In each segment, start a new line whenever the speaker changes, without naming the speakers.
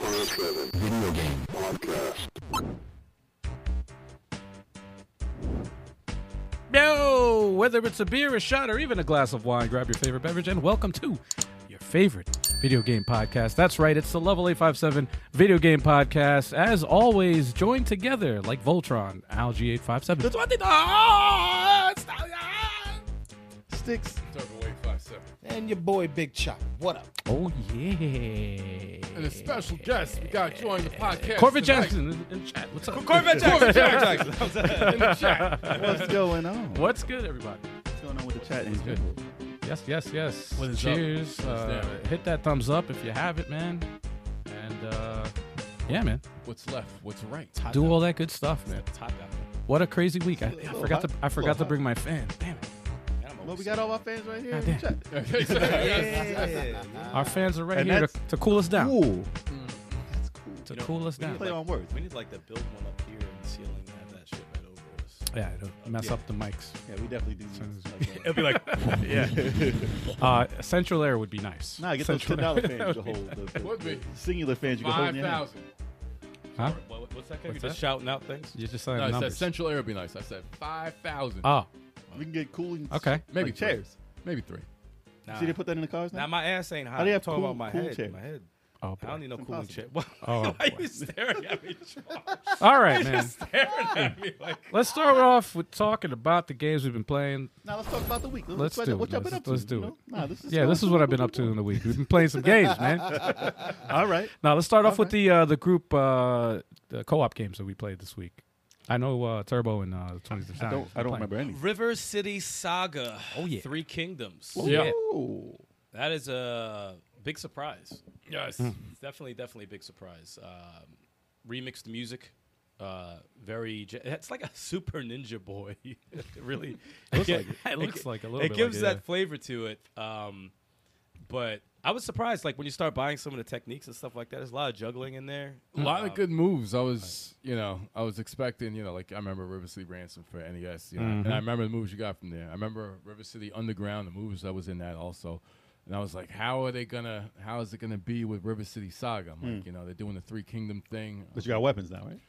Transmitted. Video game. Podcast.
No! Whether it's a beer, a shot, or even a glass of wine, grab your favorite beverage and welcome to your favorite video game podcast. That's right, it's the Level 857 Video Game Podcast. As always, joined together like Voltron, Algae 857. That's what they do. Ah, it's-
Oh,
ah.
Sticks. And your boy Big Chop. What up?
Oh, yeah.
And a special guest we got joining the podcast.
Corbett
tonight.
Jackson in- in chat. What's up?
Corbett Jackson. Corbett Jackson. in the chat.
What's going on?
What's good, everybody?
What's going on with the chat
good?
engine?
Yes, yes, yes.
What is up?
Cheers.
What's
Uh,
that?
hit that thumbs up if you have it, man. And uh, yeah, man.
What's left? What's right?
Do all that good stuff, man. What a crazy week! I, I forgot to I forgot to bring my fan. Damn it!
Well, we got all our fans right here in
Goddamn.
the chat.
Our fans are right
And
here to,
that's
to cool us down.
Cool.
That's cool.
To
You know,
cool us
we need
down.
to,
Play
like,
on words.
We need to, like to build one up here in the ceiling and have that shit right over us.
Yeah, it'll mess up the mics.
Yeah, we definitely do.
It'll be like
Uh, Central Air would be nice.
Nah, get those ten
Central
dollar
Air.
fans you can hold. The, the,
Would be.
the singular fans you can hold in
Five
your hand.
thousand.
Huh?
what's that? You're
What's
just
that?
shouting out things.
You're just
No,
saying
I said
numbers.
Central Air would be nice. I said five thousand.
oh,
We can get cooling.
Okay.
Maybe
Maybe
like
three.
chairs.
Maybe three.
Nah,
See, they put that in the cars now.
Nah, my ass ain't hot.
do you
I'm
have
talking
cool-
about my
cool
head.
chair?
My head.
oh
I don't
boy.
need no
It's
cooling
impossible.
shit. Why
Oh,
are you staring at me? Charles?
All right, man.
staring at me like
Let's start off with talking about the games we've been playing.
Now let's talk about the week.
Let's
what,
do it.
What y'all been
Let's-
up to?
let's do
you
it.
know? Nah, this is
Yeah, this is what I've been up to in the week. We've been playing some games, man.
All right.
Now let's start off with the uh, the group uh, the co-op games that we played this week. I know uh, Turbo and uh, the 20th of
I don't. I don't remember any.
River City Saga.
Oh, yeah.
Three Kingdoms.
Yeah.
Ooh.
That is a big surprise.
Yes.
It's definitely, definitely a big surprise. Um, remixed music. Uh, very. ja- It's like a super ninja boy. It really. it
looks
gi-
like it. It looks
gi-
like a little
It
bit like
gives
it,
that
yeah.
flavor to it. Um, but I was surprised. Like when you start buying some of the techniques and stuff like that, there's a lot of juggling in there. Um,
A lot
Um,
of good moves. I was, you know, I was expecting, you know, like I remember River City Ransom for NES, you know, and I
Mm-hmm.
remember the moves you got from there. I remember River City Underground, the moves that was in that also. And I was like, how are they gonna? How is it gonna be with River City Saga? I'm
Hmm.
like, you know, they're doing the Three Kingdom thing.
But you got weapons now, right?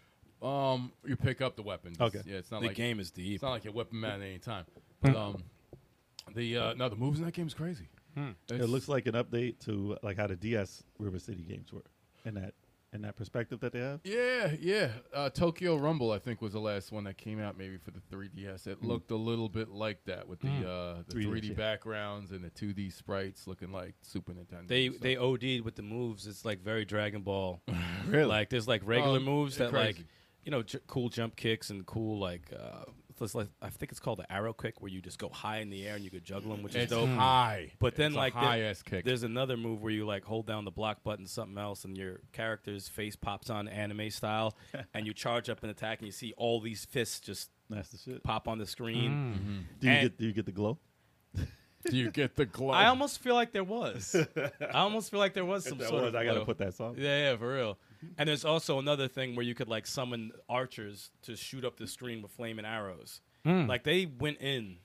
Um, you pick up the weapons.
Okay. Hmm.
Yeah, it's not
the
like
game is deep.
It's not like you're whipping them out at any time. But, um, the uh, no, the moves in that game is crazy.
Hmm. It looks like an update to like how the DS River City games were, and that and that perspective that they have.
Yeah, yeah. Uh, Tokyo Rumble, I think, was the last one that came out, maybe for the 3DS. It looked a little bit like that with the uh, the
3DS,
3D
yeah.
backgrounds and the 2D sprites looking like Super Nintendo.
They
So-
they OD'd with the moves. It's like very Dragon Ball.
Really?
Like there's like regular
Um,
moves
they're
that like
crazy.
you know j- cool jump kicks and cool like uh, it's like I think it's called the arrow kick where you just go high in the air and you could juggle them, which
it's
is dope.
high,
But then
It's a
like there-
high ass kick.
there's another move where you like hold down the block button something else and your character's face pops on anime style and you charge up an attack and you see all these fists just
That's the shit.
pop on the screen.
Mm-hmm.
Do you
And-
get do you get the glow?
Do you get the glow?
I almost feel like there was. I almost feel like there was some sort of uh,
I gotta
glow.
put that song.
Yeah, yeah, for real. And there's also another thing where you could like summon archers to shoot up the screen with flaming arrows.
Hmm.
Like they went in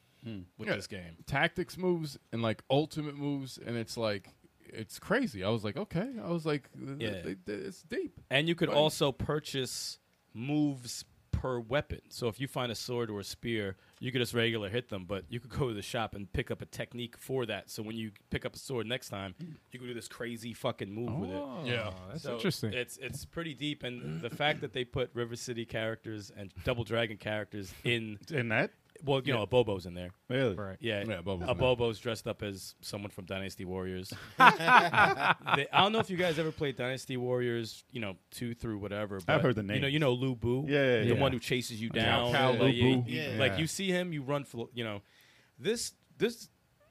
with
Yeah.
this game.
tactics moves and like ultimate moves, and it's like it's crazy. I was like, okay. I was like, th-
Yeah.
th- th- it's deep.
And you could
Right.
also purchase moves per weapon. So if you find a sword or a spear, you could just regular hit them, but you could go to the shop and pick up a technique for that. So when you pick up a sword next time, you could do this crazy fucking move with it.
Oh,
Yeah.
that's
So
interesting.
It's it's pretty deep, and the fact that they put River City characters and Double Dragon characters in
In that?
well, you know, a Bobo's in there.
Really?
right.
Yeah,
Yeah, Bobo's
a
in there.
Bobo's dressed up as someone from Dynasty Warriors. They- I don't know if you guys ever played Dynasty Warriors, you know, two through whatever. But
heard the
You know,
names.
you know Lu Bu,
Yeah, yeah,
the
yeah.
one who chases you
Cao
down.
Cao
like,
Lu
you-
Bu.
you-
Yeah.
like, you see him, you run for you know, this this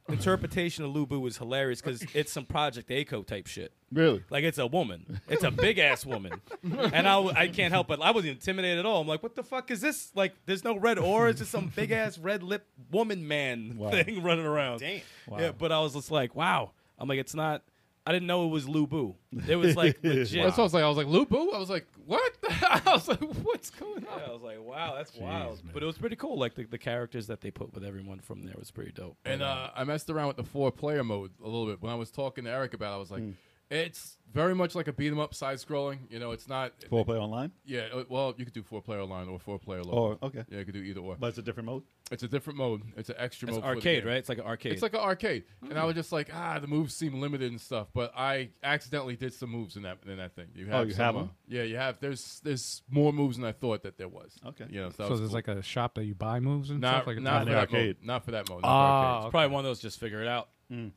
interpretation of Lu Bu is hilarious because it's some Project Aiko type shit.
Really?
Like it's a woman. It's a big ass woman. And I, w- I can't help but I wasn't intimidated at all. I'm like, what the fuck is this? Like, there's no red or it's just some big ass red lip woman man thing running around. Damn. Yeah, but I was just like, wow. I'm like, it's not. I didn't know it was Lou Boo. It was like legit.
That's what I was like. I was like, Lupu. I was like, what? I was like, what's going on?
Yeah, I was like, wow, that's wild. But it was pretty cool. Like the, the characters that they put with everyone from there was pretty dope.
uh, And uh, I messed around with the four player mode a little bit. When I was talking to Eric about it, I was like, it's very much like a beat 'em up side scrolling. You know, it's not.
Four player online,
Yeah, uh, well, you could do four player online or four player local.
or okay,
Oh. yeah, you could do either or.
but it's a different mode.
It's a different mode. It's an extra
It's
mode. for the
arcade,
game.
right? It's like an arcade.
It's like an arcade, and I was just like, ah, the moves seem limited and stuff. But I accidentally did some moves in that in that thing. You have
you
some,
have
uh,
'em?
Yeah, you have. There's there's more moves than I thought that there was.
Okay.
you know, so, that
So
was
there's
cool.
like a shop that you buy moves and
not
stuff like
not
in
for
the
that
arcade.
mode. Not for that mode. not for
Ah,
arcades.
It's probably one of those just figure it out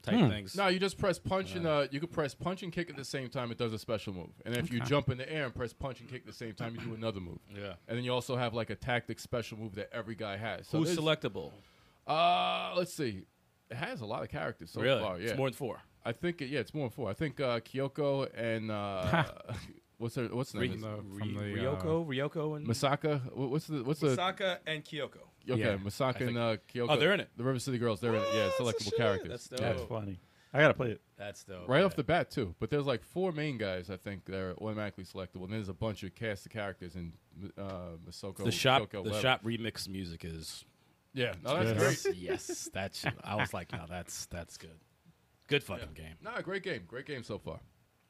type
Mm.
things.
Hmm. No, you just press punch and uh, you can press punch and kick at the same time. It does a special move, and if you jump in the air and press punch and kick at the same time, you do another move.
Yeah.
and then you also have like a tactic special move that every guy has. So
Who's
there's-
selectable?
Uh, let's see. It has a lot of characters so
really?
far. Yeah,
It's more than four.
I think it, yeah, it's more than four. I think uh, Kyoko and uh, what's her what's the name?
the-
Ry-
from the,
Ryoko, Ryoko, and
Masaka. Wh- What's the what's the
Masaka and Kyoko.
okay
Yeah,
Masaka and uh, Kyoko?
Oh, they're in it.
The River City Girls. They're in it. Yeah,
Oh, that's
selectable
the shit.
characters.
That's
Yeah.
dope.
Funny. I gotta play it.
That's dope.
Right off the bat too, but there's like four main guys I think that are automatically selectable, and there's a bunch of cast of characters in uh, Masoko.
the shop,
Kyoko,
the
whatever.
shop remix music is
Yeah, no, that's
Yeah.
great.
yes. That shit. I was like, no, that's that's good. Good fucking game.
Nah, great game, great game so far.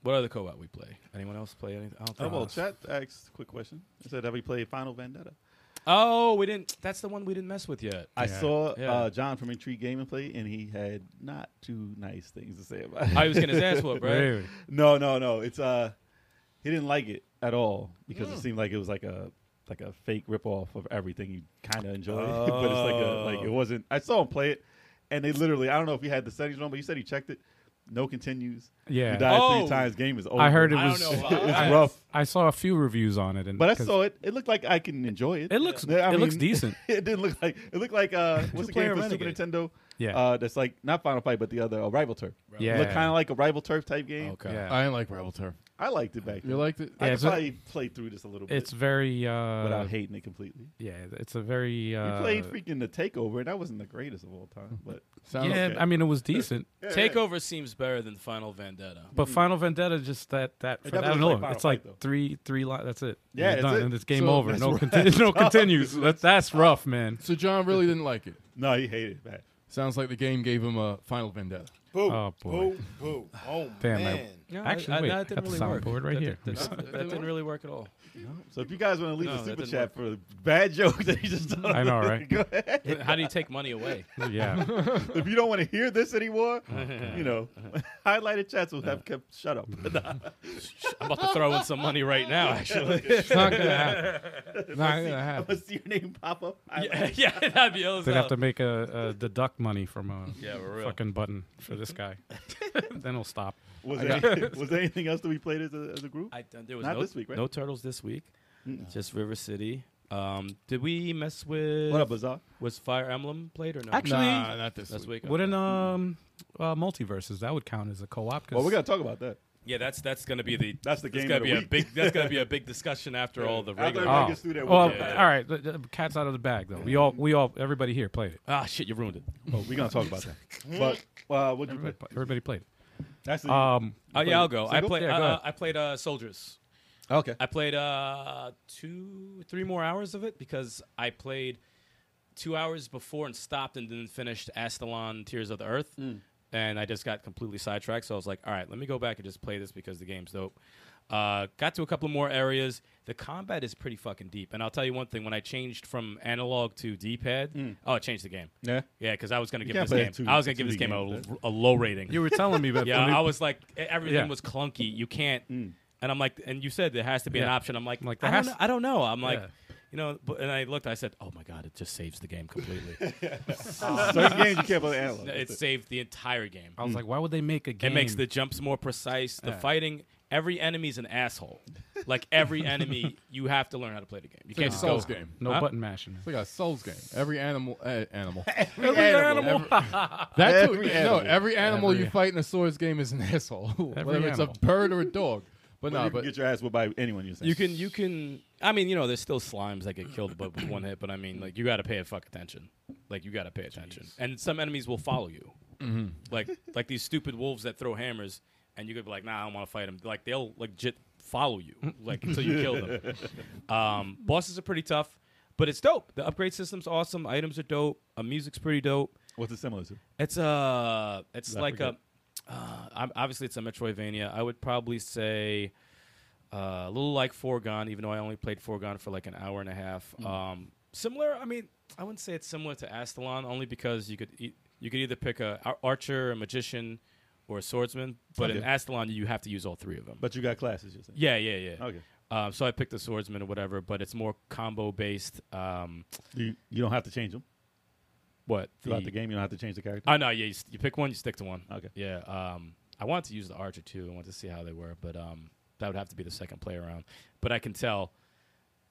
What other co-op we play? Anyone else play anything? I don't
Oh
think-
well, chat asked a quick question. It said, "Have we played Final Vendetta?"
Oh, we didn't. That's the one we didn't mess with yet.
I
Yeah.
saw
Yeah.
Uh, John from Intrigue Gaming play, and he had not too nice things to say about it.
I was gonna ask what, bro.
Dude,
no, no, no. It's uh, he didn't like it at all because it seemed like it was like a like a fake ripoff of everything you kind of enjoy, but it's like a like it wasn't. I saw him play it, and they literally. I don't know if he had the settings wrong, but you said he checked it. No continues.
Yeah.
you died
Oh.
three times. Game is over.
I heard it
I
was.
don't know. why.
It's
I-
rough,
I saw a few reviews on it, and
but I
'cause
saw it. It looked like I can enjoy it.
It looks-
I
it looks decent.
It didn't look like it looked like uh, what's the
Two-player
game for Super
Renegade.
Nintendo?
Yeah.
uh, that's like not Final Fight, but the other uh, Rival Turf.
Yeah.
it looked kind of like a Rival Turf type game.
Okay.
Yeah.
I didn't like Rebel Turf.
I liked it back.
You
Then.
liked it?
I
Yeah,
could
so-
probably play through this a little bit
It's very. Uh,
without hating it completely.
yeah, it's a very.
We
Uh,
played freaking the Takeover, and that wasn't the greatest of all time, but
Sound
Yeah,
okay.
I mean it was decent,
Takeover seems better than Final Vendetta.
Mm-hmm.
but Final Vendetta just that that I
definitely
don't know. it's
looks like Final
like
Fight, though.
three three line. That's it.
Yeah,
You're
it's
done,
it.
and it's game
So-
over.
That's
No, conti- no continues. That, that's rough, man.
so John really didn't like it.
no, he hated it. Man.
Sounds like the game gave him a Final Vendetta.
Boo,
Oh, boy.
boo, boo. Oh,
Damn, I-
man.
Actually, wait,
that
got
didn't
the
really work.
soundboard right
That-
here.
That, that- that didn't really work at all.
So if you guys want to leave
No,
a
that
super
didn't
chat for bad jokes that you just,
I know, right?
Go ahead.
How do you take money away?
Yeah,
if you don't want to hear this anymore, you know, highlighted chats will have kept shut up.
I'm about to throw in some money right now. Actually,
It's not gonna happen. not gonna
I'm
happen.
gonna see your name pop up.
yeah, yeah, that'd be awesome.
they'd have to make a, a deduct money from a
Yeah, for real.
fucking button for this guy. then he'll stop.
Was, there, was there anything else that we played as a, as a group?
I, there was
Not
no,
this week, right?
no turtles this week. Just River City. Um, did we mess with
What up, Bizarre?
was Fire Emblem played or no?
Actually-
nah, not this.
this
week.
week.
Wouldn't um uh, multiverses that would count as a co-op? 'cause
Well, we're gonna talk about that.
Yeah, that's that's gonna be the
That's the
that's
game
gonna
of the
be a
week.
big that's gonna be a big discussion after all the
After
regular.
everybody
Oh.
gets through that
Well,
weekend.
all right. the- the Cat's out of the bag, though. We all, we all, everybody here played it.
Ah, shit, you ruined it.
Well, we're Oh, gonna talk about that. But uh, what you play?
Everybody, everybody played it.
That's the-
Um,
Uh, yeah, I'll go. I
Single?
played.
Yeah, go
uh,
ahead.
I played uh, Soldiers.
okay.
I played uh two, three more hours of it because I played two hours before and stopped and then finished Astalon Tears of the Earth,
Mm.
and I just got completely sidetracked. So I was like, all right, let me go back and just play this because the game's dope. Uh, got to a couple more areas. The combat is pretty fucking deep, and I'll tell you one thing: when I changed from analog to D-pad, oh, it changed the game.
Mm. Yeah.
Yeah, because I was gonna give
can't
this
play
game,
two-
I was gonna give
two
this game a,
games,
a low rating.
you were telling me, but
Yeah,
when we-
I was like, e- everything
Yeah. Hmm.
was clunky. You can't. And I'm like, and you said there has to be an
Yeah.
option. I'm like,
I'm like,
I,
there
don't
has
know,
to-
I don't know. I'm like,
Yeah.
you know, but, and I looked, I said, oh my God, it just saves the game completely.
Certain games you can't play analog.
it saved the entire game.
I was like, why would they make a game?
It makes the jumps more precise. The fighting, every enemy's an asshole. like, every enemy, you have to learn how to play the game. You
It's like
can't
a
just
Souls
go,
game.
no
Huh?
button mashing.
It's like a Souls game. Every animal, uh, animal.
animal.
That too.
Every
No,
animal.
every animal
Every-
you fight in a Swords game is an asshole. Whether it's a
animal.
bird or a dog. But
you
no,
can
but
get your ass whipped by anyone you say.
You can, you can. I mean, you know, there's still slimes that get killed but with one hit, but I mean, like, you got to pay a fuck attention. Like, you got to pay attention. And some enemies will follow you. Like, like these stupid wolves that throw hammers, and you could be like, nah, I don't want to fight them. Like, they'll legit follow you, like, until you kill them. Um, bosses are pretty tough, but it's dope. The upgrade system's awesome. Items are dope. Uh, music's pretty dope.
What's it similar to?
It's uh, it's
I
like a,
forget.
I'm, obviously it's a Metroidvania. I would probably say uh, a little like Foregone, even though I only played Foregone for like an hour and a half.
Mm.
Um, similar, I mean, I wouldn't say it's similar to Astalon only because you could e- you could either pick a ar- archer, a magician, or a swordsman. But in
Okay.
Astalon, you have to use all three of them.
But you got classes, you're saying?
yeah, yeah, yeah.
Okay.
Um, so I picked the swordsman or whatever, but it's more combo based. Um,
You, you don't have to change them
what
throughout the, game. You don't have to change the character.
Oh no, yeah, you, s- you pick one, you stick to one.
Okay.
Yeah. Um, I wanted to use the archer too. I wanted to see how they were, but um, that would have to be the second play around. But I can tell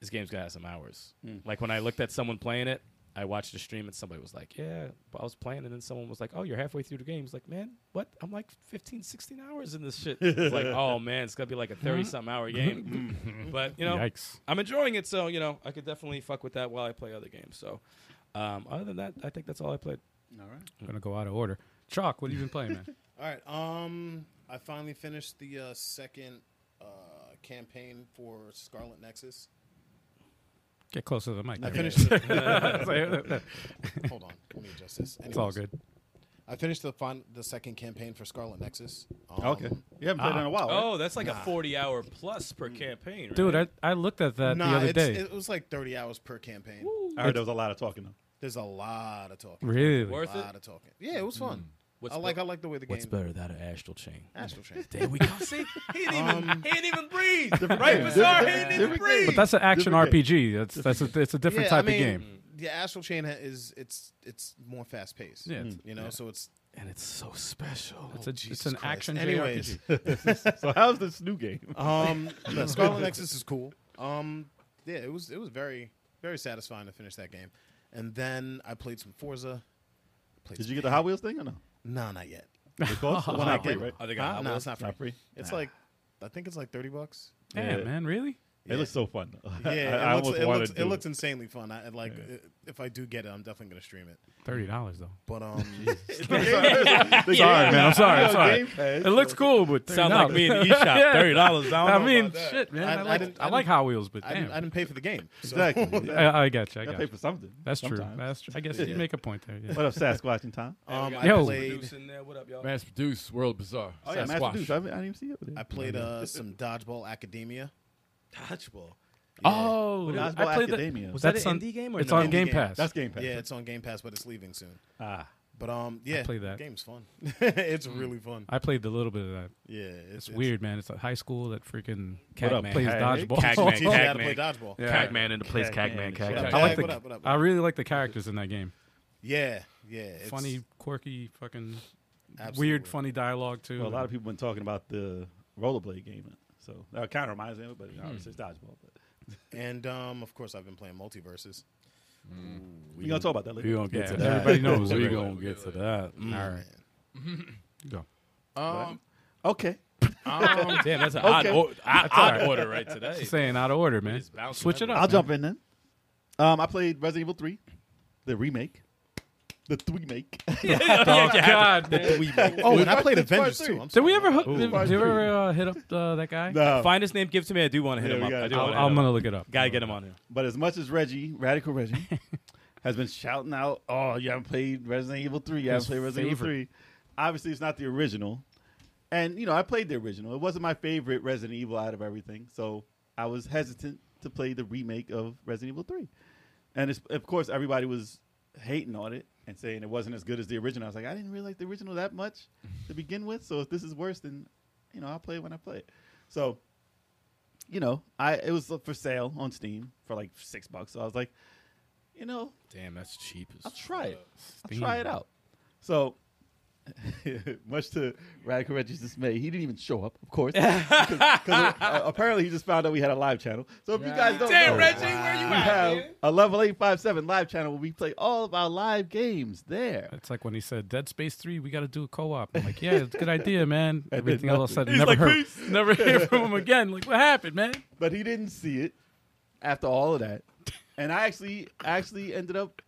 this game's gonna have some hours. Like when I looked at someone playing it, I watched the stream and somebody was like, "Yeah, but I was playing," and then someone was like, "Oh, you're halfway through the game." It's like, "Man, what? I'm like 15, 16 hours in this shit." it's like, "Oh man, it's gonna be like a 30 something hour game." but you know,
Yikes.
I'm enjoying it, so you know, I could definitely fuck with that while I play other games. So. Um, other than that, I think that's all I played.
All right.
I'm gonna go out of order. Chalk, what have you been playing, man?
All right. Um, I finally finished the uh, second uh, campaign for Scarlet Nexus.
Get closer to the mic.
I
there.
finished. The, hold on. Let me adjust this.
it's all
Anyways,
good.
I finished the fin- the second campaign for Scarlet Nexus. Um,
Mm. okay. You haven't played in a while. right?
Oh, that's like a 40 hour plus per campaign, right?
Dude, I, I looked at that the
Nah,
other
it's,
day.
it was like 30 hours per campaign.
Oh.
I heard there was a lot of talking though.
There's a lot of talking.
really?
A
worth
lot
it. Mm-hmm.
of talking. Yeah, it was fun.
What's
I like
be-
I like the way the game.
better, that or Astral Chain?
Astral Chain.
There we go. See, he didn't even, he didn't even breathe. Right,
game.
bizarre. He
Different-
didn't even
different game.
breathe.
But that's an action
Different game.
RPG. That's that's a, it's a different
yeah,
type
I mean,
of game.
The Astral Chain ha- is it's it's more fast paced.
Yeah, it's-
you know, so it's
Mm. and it's so special.
It's a, it's
Jesus
an
Christ.
action
Anyways,
JRPG.
So how's this new game?
Uh,
Um, the Scarlet Nexus is cool. Um, yeah, it was it was very very satisfying to finish that game, and then I played some Forza. Played
Did
some-
you get the Hot Wheels thing or no?
No, not yet.
It costs? It's
I
not free,
get-
right?
I think
Huh?
I
No,
will.
it's not free.
Not free.
It's like I think it's like thirty bucks.
Damn,
Yeah.
man, really?
Yeah.
It looks so fun. Though. I,
Yeah, it,
I
looks,
almost
it,
wanted
looks,
to
it
do
looks insanely fun. I I'd like
Yeah.
i- if I do get it, I'm definitely gonna stream it.
Thirty dollars though.
But um,
Sorry, man. I'm sorry. I'm
Yo,
sorry.
Game Pass.
It looks cool, but
Sounds
$30.
like me in the eShop.
Yeah.
Thirty dollars. I,
I
don't know
mean,
about that.
shit, man.
I-
I,
I
like
didn't-
I,
I
like
didn't-
Hot Wheels, but
I
damn,
didn't, I didn't pay for the game. So.
Exactly. Yeah.
I, I got you. I
Gotta
got
pay
you.
for something.
That's true.
sometimes.
That's true. I guess you make a point there. Yeah.
What up, Sasquatch and Tom?
Um, I
Yo.
played
Producing there. What up, y'all?
Mass produced World Bizarre.
Oh yeah, Master
Sasquatch.
Deuce. I haven't- I didn't even see it.
I played uh some Dodgeball Academia.
Dodgeball.
Oh,
Dodgeball
I played
Academia.
That,
Was
that
that's
an
on-
indie game or
It's
no?
on
Indie
Game
game.
Pass.
That's Game Pass.
Yeah, it's on Game Pass, but it's leaving soon.
Ah,
But um, yeah,
played that.
game's fun. it's really fun.
I played a little bit of that.
Yeah,
It's weird, man. It's a high school that freaking
What up,
plays
Cag?
dodgeball.
Cagman,
Teach you how to
Cagman.
play dodgeball. Yeah,
Yeah.
Cagman in the place.
Cagman. What
Cagman. Cagman.
up,
I like
Cag?
the,
What up, what up, what
I
up?
really like the characters in that game.
yeah. it's
funny, quirky, fucking
absolutely.
weird, funny dialogue too.
well, a lot of people been talking about the rollerblade game, so that kind of reminds me of it. But you know, obviously it's dodgeball. But
And um, of course, I've been playing multiverses.
we gonna talk about that later.
We gonna
yeah,
get to that.
everybody knows.
We
right?
gonna get to that.
All right, Mm. go.
Um,
Okay.
um,
Damn, that's an odd,
Okay.
or, odd,
all right.
odd order right today.
Just Oh, saying out of order, man.
just bouncing
Switch it up.
I'll jump in then. Um, I played Resident Evil 3, the remake, the three make.
Oh God, man.
Oh, and I played
it's part
Avengers
three.
too. I'm
did
sorry.
we ever hook?
Ooh.
Did, did we ever uh, hit up uh, that guy?
no,
Find his name, give it to me. I do want to hit
Yeah,
him
Oh. we
up.
gotta-
I do
I'll-
want to.
I'm gonna look it up.
Gotta get him on here.
But as much as Reggie, Radical Reggie, has been shouting out, "Oh, you haven't played Resident Evil 3. You haven't played Resident Evil 3." Obviously, it's not the original. And you know, I played the original. It wasn't my favorite Resident Evil out of everything, so I was hesitant to play the remake of Resident Evil 3. And it's, of course, everybody was hating on it and saying it wasn't as good as the original. I was like, I didn't really like the original that much to begin with, so if this is worse, then you know, I'll play it when I play it. So you know, I it was for sale on Steam for like six bucks. So I was like, you know,
Damn, that's cheap. as
I'll try it. I'll
Steam.
try it out. So much to Radical Reggie's dismay, he didn't even show up. Of course, because uh, apparently he just found out we had a live channel. So if you guys don't
Damn,
know,
Reggie, where you
we
at?
have a level eight five seven live channel where we play all of our live games there.
It's like when he said Dead Space Three, we got to do a co-op. I'm like, yeah, it's a good idea, man. Everything else I said, never heard, never hear from him again. Like, what happened, man?
but he didn't see it after all of that. And I actually actually ended up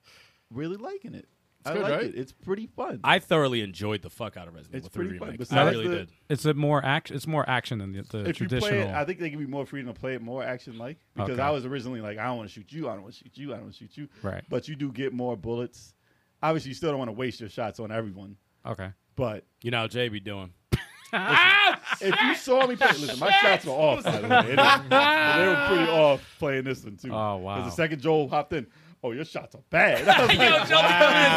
really liking it. I
good,
like
right?
it. It's pretty fun.
I thoroughly enjoyed the fuck out of Resident
It's
Evil 3
pretty fun,
Remake.
but
I
that's
really
the-
did.
It's a more action. It's more action than the, the
if
traditional.
you play it, I think they give you more freedom to play it more action like because
Okay.
I was originally like, I don't want to shoot you, I don't want to shoot you, I don't want to shoot you.
Right.
But you do get more bullets. Obviously, you still don't want to waste your shots on everyone,
okay.
but
You know how Jay be doing.
if you saw me play, listen, my shots were off. By the way, It- they were pretty off playing this one too.
Oh, wow.
'Cause the second Joel hopped in, oh your shots are bad. I was like,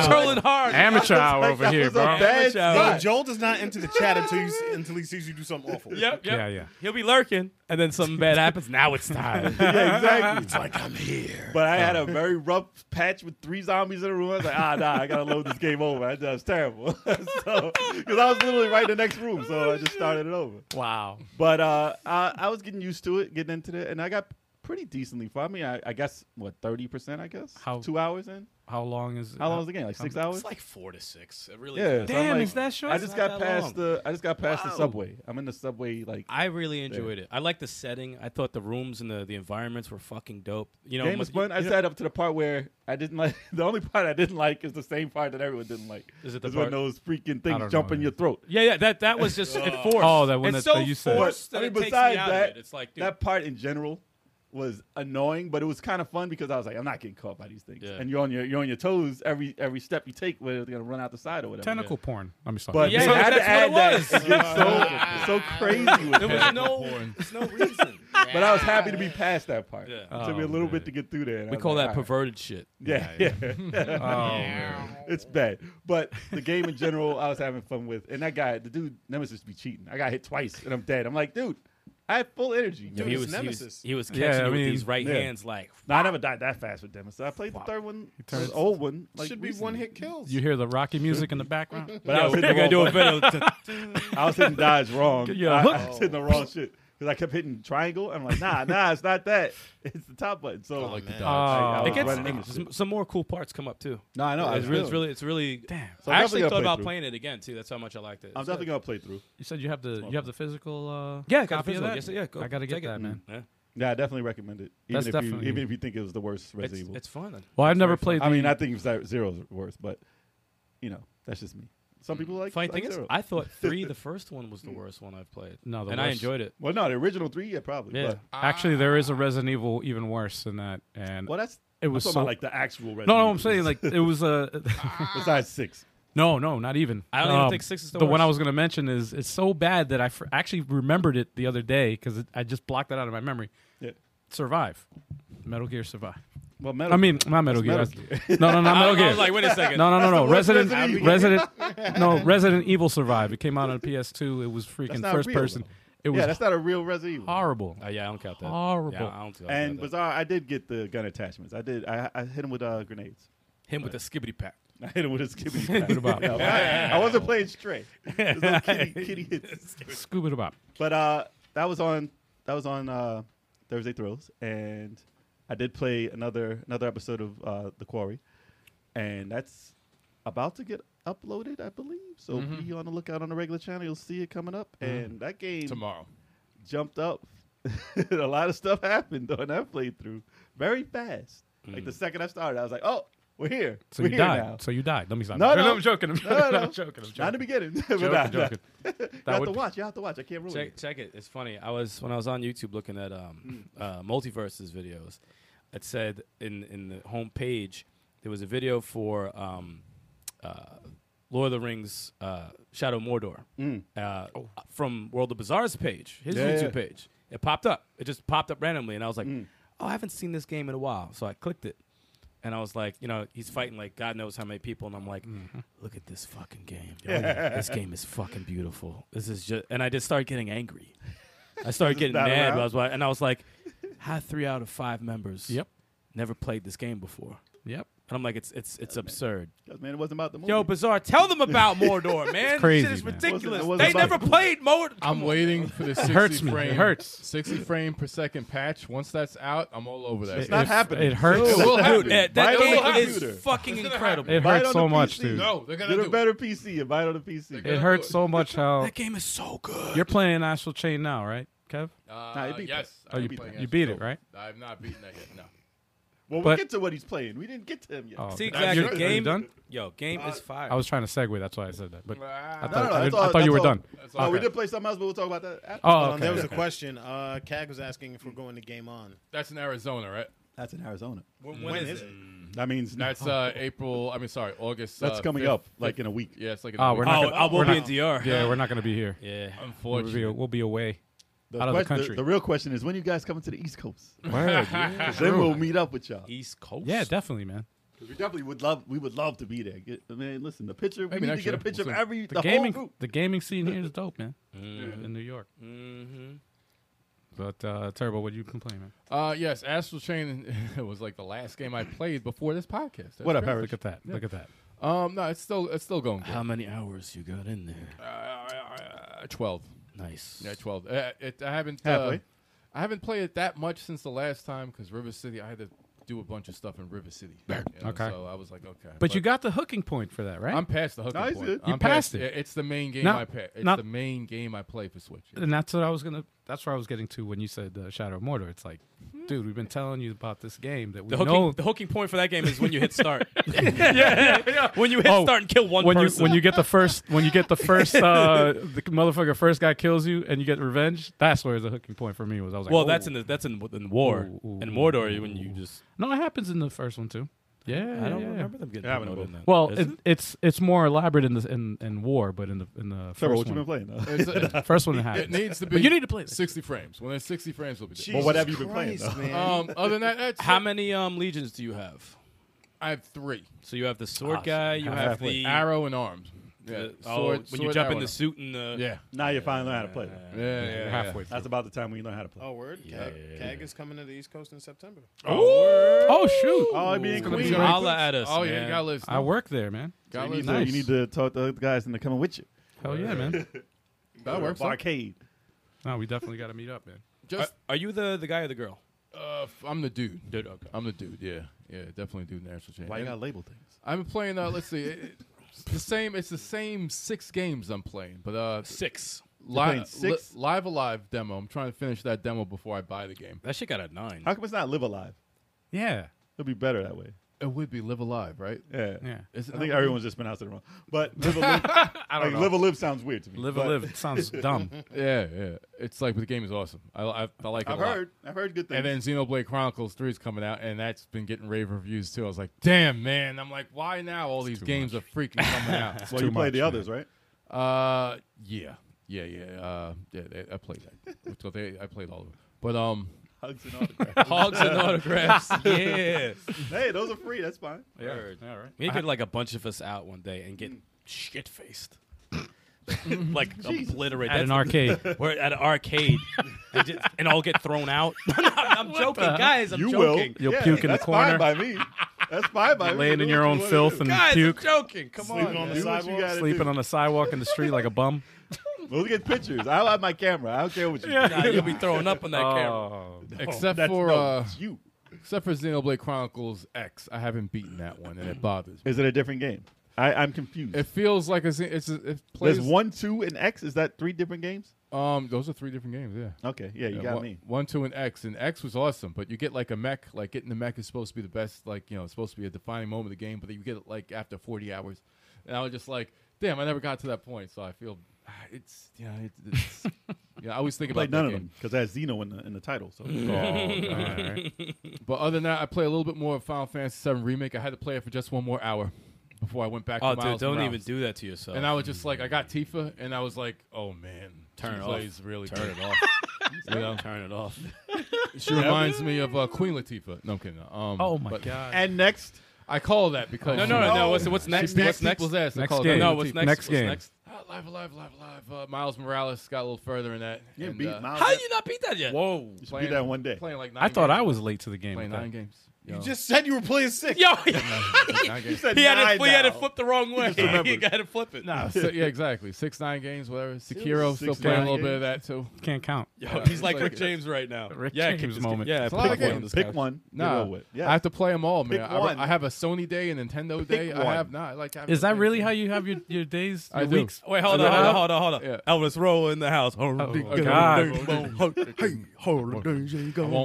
trolling hard.
Amateur hour
like,
over
that
here,
was a
bro.
bad
Amateur.
shot.
Yo, Joel does not enter the chat until you, until he sees you do something awful.
Yep, yep.
Yeah, yeah.
He'll be lurking, and then something bad happens. Now it's time.
yeah, exactly.
Like I'm here. Uh.
But I had a very rough patch with three zombies in the room. I was like, ah, nah, I gotta load this game over. That was terrible. so, because I was literally right in the next room, so I just started it over.
wow.
But uh, I, I was getting used to it, getting into it, and I got pretty decently far. I mean, I, I guess what thirty percent, I guess.
How-
two hours in?
How long is
How long is the game? Like six hours?
It's like four to six. It really.
yeah.
Yeah.
so I'm
Damn,
like-
is that short?
I
It's
just
not
got
that
past
long.
the. I just got past the
Wow.
subway. I'm in the subway. Like
I really enjoyed it. I like the setting. I thought the rooms and the, the environments were fucking dope. You know,
game was fun. I sat up to the part where I didn't like. The only part I didn't like is the same part that everyone didn't like.
Is it the
when
part-
those
I
freaking things
don't
jump
know,
in
yeah.
your throat?
yeah, yeah. That that was just it forced.
Oh, that one
it's
that-
so
that you said.
forced
But,
that
I mean,
it takes
besides
me out
that,
of it. It's like, dude,
that part in general was annoying, but it was kind of fun because I was like, I'm not getting caught by these things,
Yeah.
and you're on your you're on your toes every every step you take, whether they're gonna run out the side or whatever.
Tentacle porn. I'm sorry.
But
Yeah,
they had to
that's
add
what
that.
it was.
It gets so so crazy with
there
that.
was no,
Porn.
there's no reason.
But I was happy to be past that part.
Yeah.
It took me a
Oh,
little
man.
bit to get through there. and I
we
was
call
like,
that
"All right."
perverted shit.
Yeah, yeah.
oh, man.
it's bad. But the game in general, I was having fun with. And that guy, the dude, Nemesis be cheating. I got hit twice and I'm dead. I'm like, dude, I had full energy.
Dude,
he
it's
was he was,
Nemesis.
he was catching
Yeah, I
you with
mean,
these right
yeah.
hands like
No, I never died that fast with Nemesis. I played the third one, the old one. Like,
Should be
recently.
one hit kills.
You hear the Rocky music in the background? Oh.
But I was hitting
we're
the
gonna do
wrong
a video. to-
button. Oh. I was hitting dodge wrong.
Yeah.
I, I was hitting the wrong shit. Because I kept hitting triangle. I'm like, nah, nah, it's not that. It's the top button. So,
like
man.
the
Oh. It
dog.
I
it
was
gets
running into
some-
shit.
some more cool parts come up too.
No, I know. I
it's, really, it's
really.
really, it's really.
Damn.
So
I
I'm definitely
actually
gonna
thought
play
about
through.
playing it again too. That's how much I liked it.
I'm
It's
definitely
good.
gonna play through.
You said you have the you have the physical uh,
Yeah, I got a
copy of
physical.
that.
Yes, yeah, go
I gotta get
take it.
that, man.
Yeah.
Yeah, I definitely recommend it. Even
That's
if
definitely-
you even if you think it was the worst Resident
It's,
Evil.
it's fun. Then.
Well, I've never played.
I
the-
mean, I think it's zero's worse, but you know, that's just me.
Mm.
Some people like
Funny
like
thing
zero.
is, I thought three, the first one, was the
Mm.
worst one I've played.
No, the
and I
worst-
enjoyed it.
well, no, the original three, yeah, probably.
Yeah. Ah.
But,
actually there is a Resident Evil even worse than that, and
well, that's
It was
I'm talking
so-
about, like the actual Resident
no, no,
Evil.
I'm saying like it was a
besides six.
no, no, not even. Um,
I don't even think six is the
one I
worst.
was gonna mention is it's so bad that I fr- actually remembered it the other day because I just blocked that out of my memory.
Yeah.
Survive, Metal Gear Survive.
Well, Metal
I mean,
Gear.
not Metal Gear.
Metal
that's- No, no, not Metal Gear.
I was like, wait a second.
no, no, no, no.
the worst
Resident,
Resident
Resident, no, Resident Evil Survive. It came out on PS2. It was freaking
not
first
real,
person.
though.
It was
yeah, that's not a real Resident Evil.
horrible.
Uh, yeah, I don't count that.
Horrible.
Yeah, I don't count
And
that.
bizarre, I did get the gun attachments. I did. I, I hit him with uh, grenades.
him with the skibbity pack.
I hit him with a skippy.
about?
I, I wasn't playing straight. There's no kitty, kitty hits.
Scuba to Bob.
But uh, that was on that was on uh, Thursday Thrills, and I did play another another episode of uh, The Quarry, and that's about to get uploaded, I believe. So
Mm-hmm.
be on the lookout on the regular channel. You'll see it coming up, and that game
Tomorrow.
jumped up. a lot of stuff happened during that playthrough, very fast. Like the second I started, I was like, "Oh, we're here.
Mm. So
we're
you
here
died.
now."
So you died. Let me stop.
No, no.
I'm joking. I'm joking.
No, no.
I'm joking. I'm joking.
Not in the beginning. but
Joking,
nah, nah.
joking.
You
That
have
would
to
be-
watch. You have to watch. I can't ruin
Check,
it.
check it. It's funny. I was when I was on YouTube looking at um,
Hmm.
uh, multiverses videos. It said in in the home page there was a video for um, uh, Lord of the Rings uh, Shadow of Mordor uh, from World of Bazaar's page, his
Hmm. Yeah,
YouTube
yeah. Hmm.
page. It popped up. It just popped up randomly, and I was like, "Oh, I haven't seen this game in a while." So I clicked it. And I was like, you know, he's fighting like God knows how many people, and I'm like, look at this fucking game. this game is fucking beautiful. This is just, and I just started getting angry. I started getting
not
mad.
allowed?
I was like, and I was like, how three out of five members
Yep.
never played this game before,
Yep.
and I'm like, it's it's it's absurd.
'Cause, man, it wasn't about the movie.
Yo, Bizarre, tell them about Mordor, man.
crazy,
Shit is
man.
ridiculous.
It wasn't-
they
it wasn't
never
about-
played Mordor.
I'm waiting for the 60
hurts me. It
frame.
hurts.
60 frame per second patch. Once that's out, I'm all over that.
It's not
If-
happening.
it hurts.
It will happen.
Dude, that,
Buy
that
it on
game
the computer.
is fucking incredible.
It
Buy it
hurts
on
so
the
much,
PC.
dude.
No, they're gonna
Get
do
a better PC and buy it on the PC.
It hurts so much how
That game is so good.
you're playing Astral Chain now, right, Kev?
it. Uh,
Nah, you beat
yes.
that.
I
Oh, you
am
beat
playing
that. You
Astro
beat it,
Boy.
right?
I've not beaten that yet. No.
Well, we
but-
get to what he's playing. We didn't get to him yet.
Oh,
See,
you're-
exactly.
are you
Game,
done?
Yo, game
Uh,
is fire.
I was trying to segue. That's why I said that. But I
no,
thought,
no,
I,
that's
I
all-
thought you were
that's all.
done.
That's
Oh,
all.
we
Okay.
did play something else, but we'll talk about that. After.
Oh,
Um,
okay.
there was
okay.
a question. Uh, Cag was asking if we're going to game on.
That's in Arizona, right?
That's in Arizona.
When-
When is it?
Mm-hmm. That means
That's uh, April. I mean, sorry, August.
That's
uh,
coming
5th.
up like in a week.
Yeah, it's like. in a
Oh,
week.
we're
Oh,
not. gonna,
I will
we're
be
not-
in DR.
Yeah, we're not going to be here.
Yeah.
We'll be,
Unfortunate.
we'll be away.
The,
Out of the
quest-
country.
the real question is when you guys coming to the East Coast?
Word, yeah.
'Cause then we'll meet up with y'all.
East Coast.
yeah, definitely, man.
'Cause We definitely would love. We would love to be there. Get, I mean, listen, the picture.
Maybe
we need
next
to get a
year.
picture
We'll
of
see.
every the,
The,
whole
gaming,
group.
the gaming scene here is dope, man. In New York,
Mm-hmm.
but uh, Turbo, what you complain, man?
Uh, yes, Astral Chain was like the last game I played before this podcast. That's
What up,
crazy.
Harris?
Look at that! Look at that!
Um, no, it's still it's still going. Good.
How many hours you got in there?
Uh, Twelve.
Nice.
Yeah, twelve. Uh, it, I haven't uh,
Halfway.
I haven't played it that much since the last time because River City. I had to do a bunch of stuff in River City. you know,
Okay.
So I was like, okay.
But you got the hooking point for that, right?
I'm past the hooking
Nice,
point.
dude.
You
I'm
passed it.
It's the main game
Now-
I play. It's
now-
the main game I play for Switch.
and that's what I was gonna. That's where I was getting to when you said uh, Shadow of Mordor. It's like, dude, we've been telling you about this game that we
The hooking,
know.
the hooking point for that game is when you hit start. yeah, When you hit
Oh,
start and kill one
when you
person.
when you get the first when you get the first uh, the motherfucker first guy kills you and you get revenge. That's where the hooking point for me was. I was like,
well,
oh.
that's in the, that's in, in war
Ooh, ooh,
in Mordor when you just.
"Oh." no. It happens in the first one too. Yeah,
I don't
yeah.
remember them getting
Yeah, I haven't
promoted. in that.
Well,
Is
it, it's it's more elaborate in the in, in war, but in the in the first
Trevor, what you
one,
been playing? though?
It's, it,
first one it
it
happens.
needs to be.
But you need to play this.
sixty frames. When it's sixty frames, will be. there.
Well, what have you been playing, though?
man.
Um, other than that, that's
How
it.
many um legions do you have?
I have three.
So you have the sword
Awesome.
guy. You
I'm
have
halfway.
the
Arrow and arms. Yeah.
the- oh,
sword,
when you
sword,
jump
arrow
in the
and
suit and the
arm. Yeah.
Now you finally know how to play.
Yeah, yeah, yeah.
You're halfway
That's
through.
about the time when you learn how to play.
Oh, word. Cag, Cag is coming to the East Coast in September.
Oh shoot!
Oh, I mean,
Come
Queen.
join
Holla
us.
at us,
Oh yeah,
man.
you got list.
I work there, man.
So
Got
you, need
list.
to,
Nice.
you need to talk to the other guys into coming with you.
Hell yeah, man.
That works. huh?
Arcade.
No, we definitely got to meet up, man.
Are,
Just
are you the the guy or the girl?
uh, f- I'm the dude.
Dude, okay.
I'm the dude. Yeah, yeah, definitely dude. National champion.
Why you gotta label things?
I'm playing. Uh, let's see. It, it's the same. It's the same six games I'm playing, but uh,
Six.
li-
playing six?
li- live alive demo. I'm trying to finish that demo before I buy the game.
That shit got a nine.
How come it's not live alive?
Yeah,
It'll be better that way.
It would be live alive, right?
Yeah.
yeah.
Is it
I
not-
think everyone's just pronounced it wrong. But live a live, like, live a live sounds weird to me.
Live
but
and live. It sounds dumb.
yeah, yeah. It's like the game is awesome. I I, I like it.
I've
a lot.
heard. I've heard good things.
And then Xenoblade Chronicles 3 is coming out, and that's been getting rave reviews too. I was like, damn, man. I'm like, why now all these games are freaking coming out?
well, you played the others, right?
Uh, yeah, yeah, yeah, uh, yeah. They, I played that. so they, I played all of them. But um,
Hugs and autographs.
Hogs and autographs. yeah.
hey, those are free. That's fine.
All right.
We get like a bunch of us out one day and get shit faced. like obliterate
At
That's
an arcade.
We're at an arcade and, just, and all get thrown out. I'm joking, guys. I'm
you
joking.
will.
You'll
Yeah,
puke in the
that's
corner.
Fine by me. That's fine by me.
Laying in
Do
your
what
own
you wanna
filth
do.
and
Guys,
puke,
I'm joking. Come
Sleeping
on.
on the
Do what you
sidewalk.
gotta
sleeping
do.
on the sidewalk in the street like a bum.
We'll get pictures. I'll have my camera. I don't care what you. do.
Nah, you'll be throwing up on that camera.
Oh,
except
That's
for
no,
uh,
it's you.
except for Xenoblade Chronicles X, I haven't beaten that one, and it bothers me.
Is it a different game? I, I'm confused.
It feels like a, Xe- it's a, it plays
There's one, two, and X. Is that three different games?
Um, those are three different games. Yeah.
Okay, yeah, you
Yeah,
got
one,
me.
one, two, and X, and X was awesome. But you get like a mech. Like getting the mech is supposed to be the best. Like you know, it's supposed to be a defining moment of the game. But you get it like after forty hours, and I was just like, damn, I never got to that point. So I feel ah, it's you know, it's, it's yeah. I always think
Played
about
none
that
of
game.
them because I had Xeno in the in the title.
Oh,
So
But other than that, I play a little bit more of Final Fantasy VII Remake. I had to play it for just one more hour before I went back.
Oh,
to Miles
dude, don't
Morales.
even do that to yourself.
And I was just like, I got Tifa, and I was like, oh man,
Turn
she
it off.
plays really
Turn
good.
it off.
You know?
Turn it off.
She reminds me of uh, Queen Latifah. No, I'm kidding. Um,
oh my
but
god.
and next,
I call that because
No, no, no. no. What's, what's next?
She beats
What's next?
people's ass. I
Next
call it
game.
Queen
No, what's
Latifah.
next?
Next
what's
game.
next?
Uh, live, live, live, live. Uh, Miles Morales got a little further in that.
you
and,
beat
uh,
Miles.
How you not beat that yet?
Whoa,
should beat that one day.
Playing like nine
I thought
games.
I was late to the game.
playing
with that.
nine games.
You
Yo.
just said you were playing six.
Yo,
nine
You
games.
said
he had
nine
it. He had it
now.
flipped the wrong way. he
remembered.
had to flip it.
Nah, si- yeah, exactly. Six nine games, whatever. Sekiro still
Six,
playing a
nine
little bit of that too.
Can't count.
Yo,
Yeah,
he's like
it's
Rick
like-
James right now.
Rick
yeah,
James
keep this-
moment.
Yeah,
It's a lot of
pick
games.
one.
Pick one. get
Nah,
over with. Yeah.
I have to play them all, man.
Pick
I,
one.
I have a Sony day, a Nintendo day.
one.
I have not. Like, I have
Is that
everything.
really how you have your, your days,
I
your
do.
weeks?
Wait, hold
Is
on,
that
hold on,
how-
hold on, hold on.
Yeah.
Elvis roll in the house. Oh,
I won't.
Oh,
Cheeseburger.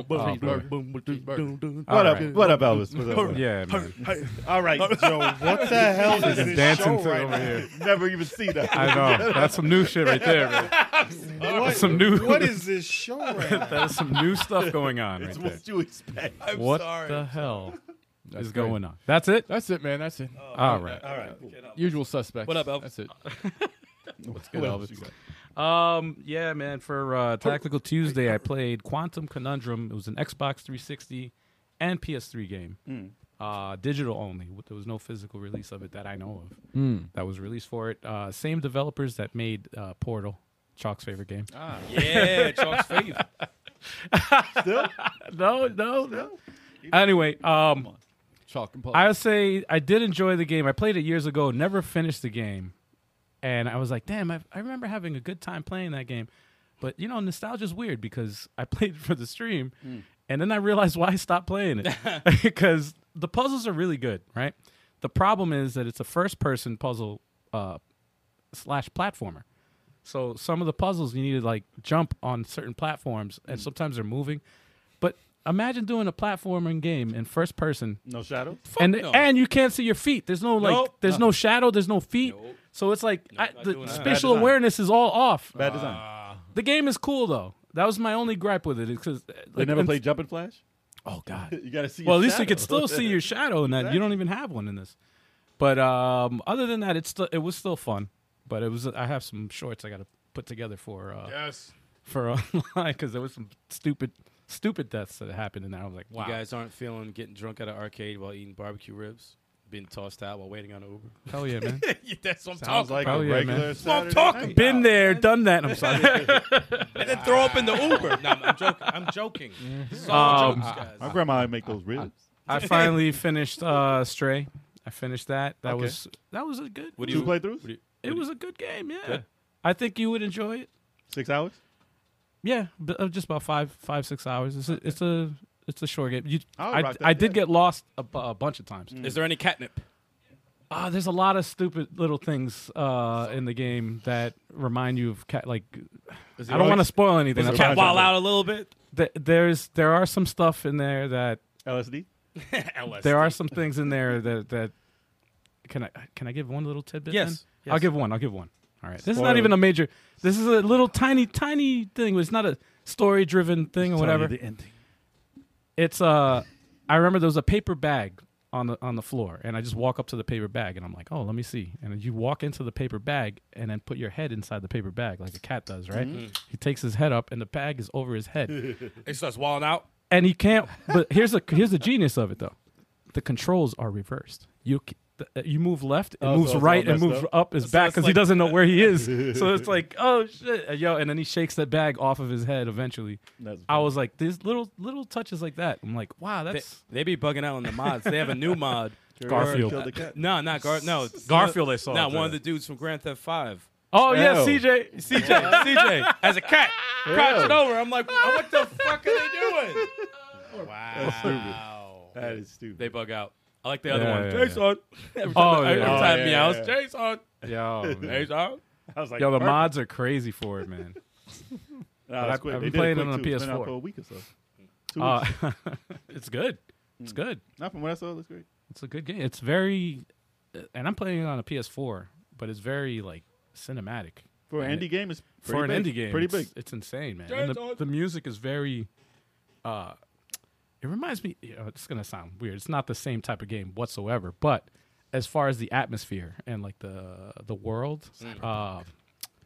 Burger.
Cheeseburger.
What up?
Alright.
What up, Elvis? What's up?
Yeah, man.
All right, Joe. What the hell is this
dancing
show
to
right
over
now?
here.
Never even see that.
I know. That's some new shit right there, man.
What,
Some new.
what is this show right now?
That is some new stuff going on
It's
right
what you expect.
there. What the hell? is going on. That's it.
That's it, man. That's it.
All right.
All right. Get up.
Usual suspects.
What up, Elf?
That's it.
What's
good, Elvis?
Um, yeah, man. For uh, Tactical Tuesday, I played Quantum Conundrum. It was an Xbox 360 and PS3 game, uh, digital only. W- There was no physical release of it that I know of. That was released for it. Uh, same developers that made uh, Portal, Chalk's favorite game.
Yeah, Chalk's faith.
no, no, no. Anyway, um,
Chalk and
I would say I did enjoy the game. I played it years ago, never finished the game. And I was like, damn, I, I remember having a good time playing that game. But, you know, nostalgia's weird because I played it for the stream and then I realized why I stopped playing it. Because the puzzles are really good, right? The problem is that it's a first person puzzle uh, slash platformer. So some of the puzzles you need to like jump on certain platforms and sometimes they're moving. But imagine doing a platforming game in first person
No shadow.
and
no.
and you can't see your feet. There's no like
Nope.
there's no shadow. There's no feet.
Nope.
So it's like I,
not
the
doing that.
spatial
Bad design.
awareness is all off.
Bad design.
The game is cool though. That was my only gripe with it uh, because
They never played Jump and Flash.
Oh god.
You gotta see.
well, at
your
least you
shadow.
could still see your shadow in that. You don't even have one in this. But um, other than that, it's still it was still fun. But it was I have some shorts I got to put together for uh,
yes.
for online because there was some stupid stupid deaths that happened in there. I was like, wow.
You guys aren't feeling getting drunk at an arcade while eating barbecue ribs, being tossed out while waiting on an Uber.
Hell yeah, man.
That's what I'm
Sounds like
Oh,
a
yeah,
regular.
man.
Well, I'm
Saturday
talking
night.
Been there, done that. I'm sorry.
and then throw up in the Uber. no, I'm, I'm joking. I'm joking. This is all
Um,
jokes, guys.
My grandma would make those ribs.
I finally finished uh Stray. I finished that. That
Okay.
was that was a good.
What do
Two
you
playthroughs,
it was a good game. Yeah,
Good.
I think you would enjoy it.
six hours.
Yeah, but, uh, just about five, five, six hours. It's a, it's a, it's a short game. You,
I'll
I,
rock that,
I did
yeah.
get lost a, bu- a bunch of times.
Is there any catnip?
Ah, there's a lot of stupid little things uh in the game that remind you of cat. Like, I don't want to spoil anything.
Is it
That's
Cat
Roger.
why-
wild out a little bit.
Th- There's there are some stuff in there that
LSD.
LSD.
there are some things in there that that can I can I give one little tidbit?
Yes.
then? I'll
Yes.
give one. I'll give one. All right. This is not
Spoiler.
even a major. This is a little tiny tiny thing. It's not a story driven thing or whatever.
The ending.
It's uh, I remember there was a paper bag on the on the floor, and I just walk up to the paper bag, and I'm like, oh, let me see. And then you walk into the paper bag, and then put your head inside the paper bag like a cat does, right?
Mm-hmm.
He takes his head up, and the bag is over his head.
It starts wilding out.
and he can't. But here's the here's the genius of it though, the controls are reversed. You c- th- uh, you move left, it
Oh, so
moves
it's
right,
all
it
messed
moves
up.
up, is back
it's
because he
like-
doesn't know where he is. so it's like, oh shit, Uh, yo! And then he shakes that bag off of his head. Eventually,
That's
I was like, these little little touches like that. I'm like, wow,
They,
that's
they be bugging out on the mods. They have a new mod.
Garfield.
Killed the cat.
No, not Gar. No, it's
Garfield
Not,
I saw
Not
today.
one of the dudes from Grand Theft Five.
oh yeah,
Ew.
CJ,
CJ, CJ, as a cat, crouching over. I'm like, what the fuck are they doing?
That's stupid. That is stupid.
They bug out. I like the other
Yeah,
one.
yeah, yeah.
Jason. Every time,
Oh,
every
yeah.
time
Oh, yeah,
meows,
yeah, yeah.
Jason.
yo, man.
Jason.
I was like,
yo, the
perfect.
mods are crazy for it, man.
Nah, it's
I've-
quick.
I've
They
been
did it
playing
quick,
it on
too. It's been out
PS4.
for a week or so. Two
Uh,
weeks.
it's good, it's good.
Not from what I saw. It looks great.
It's a good game. It's very, uh, and I'm playing it on a PS4, but it's very like cinematic.
For
And
an indie game, it's
for an
pretty big.
indie game.
Pretty
it's,
big.
It's insane, man. And the, the music is very. Uh, it reminds me. You know, it's gonna sound weird. It's not the same type of game whatsoever. But as far as the atmosphere and like the the world, uh,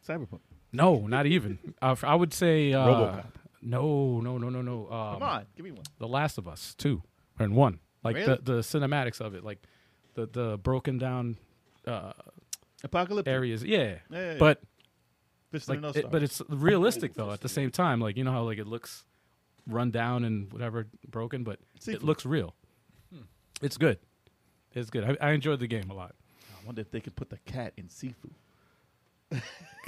Cyberpunk.
Um, no, not even. uh, I would say uh,
RoboCop.
No, no, no, no, no. Um,
Come on, give me one.
the Last of Us two and one, like
Really?
the the cinematics of it, like the the broken down uh,
Apocalypse.
areas. Yeah,
Yeah, yeah,
but
Fist in
like,
the North
it-
Star.
but it's realistic though. At the same time, like you know how like it looks run down and whatever broken, but it
Sequel.
looks real.
Hmm.
It's good. It's good. I, I enjoyed the game a lot.
I wonder if they could put the cat in seafood.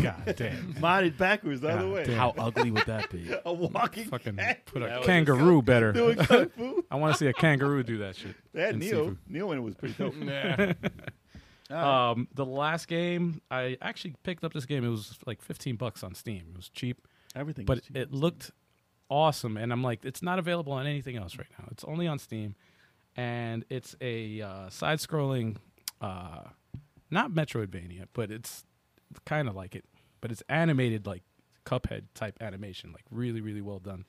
God damn.
Modded backwards the other
God
way.
damn.
How ugly would that be?
A walking
Fucking
cat
put a
was-
kangaroo
doing
better.
kung fu.
I want to see a kangaroo do that shit.
That
in
Neo,
seafood.
Neo in it was pretty dope.
Nah.
Um, the last game I actually picked up this game. It was like fifteen bucks on Steam. It was cheap.
Everything.
but
was cheap.
it looked awesome and i'm like it's not available on anything else right now it's only on steam and it's a uh, side-scrolling uh, not metroidvania but it's kind of like it but it's animated like cuphead type animation like really really well done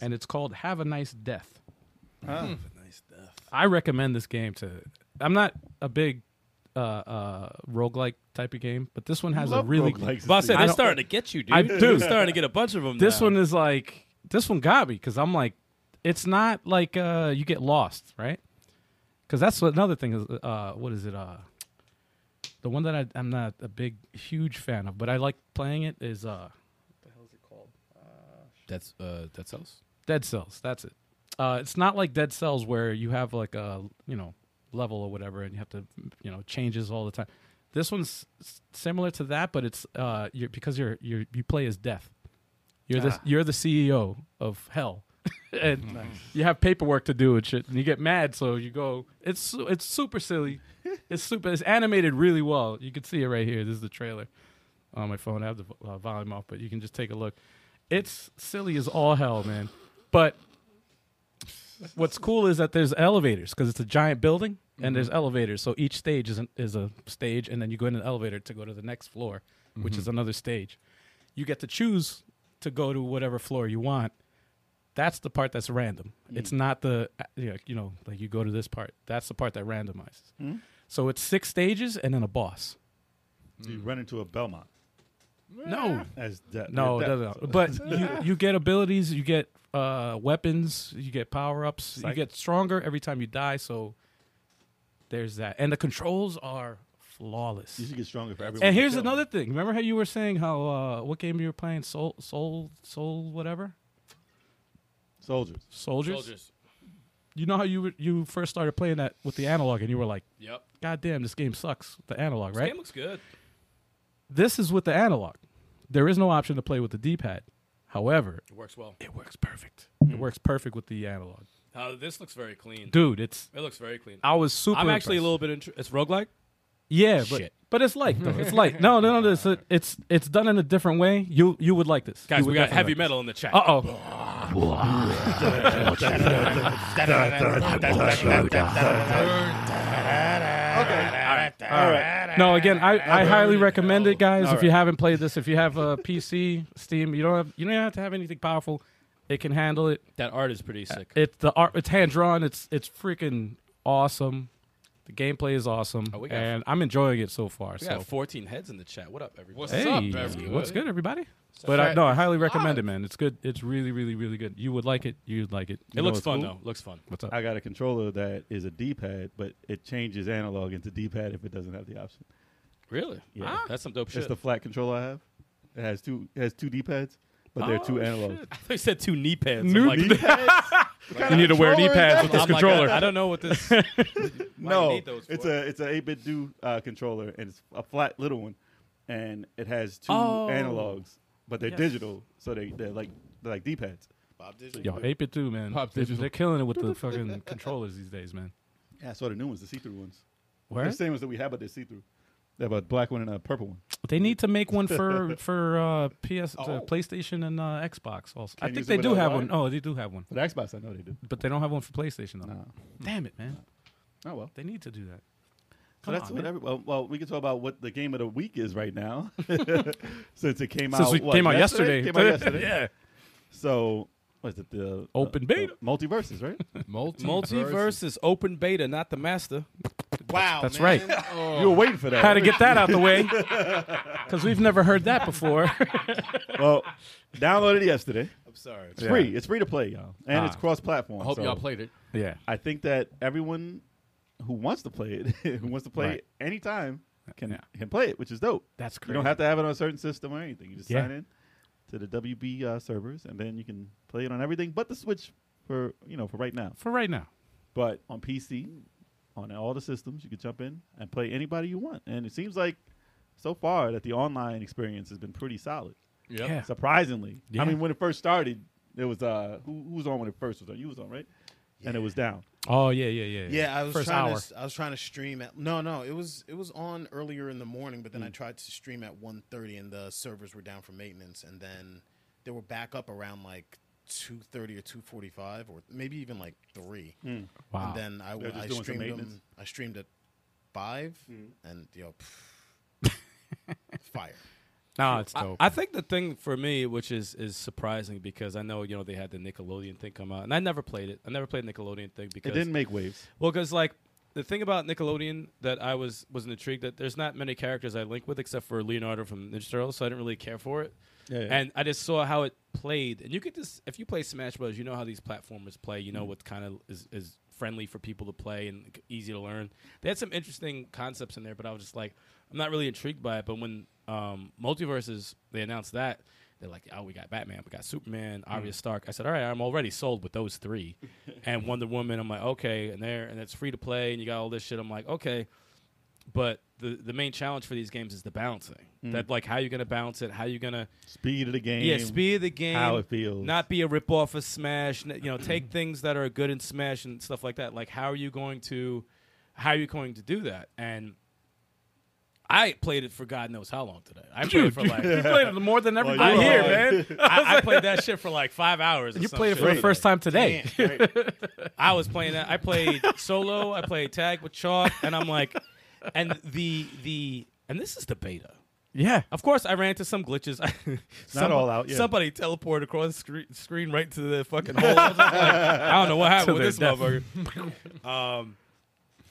and it's called have a nice death
Huh.
nice stuff.
I recommend this game to. I'm not a big uh, uh, roguelike type of game, but this one has a
love
really.
roguelikes.
But I said
I
they're
don't-
starting to get you, dude.
I do.
They're starting to get a bunch of them.
This one is like this one got me because I'm like, it's not like uh, you get lost, right? Because that's what, another thing is. Uh, what is it? Uh, the one that I, I'm not a big, huge fan of, but I like playing it is uh,
That's uh, that's us.
Dead Cells. That's it. Uh, it's not like Dead Cells where you have like a you know level or whatever, and you have to you know changes all the time. This one's s- similar to that, but it's uh, you're, because you're you are you play as death. You're the you're the CEO of hell, and you have paperwork to do and shit, and you get mad, so you go. It's su- it's super silly. it's super. It's animated really well. You can see it right here. This is the trailer on my phone. I have the vo- uh, volume off, but you can just take a look. It's silly as all hell, man. But what's cool is that there's elevators because it's a giant building and there's elevators. So each stage is, an, is a stage, and then you go in an elevator to go to the next floor, which is another stage. You get to choose to go to whatever floor you want. That's the part that's random. It's not the uh, you know, you know like you go to this part. That's the part that randomizes. So it's six stages and then a boss.
You run into a Belmont
No,
as death.
No,
you're
no,
death.
no. But you, you get abilities, you get uh, weapons, you get power ups, you get stronger every time you die. So there's that, and the controls are flawless.
You should get stronger for everyone.
And here's
you kill.
another thing. Remember how you were saying how uh, what game you were playing? Soul, soul, soul, whatever.
soldiers.
Soldiers.
soldiers.
You know how you were, you first started playing that with the analog, and you were like,
Yep.
"God damn, this game sucks." The analog,
This
right?
game looks good.
This is with the analog. There is no option to play with the D-pad. However,
It works well.
it works perfect.
Mm.
It works perfect with the analog.
Uh, this looks very clean.
dude it's
It looks very clean.
i was super
I'm actually a
impressed.
little bit. Intr- it's roguelike.
yeah but
Shit.
but it's light though it's light no no no it's it's it's done in a different way you you would like this
Guys, we got heavy metal in the chat.
uh oh
All right.
no again i i highly recommend it guys if you haven't played this if you have a pc steam you don't have you don't have to have anything powerful it can handle it
That art is pretty sick.
it's the art it's hand drawn it's it's freaking awesome the gameplay is awesome
Oh, we got-
and i'm enjoying it so far
We
so
got 14 heads in the chat. What up, everybody?
What's
Hey,
up, everybody?
what's good, everybody? But I, no, I highly recommend it, man. It's good. It's really, really, really good. You would like it. You'd like it. You
it
know
looks
it's
fun
cool.
though. Looks fun.
What's up?
I got a controller that is a D-pad, but it changes analog into D-pad if it doesn't have the option.
Really?
Yeah.
That's some dope
It's
shit.
the flat controller I have. It has two. It has two D-pads, but they're
Oh,
two analogs.
I thought you said two knee pads. I'm
New
like,
knee you need to wear knee pads with this
I'm like,
controller.
I, I don't know what this. why you
No,
need those
it's
for.
a it's an 8-bit do uh, controller, and it's a flat little one, and it has two
Oh.
analogs, but they're digital, so they they're like they're like D-pads.
Bob Digital.
Yo, ape it too, man.
Pop
They're,
digital.
they're killing it with the fucking controllers these days, man.
Yeah, I saw the new ones, the see-through ones.
Where
The same ones that we have, but they're see-through. They have a black one and a purple one.
they need to make one for for uh, PS, uh,
Oh.
PlayStation, and uh, Xbox. Also, I
Can't
think
use
they
it
do
without
have
wire?
one. Oh, they do have one,
For the Xbox, I know they did.
but they don't have one for PlayStation though.
No.
Damn it, man.
Oh well.
They need to do that.
So
Come
that's
on,
what
man.
every, well, well, we can talk about what the game of the week is right now, since it came
Since
out.
we
what,
came out yesterday,
Came out yesterday.
yeah.
So was it the
Open
the-
beta.
the multiverses, right?
Multiverse.
Multiverse is open beta, not the master.
Wow,
That's
man.
right.
You were waiting for that.
How to get that out the way? Because we've never heard that before.
well, downloaded it yesterday.
I'm sorry.
It's free. It's free to play, y'all, and it's
Ah.
cross-platform.
I hope
so
y'all played it.
yeah.
I think that everyone who wants to play it, who wants to play
Right.
it anytime, can
Yeah.
can play it, which is dope.
That's
You don't
crazy.
have to have it on a certain system or anything. You just
Yeah.
sign in to the WB uh, servers, and then you can play it on everything but the Switch for you know for right now.
For right now.
But on PC, on all the systems, you can jump in and play anybody you want. And it seems like so far that the online experience has been pretty solid.
Yep.
Yeah.
Surprisingly,
Yeah.
I mean, when it first started, it was uh, who, who was on when it first was on? You was on, right? And it was down.
Oh yeah, yeah, yeah.
Yeah, I was
first
trying
hour.
to. I was trying to stream at. No, no, it was it was on earlier in the morning, but then
Hmm.
I tried to stream at 1.30 and the servers were down for maintenance, and then they were back up around like two thirty or two forty five, or maybe even like three.
Wow.
And then I,
Hmm. They're just
I
doing some
streamed
maintenance. Hmm.
them. I streamed at 5 and yo, pff, fire.
Nah, it's
I-
dope.
I, think the thing for me, which is is surprising, because I know you know they had the Nickelodeon thing come out, and I never played it. I never played Nickelodeon thing
It
because
didn't make waves.
well, because like the thing about Nickelodeon that I was was intrigued that there's not many characters I link with except for Leonardo from Ninja Turtles, so I didn't really care for it.
Yeah, yeah.
And I just saw how it played, and you could just if you play Smash Bros, you know how these platformers play. You know what kind of is is friendly for people to play and c- easy to learn. They had some interesting concepts in there, but I was just like, I'm not really intrigued by it. But when um, Multiverses they announced that. They're like, oh, we got Batman, we got Superman, Arya Stark. I said, all right, I'm already sold with those three, and Wonder Woman. I'm like, okay, and there, and it's free to play, and you got all this shit. I'm like, okay, but the the main challenge for these games is the balancing. That like, how you gonna balance it? How you gonna
Speed of the game.
yeah, speed of the game.
How it feels.
Not be a ripoff of Smash. n- You know, take things that are good in Smash and stuff like that. Like, how are you going to, how are you going to do that? And I played it for God knows how long today. I played it for like.
you played it more than everybody.
I
you
hear,
are-
man. I, I played that shit for like five hours. or
You
some
played it
shit.
for the first time today.
Damn, right.
I was playing that. I played solo. I played tag with chalk, and I'm like, and the the and this is the beta.
Yeah.
Of course, I ran into some glitches. Some-
all out, yeah.
Somebody teleported across the screen, screen right to the fucking hole. I, was just like, I don't know what happened
To
with this
their
motherfucker. um,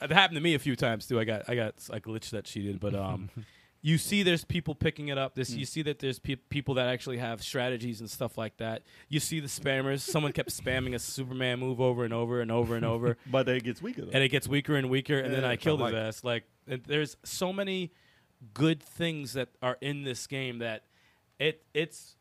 it happened to me a few times too. I got I got a glitch that she did, but um, you see, there's people picking it up. This
Mm.
you see that there's peop people that actually have strategies and stuff like that. You see the spammers. Someone kept spamming a Superman move over and over and over and over
But it gets weaker. Though.
and it gets weaker and weaker, and then
Yeah,
I
if I
killed his
like.
ass. Like, and there's so many good things that are in this game that it it's.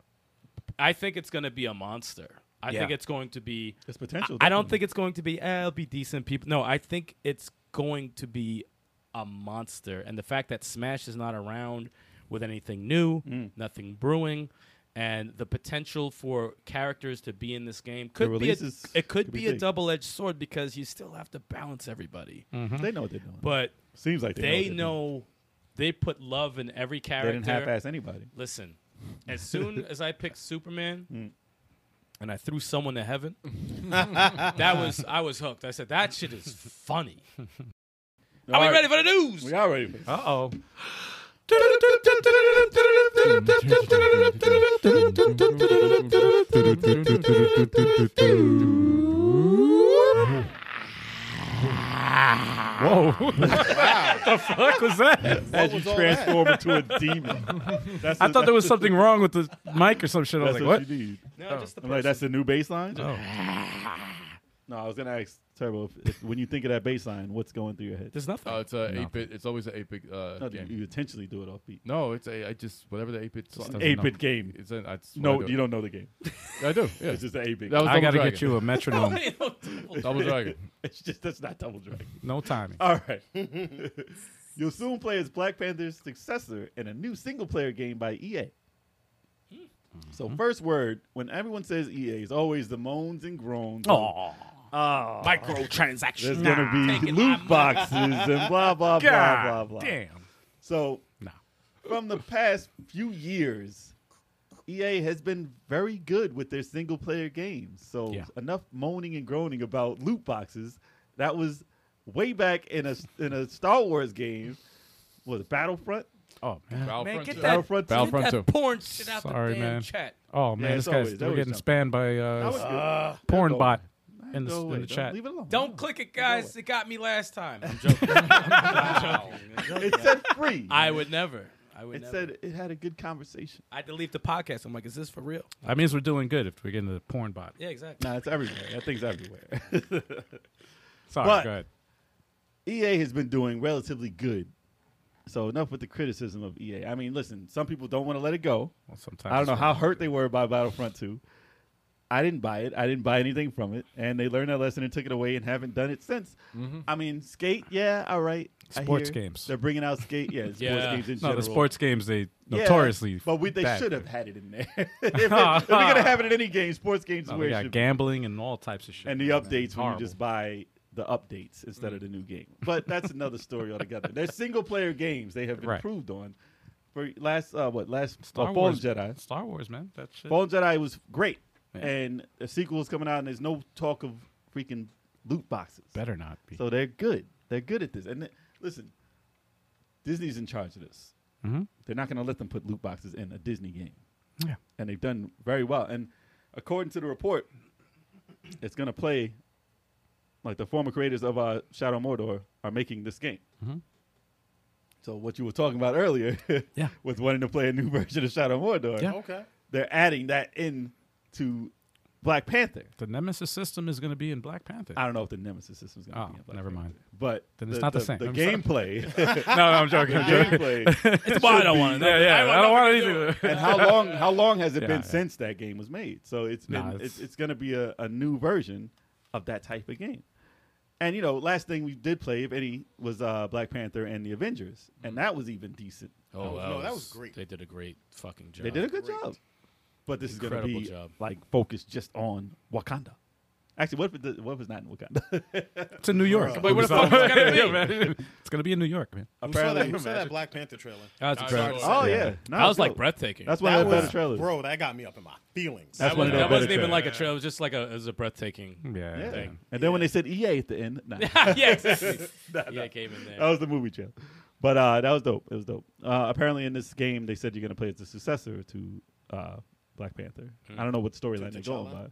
I think it's going to be a monster. I think
Yeah.
it's going to be.
It's potential.
I, I don't think it's going to be. Eh, it'll be decent people. No, I think it's going to be a monster, and the fact that Smash is not around with anything new,
Mm.
nothing brewing. And the potential for characters to be in this game could be a,
releases
it could,
could be
be, a
big.
double-edged sword because you still have to balance everybody.
They know what they're doing.
But
Seems like Mm. they,
they
know. what
know they put love in every
they're doing. They
character.
didn't half-ass anybody.
Listen, as soon as I picked Superman
Mm.
and I threw someone to heaven, that was I was hooked. I said that shit is funny. Are we ready for the news?
We are ready. For
Uh oh. Whoa. what the fuck was that?
As you
was all
transform into a demon. That's
I thought there was something wrong with the mic or some shit. I was
That's
like,
what,
what?
you need.
No, just the
I'm like, that's the new baseline.
Oh.
No, I was gonna ask Turbo if, if when you think of that baseline, what's going through your head?
There's nothing.
Oh, it's a eight bit. It's always an eight bit uh,
No,
game.
you intentionally do it off beat.
No, it's a. I just whatever the eight bit.
Eight bit game.
It's an. That's
No,
what I do.
you don't know the game.
I do. Yeah.
Oh, It's just the eight bit.
That was
I
Double
gotta
Dragon.
get you a metronome.
Double Dragon.
It's just that's not Double Dragon.
No timing.
All right. You'll soon play as Black Panther's successor in a new single player game by EA. So first word, when everyone says EA, is always the moans and groans. Oh,
Microtransaction.
there's gonna be loot boxes and blah blah blah blah blah.
Damn.
So
No.
from the past few years, EA has been very good with their single player games. So
Yeah.
enough moaning and groaning about loot boxes. That was way back in a in a Star Wars game. Was it Battlefront?
Oh man.
Battlefront
get
two.
that-
Battlefront. two?
Battlefront two.
porn shit out
Sorry,
the damn
man.
chat.
Oh man,
Yeah,
this
it's
guy's
always-
we're
always
getting
something.
spanned by
That was
uh,
good.
porn
Go
bot
away.
in the,
Go
in
away.
the
Don't
chat.
Leave it alone.
Don't click it, guys. It got me last time. I'm joking. I'm joking.
It said free.
I would never. I would
It
never.
said it had a good conversation.
I had to leave the podcast. I'm like, is this for real?
That means we're doing good if we get into the porn bot.
Yeah, exactly.
Nah, it's everywhere. That thing's everywhere.
Sorry,
But-
go ahead.
EA E has been doing relatively good. So enough with the criticism of EA. I mean, listen, some people don't want to let it go.
Well, sometimes
I don't know
it's-
how hurt they were by Battlefront 2. I didn't buy it. I didn't buy anything from it, and they learned that lesson and took it away and haven't done it since. I mean, Skate, yeah, all right. I
Sports
hear.
games.
They're bringing out Skate, yeah, sports
Yeah.
games in
No,
general.
the sports games they
Yeah,
notoriously.
but we, they
bad.
should have had it in there. if, it, if we're gonna have it in any game, sports games
No, we
is where it
got
should be.
gambling and all types of shit.
and the
man.
updates when you
Horrible.
just buy the updates instead of the new game. But that's another story altogether. They're single player games they have
Right.
improved on. For last uh, what last
Star
uh, Fallen
Wars
Jedi.
Star Wars, man. That shit.
Fallen Jedi was great,
Yeah.
and the sequel is coming out, and there's no talk of freaking loot boxes.
Better not be.
So they're good. They're good at this. And th- listen, Disney's in charge of this.
Mm-hmm.
They're not going to let them put loot boxes in a Disney game.
Yeah.
And they've done very well. And according to the report, it's going to play like the former creators of uh, Shadow Mordor are making this game.
Mm-hmm.
So what you were talking about earlier,
Yeah.
with wanting to play a new version of Shadow Mordor,
Yeah.
Okay.
they're adding that in to Black Panther.
The Nemesis system is going to be in Black Panther.
I don't know if the Nemesis system is going to
Oh,
be in Black
never
Panther,
mind.
But
Then it's not the same.
The
I'm sorry.
gameplay,
no, no, I'm joking. I'm joking.
gameplay,
Why I don't want to.
Yeah, yeah. I don't want anything.
and how long how long has it
Yeah,
been
yeah.
since that game was made? So it's been
Nah,
it's,
it's-
it's, going to be a, a new version of that type of game. And you know, last thing we did play, if any, was uh, Black Panther and the Avengers, and that was even decent.
That was- no, that was great.
Oh, They did a great fucking job.
They did a good
Great.
job, but this is
Incredible
going to be
job.
like focused just on Wakanda. Actually, what if it, what if it's not in Wakanda?
It's in New York.
But where the fuck was it gonna be?
Yeah, man. It's going to be in New York, man.
Who saw that,
Apparently,
who saw that Black Panther trailer?
That's
I
incredible.
saw
oh yeah, No,
That was
no.
like breathtaking.
That's one
That
of the
was,
better trailers.
bro, that got me up in my feelings.
That's
that
one of
wasn't,
the
that
better Hmm.
wasn't even
trailers.
like a trail. It was just like a, it was a breathtaking.
Yeah.
Yeah.
yeah.
And then when they said EA at the end, nah, that
yeah, exactly. yeah, it came in there.
was the movie trailer. But uh, that was dope. It was dope. Uh, apparently, in this game, they said you're gonna play as the successor to uh, Black Panther. I don't know what storyline they're going
T'Challa?
by.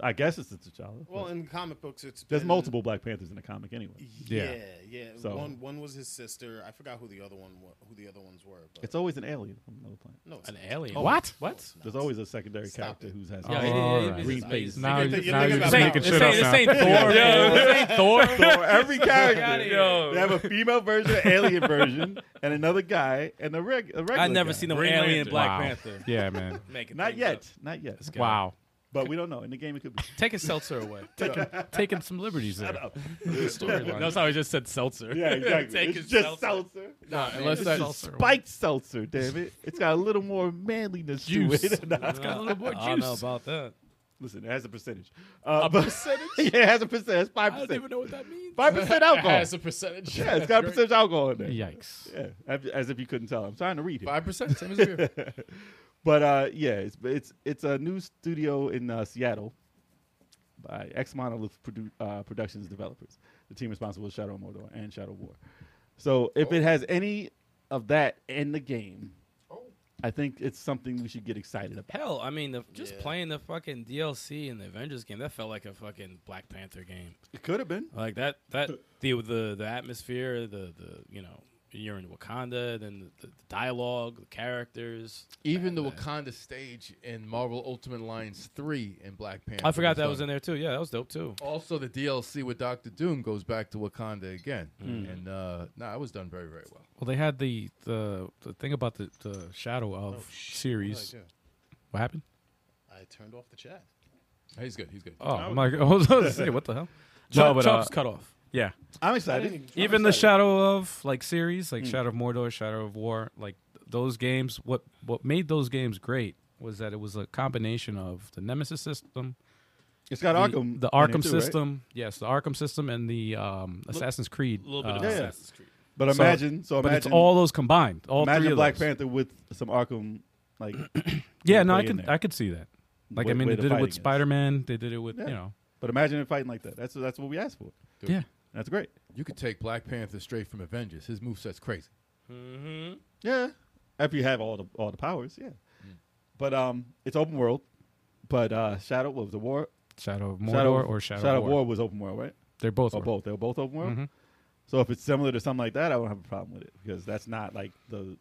I guess it's the T'Challa.
Well,
but
in comic books, it's
there's
been-
multiple Black Panthers in the comic anyway.
Yeah, yeah.
So-
One one was his sister. I forgot who the other one wa- who the other ones were. But
It's always an alien from another planet.
no, it's
An
not.
alien.
What?
What?
There's always a secondary
Stop
character
it.
who's has
Yeah,
it-
Oh,
All
it-
right.
it- it's-
Green
it's-
face.
Now,
You're
you,
thinking
now you're just
about
This ain't-
making
this
shit up
ain't-
now.
This ain't Thor.
Yeah.
man. This ain't Thor.
Thor, every character.
Yo.
They have a female version, an alien version, and another guy, and a, reg- a regular.
I never
guy.
seen an
Green
alien
Lantern.
Black
Wow.
Panther.
Yeah, man.
Making
Not
things
yet.
up.
Not yet.
This guy.
Wow.
But we don't know. In the game, it could be.
Take a seltzer away.
Taking some liberties there.
That's how I just said seltzer.
Yeah, exactly.
Take
it's
his
just seltzer.
seltzer.
Nah, unless that's
Spiked seltzer, damn it. It's got a little more manliness
Juice.
to it. Nah, it's
I
got a little
don't
more juice.
know about that.
Listen, it has a percentage. Uh,
A
but-
percentage?
yeah, it has a percentage. It's five
I don't even
percent.
know what that means.
Five percent alcohol.
has a percentage.
yeah, it's got a percentage alcohol in there.
Yikes.
Yeah, as- as if you couldn't tell. I'm trying to read it.
Five percent, same as beer.
But uh, yeah, it's it's it's a new studio in uh, Seattle by X Monolith produ- uh, Productions developers, the team responsible for Shadow of Mordor and Shadow War. So if
Oh.
it has any of that in the game,
Oh.
I think it's something we should get excited about.
Hell, I mean, the, just
Yeah.
playing the fucking DLC in the Avengers game, that felt like a fucking Black Panther game.
It could have been.
Like that, that the the the atmosphere, the the you know, you're in Wakanda, then the, the dialogue, the characters.
Even the Wakanda stage in Marvel Ultimate Alliance three in Black Panther.
I forgot that was
done.
in there too. Yeah, that was dope too.
Also, the DLC with Doctor Doom goes back to Wakanda again, and uh, nah, it was done very, very well.
Well, they had the the, the thing about the, the Shadow of series.
What did
What happened?
I, do? I turned off the chat.
He's good. He's good.
Oh, I'm like, I was going to say, what the hell?
Chop-
No, but uh,
Chop's cut off.
yeah.
I'm excited.
even the Shadow of like series, like Shadow of Mordor, Shadow of War, like th- those games. What what made those games great was that it was a combination of the Nemesis system,
It's got
the,
Arkham.
the
in it
Arkham
too, right?
system, yes, the Arkham system, and the um, Assassin's Creed.
A little bit of
uh,
Yeah, yeah.
Assassin's Creed.
But
So-
imagine, so,
but
imagine,
it's all those combined. All three
imagine
of
Black
those.
Panther with some Arkham, like
Yeah, no,
play
I
in
could
there.
I could see that. Like
Way-
I mean, they
way the
did it
fighting
with
is.
Spider Man. They did it with
Yeah.
you know.
But imagine it fighting like that. That's that's what we asked for.
Dude,
Yeah,
That's great.
You could take Black Panther straight from Avengers. His moveset's crazy.
Yeah. If you have all the all the powers, yeah. But um it's open world. But uh Shadow what was the war
Shadow of Mordor
Shadow
or Shadow,
Shadow
of War. Mm-hmm.
War. was open world, right?
They're both.
Or
were.
both. They were both open world. So if it's similar to something like that, I won't have a problem with it because that's not like the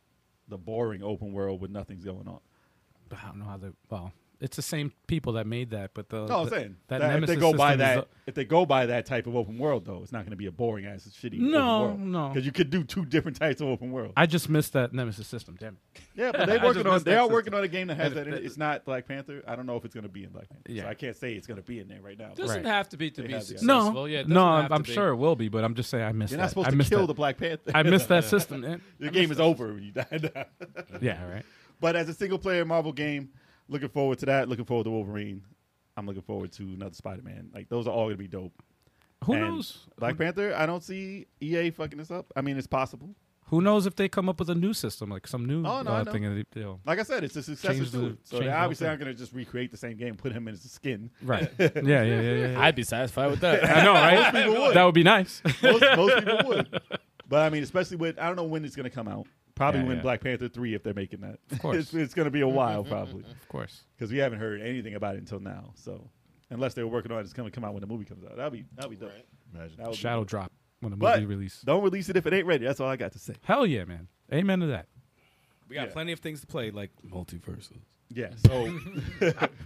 the boring open world with nothing's going on.
But I don't know how they. Well, it's the same people that made that, but the
No, I'm
the-
saying
that,
that if
Nemesis
they go by
system is
that,
the-
if they go by that type of open world, though, it's not going to be a boring ass shitty.
No, no.
because you could do two different types of open world.
I just missed that Nemesis system. Damn it.
Yeah, but they
I just
working on
missed
they
that
are
system.
working on a game that has
Yeah,
that. In
that-
it. It's not Black Panther. I don't know if it's going to be in Black Panther.
Yeah.
So I can't say it's going to be in there right now.
Doesn't
Right.
have to be to
They
be
have to get-
successful. yeah, it
no,
doesn't
I'm,
have to
I'm
be.
sure it will be, but I'm just saying I missed.
You're
that.
not supposed
I
to
missed
kill
that.
the Black Panther.
I missed that system. man.
Your game is over when you die.
yeah, right.
but as a single player Marvel game, looking forward to that. Looking forward to Wolverine. I'm looking forward to another Spider Man. Like those are all going to be dope.
Who
And
knows?
Black Panther. I don't see EA fucking this up. I mean, it's possible.
Who knows if they come up with a new system, like some new
Oh, no, I
uh,
know.
thing? That they, you know.
Like I said, it's a successor
Change
to
the-
it. So
change
they
the whole
obviously
thing.
aren't going to just recreate the same game, put him in his skin.
Right. yeah, yeah, yeah, yeah. yeah.
I'd be satisfied with that.
I know, right?
people would.
That would be nice.
most, most people would. But I mean, especially with I don't know when it's going to come out. Probably
Yeah,
win
yeah.
Black Panther three if they're making that. Of
course.
it's, it's going to be a while probably
Of course.
because we haven't heard anything about it until now. So unless they were working on it, it's going to come out when the movie comes out. That'll be that'll be dope.
Right.
Imagine.
That would be
Shadow
dope.
drop when the
But
movie release.
don't release it if it ain't ready. That's all I got to say.
Hell yeah, man. Amen to that.
We got
Yeah.
plenty of things to play, like multiverses.
Yeah. So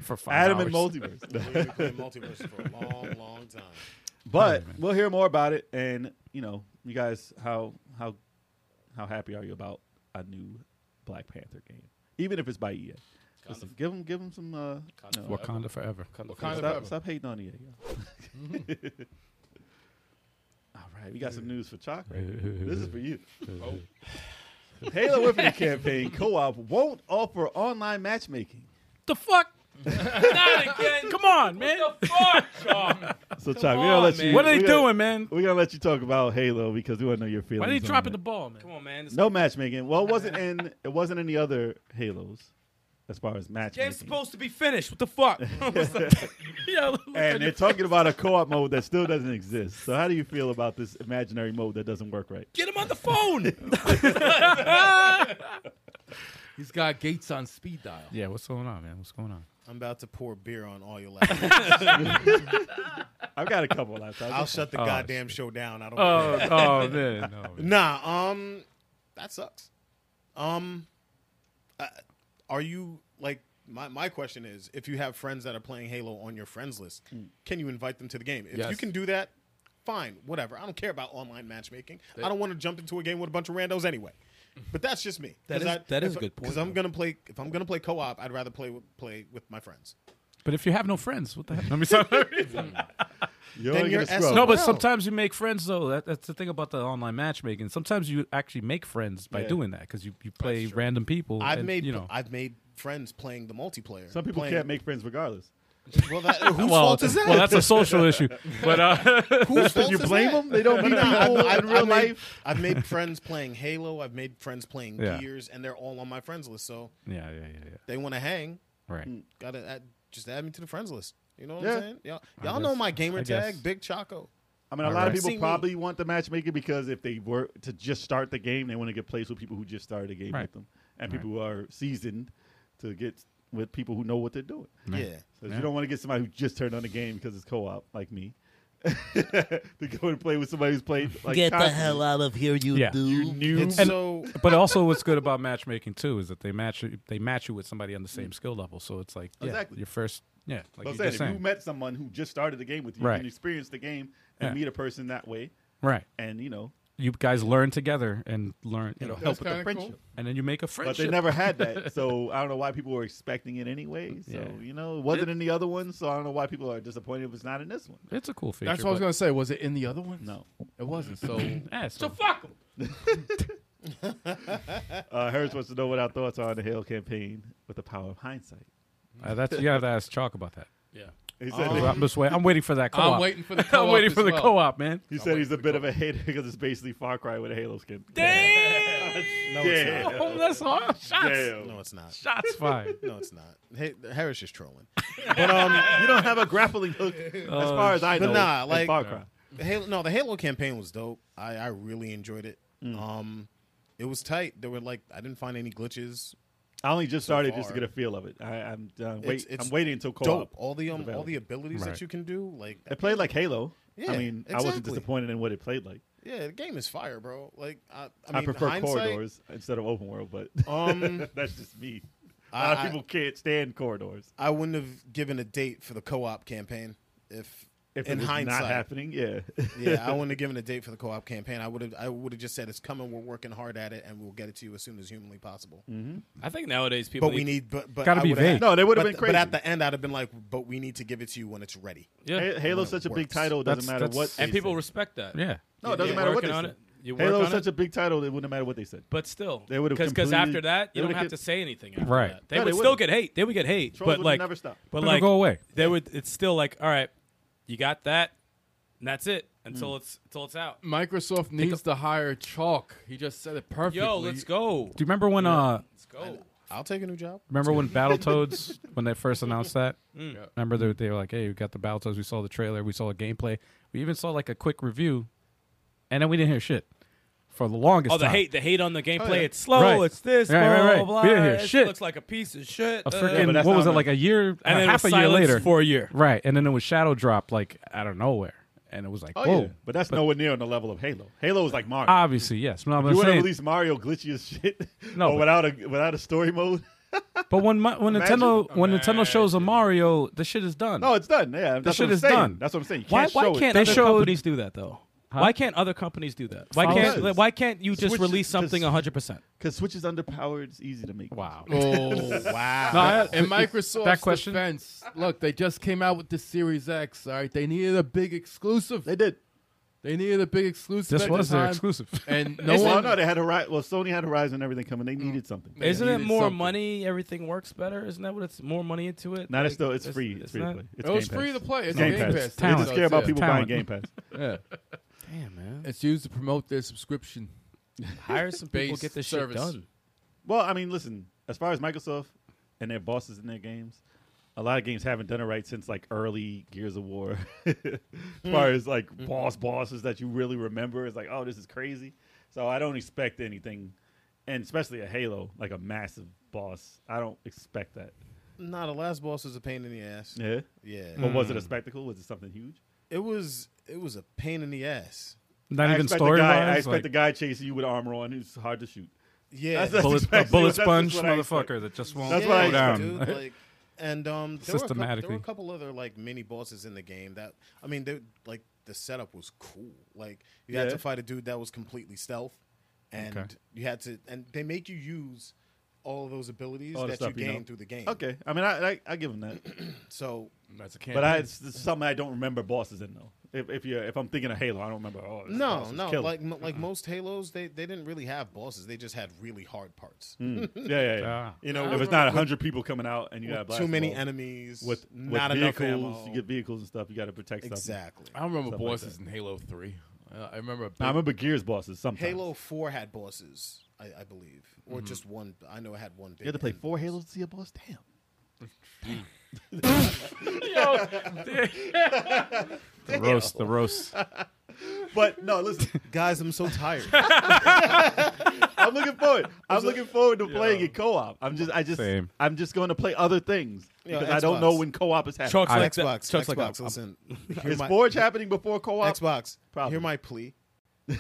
For five
Adam
hours.
and Multiverse.
We've been playing multiverse for a long, long time.
But we'll hear more about it, and you know, you guys, how how how happy are you about a new Black Panther game? Even if it's by EA, Listen, give them give them some. Uh, you know,
Wakanda forever.
Wakanda
stop,
forever.
stop hating on E EA. Y'all. All right, we got some news for Chalk. Right here. this is for you.
Oh.
Halo Infinite campaign co-op won't offer online matchmaking.
The fuck?
Not again.
Come on, man.
the fuck, Sean?
So Chalk, we're gonna
on,
let you.
man.
What are
we
they
gonna-
doing, man?
We're gonna let you talk about Halo because we want to know your feelings.
Why are they
on
dropping
that.
the ball, man?
Come on, man. This
No matchmaking. Well, it wasn't in it wasn't in the other Halos as far as matchmaking.
game's supposed to be finished. What the fuck?
Yo, look at
and
you.
they're talking about a co-op mode that still doesn't exist. So how do you feel about this imaginary mode that doesn't work right?
Get him on the phone.
He's got Gates on speed dial.
yeah, what's going on, man? What's going on?
I'm about to pour beer on all your laps.
I've got a couple laptops.
I'll shut the
Oh,
goddamn show down. I don't.
Oh, oh man, no. man.
Nah. Um, that sucks. Um, uh, are you like my my question is if you have friends that are playing Halo on your friends list, can you invite them to the game? If you
Yes.
can do that, fine, whatever. I don't care about online matchmaking. I don't want to jump into a game with a bunch of randos anyway. But that's just me.
That is- that is a good point,
Because I'm
though.
gonna play. If I'm gonna play co-op, I'd rather play with, play with my friends.
But if you have no friends, what the heck? I mean, sorry.
You're
Then
only
you're
gonna scroll.
no, but
Well.
sometimes you make friends though. That, that's the thing about the online matchmaking. Sometimes you actually make friends by
Yeah.
doing that because you, you play random people.
I've
and,
made
you know.
I've made friends playing the multiplayer.
Some people
playing,
can't make friends regardless.
Well, that, whose
well,
fault is that?
well, that's a social issue. But uh,
whose fault
You
is
blame
that?
them? They don't meet
No, I've-
people
I've-
in real
I've made-
life.
I've made friends playing Halo. I've made friends playing
Yeah.
Gears, and they're all on my friends list. So
yeah, yeah, yeah, yeah.
they want to hang.
Right.
Gotta add, just add me to the friends list. You know what
Yeah.
I'm saying? Y'all, y'all
guess-
know my gamer
I guess.
tag, Big Choco.
I mean, a
All
lot
right.
of people
See me.
probably want the matchmaking because if they were to just start the game, they want to get placed with people who just started the game
Right.
with them, and people who are seasoned to get with people who know what they're doing.
Yeah.
So you don't want to get somebody who just turned on the game because it's co-op, like me, to go and play with somebody who's played. Like,
Get the
constantly.
hell out of here, you
Yeah.
noob.
It's
And-
so
But also, what's good about matchmaking too is that they match you- they match you with somebody on the same skill level. So it's like yeah,
Exactly.
your first yeah, like
So I'm
you're
saying,
just
if you
saying.
met someone who just started the game with you,
Right.
you can experience the game and
Yeah.
meet a person that way,
right.
and you know,
You guys learn together and learn you know
That's
help,
with the
kinda cool.
friendship.
and then you make a
But
friendship.
they never had that, so I don't know why people were expecting it anyway. So
Yeah.
you know, it wasn't in the other one, so I don't know why people are disappointed if it's not in this one.
it's a cool feature.
That's what I was
but-
gonna say. Was it in the other one?
No,
it wasn't. So
Yeah, so,
fuck him.
uh, Harris wants to know what our thoughts are on the Halo campaign with the power of hindsight.
uh, that's you have to ask Chalk about that.
yeah,
He said,
Oh,
So I'm just wait, I'm waiting for that co-op.
I'm waiting for the.
I'm
Co-op
waiting
as
for the
well.
co-op, man.
Oh,
he said he's a bit of a hater because it's basically Far Cry with a Halo skin.
Damn.
no, it's not.
Oh, that's hard. Shots,
Damn.
No, it's not.
shots fired.
No, it's not. Hey, Harris is trolling.
But um, you don't have a grappling hook as far as I
But
know.
nah,
in
like-
Far Cry.
The Halo, no, the Halo campaign was dope. I, I really enjoyed it.
Mm.
Um, it was tight. There were like I didn't find any glitches.
I only just started just to
far.
get a feel of it. I, I'm uh, wait.
It's- it's
I'm waiting until co-op.
Dope. All the um, all
available.
the abilities
Right.
that you can do. Like
It played like Halo. I
Yeah,
mean, I wasn't
exactly.
disappointed in what it played like.
yeah, the game is fire, bro. Like I, I,
I,
mean,
prefer
hindsight,
corridors instead of open world, but
Um,
that's just me. A
I-
lot of
I-
people can't stand corridors.
I wouldn't have given a date for the co-op campaign if,
If
in
it was
hindsight.
not happening, yeah,
yeah, I wouldn't have given a date for the co-op campaign. I would have I would have just said it's coming. We're working hard at it, and we'll get it to you as soon as humanly possible.
Mm-hmm.
I think nowadays people.
But we need, but, but
Gotta
I
be
would have-
vague.
No, they would have
but-
been
But
crazy.
at the end, I'd have been like, "But we need to give it to you when it's ready."
Yeah.
Ha- Halo's such a big
Works.
title. It doesn't
That's-
matter
that's-
what.
And
they
people
said.
respect that.
Yeah.
no, it doesn't
You're
matter what
working
they
on
said.
it. You work
Halo's
on
such
it.
a big title. It wouldn't matter what they said.
But still,
They would've
because
completely-
after that,
they
you don't
would've
have
get-
to say anything. After
Right.
That. They
No,
would
they
still
would've.
get hate. They would get hate.
Trolls
but
would
like,
never stop.
But
It'll
like,
go away.
They would. It's still like, all right, you got that, and that's it
Mm.
until it's until it's out.
Microsoft needs to hire Chalk. He just said it perfectly.
Yo, let's go.
Do you remember when uh
Let's go.
I'll take a new job.
remember when Battletoads when they first announced that?
Mm.
Yeah.
Remember they, they were like, "Hey, we got the Battletoads. We saw the trailer. We saw the gameplay. We even saw like a quick review, and then we didn't hear shit for the longest
Oh, the
time.
hate, the hate on the gameplay.
Oh, yeah.
It's slow.
Right.
It's this.
Right,
blah,
right, right.
Blah, blah,
We didn't hear
This
shit.
Looks like a piece of shit.
A
uh,
freaking
but that's
what was it
not
like a year,
and
a
then
half
it was
a year
silenced
later,
for a year.
right? And then it was Shadow Drop like out of nowhere, and it was like,
Oh,
whoa,
yeah. But that's nowhere near on the level of Halo. Halo is like Mario.
obviously yes. No, I'm
you want to
saying-
release Mario glitchy as shit,
No,
or
but-
without a without a story mode?
but when my, when
Imagine-
Nintendo when
Oh,
Nintendo shows a Mario, the shit is done.
No, it's done. Yeah, that's
shit
what I'm
is
saying.
done.
That's what I'm saying. You
Why,
can't
why
show
can't
They
other
showed-
companies do that though? Why can't other companies do that? Why can't
Because-
why can't you just
Switch-
release something
because-
100? percent
Because Switch is underpowered. It's easy to make.
wow.
Oh,
Wow.
No, I-
and Microsoft's
that question.
defense. Look, they just came out with the Series X. All right, they needed a big exclusive.
They did.
They needed a big exclusive.
This
at
was
the
their
time,
exclusive.
and no
Well,
one.
no, they had Horizon. Well, Sony had Horizon and everything coming. They needed something.
They
Isn't it
needed
more
something.
money? Everything works better. Isn't that what it's more money into it?
Not as though it's
it's-
free. It's,
it's
free
not-
to play. It's
It was
Game
free to
Pass.
play. It's
Game
Game
Pass.
Pass.
They didn't
Talent.
care about
Yeah.
people
Talent.
buying Game Pass.
Yeah.
Damn man,
It's used to promote their subscription
hire some people,
based
get this
service.
shit done.
Well, I mean, listen. As far as Microsoft and their bosses in their games, a lot of games haven't done it right since like early Gears of War. as far as like
Mm-hmm.
boss bosses that you really remember, it's like, oh, this is crazy. So I don't expect anything, and especially a Halo, like a massive boss. I don't expect that.
Nah, the last boss was a pain in the ass.
Yeah.
Yeah.
But was it
Mm.
a spectacle? Was it something huge?
It was it was a pain in the ass.
Not
I
even
expect
story
the guy,
wise.
I expect
like,
the guy chasing you with armor on who's hard to shoot.
Yeah.
That's-
bullet, a
That's
bullet
what I
sponge
expect.
motherfucker that just won't
That's
yeah,
what I
go down.
dude. Like, and um, there were, a couple, there were
Systematically.
a couple other like mini bosses in the game that I mean, they like the setup was cool. Like you had
Yeah.
to fight a dude that was completely stealth, and
Okay.
you had to, and they make you use all of those abilities
All the
that you
stuff you
gain
know.
through the game.
Okay, I mean, I I, I give him that,
so
That's a
but I, it's, it's something I don't remember bosses in though. If if you if I'm thinking of Halo, I don't remember. Oh, this boss
no,
is
no,
killer.
like m-
Uh-uh.
like most Halos, they they didn't really have bosses. They just had really hard parts.
Mm. yeah, yeah, yeah.
Ah.
You know,
if
with-
it's not hundred people coming out and you got
with
to blast
too many
them all.
enemies,
with
not
with
enough
vehicles,
ammo.
you get vehicles and stuff. You got to protect stuff.
exactly.
I don't remember
Stuff like
bosses in Halo Three. Uh, I remember. A big,
Now, I remember Gears bosses. Sometimes Mm-hmm.
Halo Four had bosses, I, I believe, or just one. I know it had one.
You had to play four Halos to see a boss. Damn.
The roast, the roast.
But no, listen.
Guys, I'm so tired.
I'm looking forward. I'm looking forward to playing it co-op. I'm just, I just,
Same.
I'm just going to play other things
Yeah,
because I don't know
Xbox.
when co-op is happening.
Chalk's
I-
like that.
Xbox,
Chalk's like
Xbox.
that.
listen, hear
Is
my,
Forge happening before co-op?
Xbox.
Problem.
Hear my plea.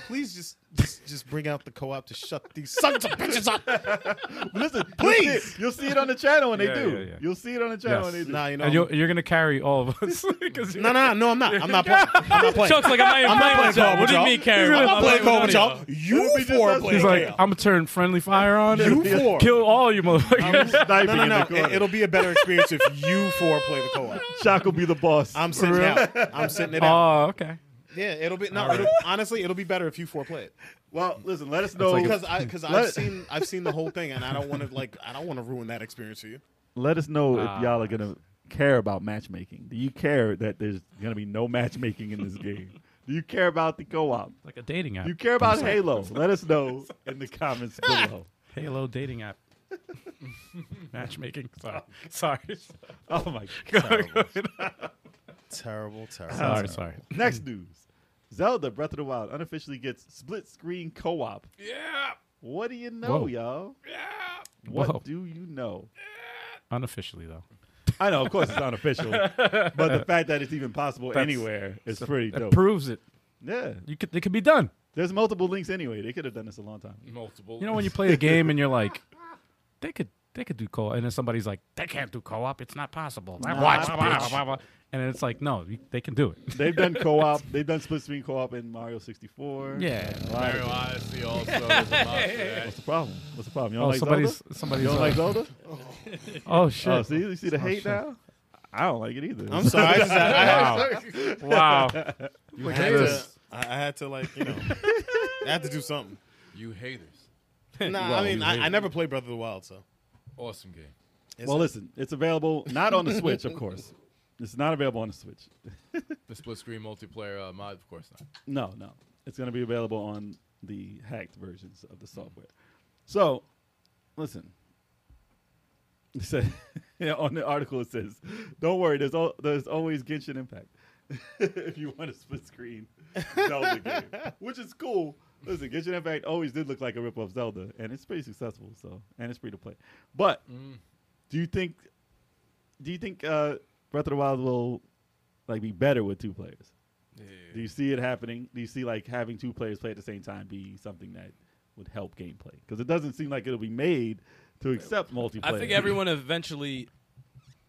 Please just, just just bring out the co-op to shut these sons of bitches up.
Listen,
Please.
you'll see, it, you'll see it on the channel when
Yeah,
they do.
yeah, yeah.
You'll see it on the channel
Yes.
when they do.
Nah, you know.
And you're, you're gonna carry all of us. 'Cause you're-
no, no, no, no, I'm not. I'm not playing. I'm not playing.
Chuck's like, I'm not even playing with y'all.
co-op
What do you
y'all.
mean, Carrie?
I'm not playing
co-op
co-op with y'all.
It'll
You
be just
four are
us.
playing.
He's like,
co-op.
I'm gonna turn friendly fire on
You
it.
four.
Kill all you
I'm
motherfuckers.
sniping
no, no,
in the
no.
corner.
It, will be a better experience if you four play the co-op.
Shock will be the boss.
I'm sitting out. I'm sitting it out.
Oh, okay.
Yeah, it'll be no. It'll, honestly, it'll be better if you four play it.
well, listen. Let us know.
because I because I've
Let-
seen I've seen the whole thing, and I don't want to like I don't want to ruin that experience for you.
let us know
Ah,
if y'all are gonna care about matchmaking. Do you care that there's gonna be no matchmaking in this game? Do you care about the co-op?
Like a dating app.
Do you care about Halo? Let us know in the comments below.
Halo dating app. Matchmaking. Sorry. Sorry.
Oh my god.
Terrible, terrible.
Sorry, sorry.
Next news. Zelda Breath of the Wild unofficially gets split screen co-op. Yeah. What do you know,
Whoa.
y'all? Yeah. What
Whoa.
do you know?
Unofficially though.
I know, of course, it's unofficial, but the fact that it's even possible anywhere is pretty
That
dope.
proves it.
yeah,
You could it could be done.
there's multiple links anyway. They could have done this a long time.
multiple.
You know when you play a game and you're like, they could they could do co-op, and then somebody's like, they can't do co-op. It's not possible. Blah, blah, blah, blah, blah, blah. And then it's like, no, you, they can do it.
They've done co-op. They've done split screen co-op in Mario 64.
Yeah.
A lot of-
Odyssey also. is a mod for that.
What's the problem? What's the problem? You don't
Oh,
like
somebody's
Zelda? You
somebody's.
don't
uh,
like Zelda?
oh shit!
Oh, see, you see the hate
shit.
now? I don't like it either.
I'm sorry. I, just, I,
wow! wow!
You
I had to,
haters.
I I had to like you know I had to do something.
You haters.
Nah, I mean I, I never played Breath of the Wild, so
Awesome game.
well, listen, it's available not on the Switch, of course. It's not available on the Switch.
The split screen multiplayer uh, mod, of course not.
No, no. It's going to be available on the hacked versions of the software. So, listen. It said- yeah, on the article it says, "Don't worry, there's al- there's always Genshin Impact if you want a split screen Zelda game, which is cool Listen, Genshin Impact always did look like a rip off Zelda, and it's pretty successful. So, and it's free to play. But
Mm.
do you think? Do you think uh, Breath of the Wild will like be better with two players? Do you see it happening? Do you see like having two players play at the same time be something that would help gameplay? Because it doesn't seem like it'll be made to accept multiplayer.
I think everyone eventually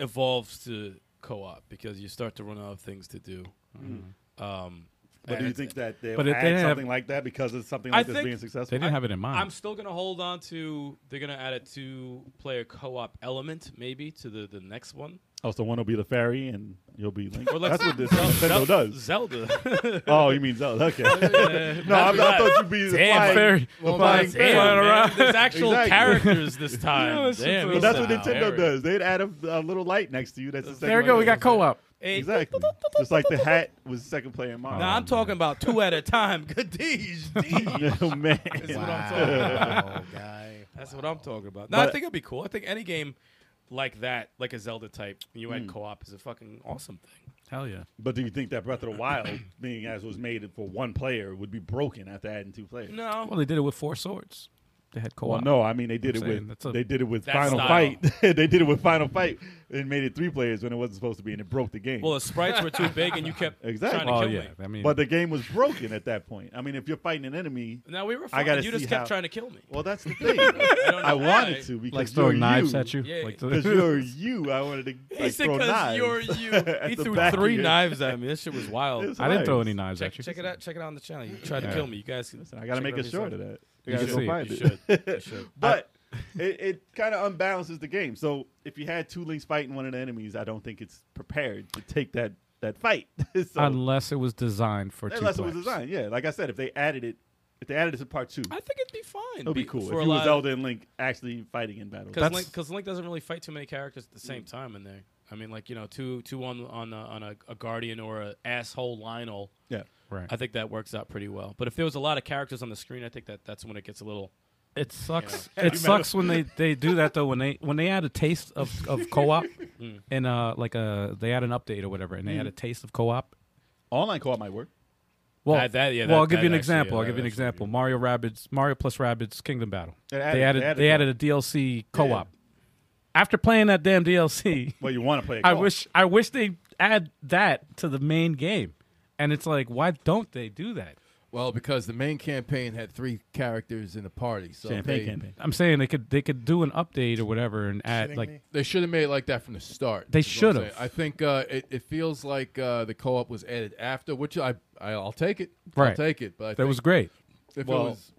evolves to co-op because you start to run out of things to do. Um,
But do
and
you
it's-
think that they'll
But if they
add
didn't have-
something like that because of something
I
like this
think
being successful?
They didn't have it in mind.
I'm still gonna hold on to. They're gonna add a two-player co-op element maybe to the the next one.
Oh, so one will be the fairy and you'll be Link.
Or like
That's what this
Zel-
Nintendo
Zel-
does.
Zelda.
Oh, you mean Zelda? Okay. no, I, I thought you'd be the
Damn,
flying,
fairy.
the flying
Damn,
fairy.
man, There's actual
Exactly.
characters this time. Damn,
But that's what
wow.
Nintendo does. They'd add a, a little light next to you. That's the second
there we go. We
player.
got co-op.
Hey,
exactly. Just like the hat was the second player in mine.
Now I'm talking about two at a time. Good deeds, deeds.
oh man.
Oh,
Wow, guy.
That's what I'm talking about. No, I
But-
think it'd be cool. I think any game like that, like a Zelda type, when
Hmm.
you add co-op, is a fucking awesome thing.
Hell yeah.
But do you think that Breath of the Wild, being as was made for one player, would be broken after adding two players?
No,
Well, they did it with four swords. They had co-op.
Well, no, I mean they did
I'm
it
saying
with
that's a-
they did it with
That
Final
style.
Fight. they did it with Final Fight and made it three players when it wasn't supposed to be, and it broke the game.
well, the sprites were too big, and you kept
Exactly.
trying to
Oh
kill
yeah.
me.
I mean,
but the game was broken at that point. I mean, if you're fighting an enemy,
Now we were
I
fine.
gotta
You just
see
kept
how-
trying to kill me.
well, that's the thing.
I, don't know
I
why.
wanted to because
like throwing
you're
knives
you.
at you.
Yeah.
Like
Because you're you, I wanted to
He
like,
said,
throw
"Cause
knives.
you're you." He
at the
threw
back of
three
your-
knives at me. This shit was wild.
It's
I didn't throw
hilarious.
any knives
Check,
at you.
check it out. Check it out on the channel. You tried to
Yeah.
kill me. You guys.
Listen, I gotta
check
make
it
a
out
short
yourself.
of that.
You
gotta
should
go
see it.
find
You
it.
should. You should.
But it, it kind of unbalances the game. So if you had two links fighting one of the enemies, I don't think it's prepared to take that that fight. so,
Unless it was designed for two
unless it was
players.
designed, yeah. Like I said, if they added it, if they added it to part two,
I
it
think it'd be fine.
would be cool. If
for a
you was
lot.
Zelda and Link actually fighting in battle,
Because
That's-
Link, 'cause Link doesn't really fight too many characters at the same time in there. I mean, like you know, two two on on a, on a, a guardian or a asshole Lionel.
yeah.
Right.
I think that works out pretty well. But if there was a lot of characters on the screen, I think that that's when it gets a little.
It sucks. It sucks when they, they do that though. When they when they add a taste of, of co-op
Mm.
and uh like uh they add an update or whatever and they add a taste of co-op.
Online co-op might work.
Well,
That- that- yeah,
well, I'll
that-
give you an
that actually-
example. I'll
that
give you an
actually-
example. Mario Rabbids, Mario plus Rabbids Kingdom Battle.
They
They added
added- they
they added,
added
a DLC co-op.
Yeah.
After playing that damn DLC,
Well, you want to play.
I
co-op.
wish I wish they add that to the main game. And it's like, why don't they do that?
Well, because the main campaign had three characters in the party, so
campaign
they,
campaign.
I'm saying they could they could do an update or whatever and add
Kidding
like
me?
They should have made it like that from the start.
They
is what I'm
should've.
saying. I think uh, it, it feels like uh, the co-op was added after, which I, I I'll take it. I'll
Right.
take it. But I
that
think
was great.
if
well-
it was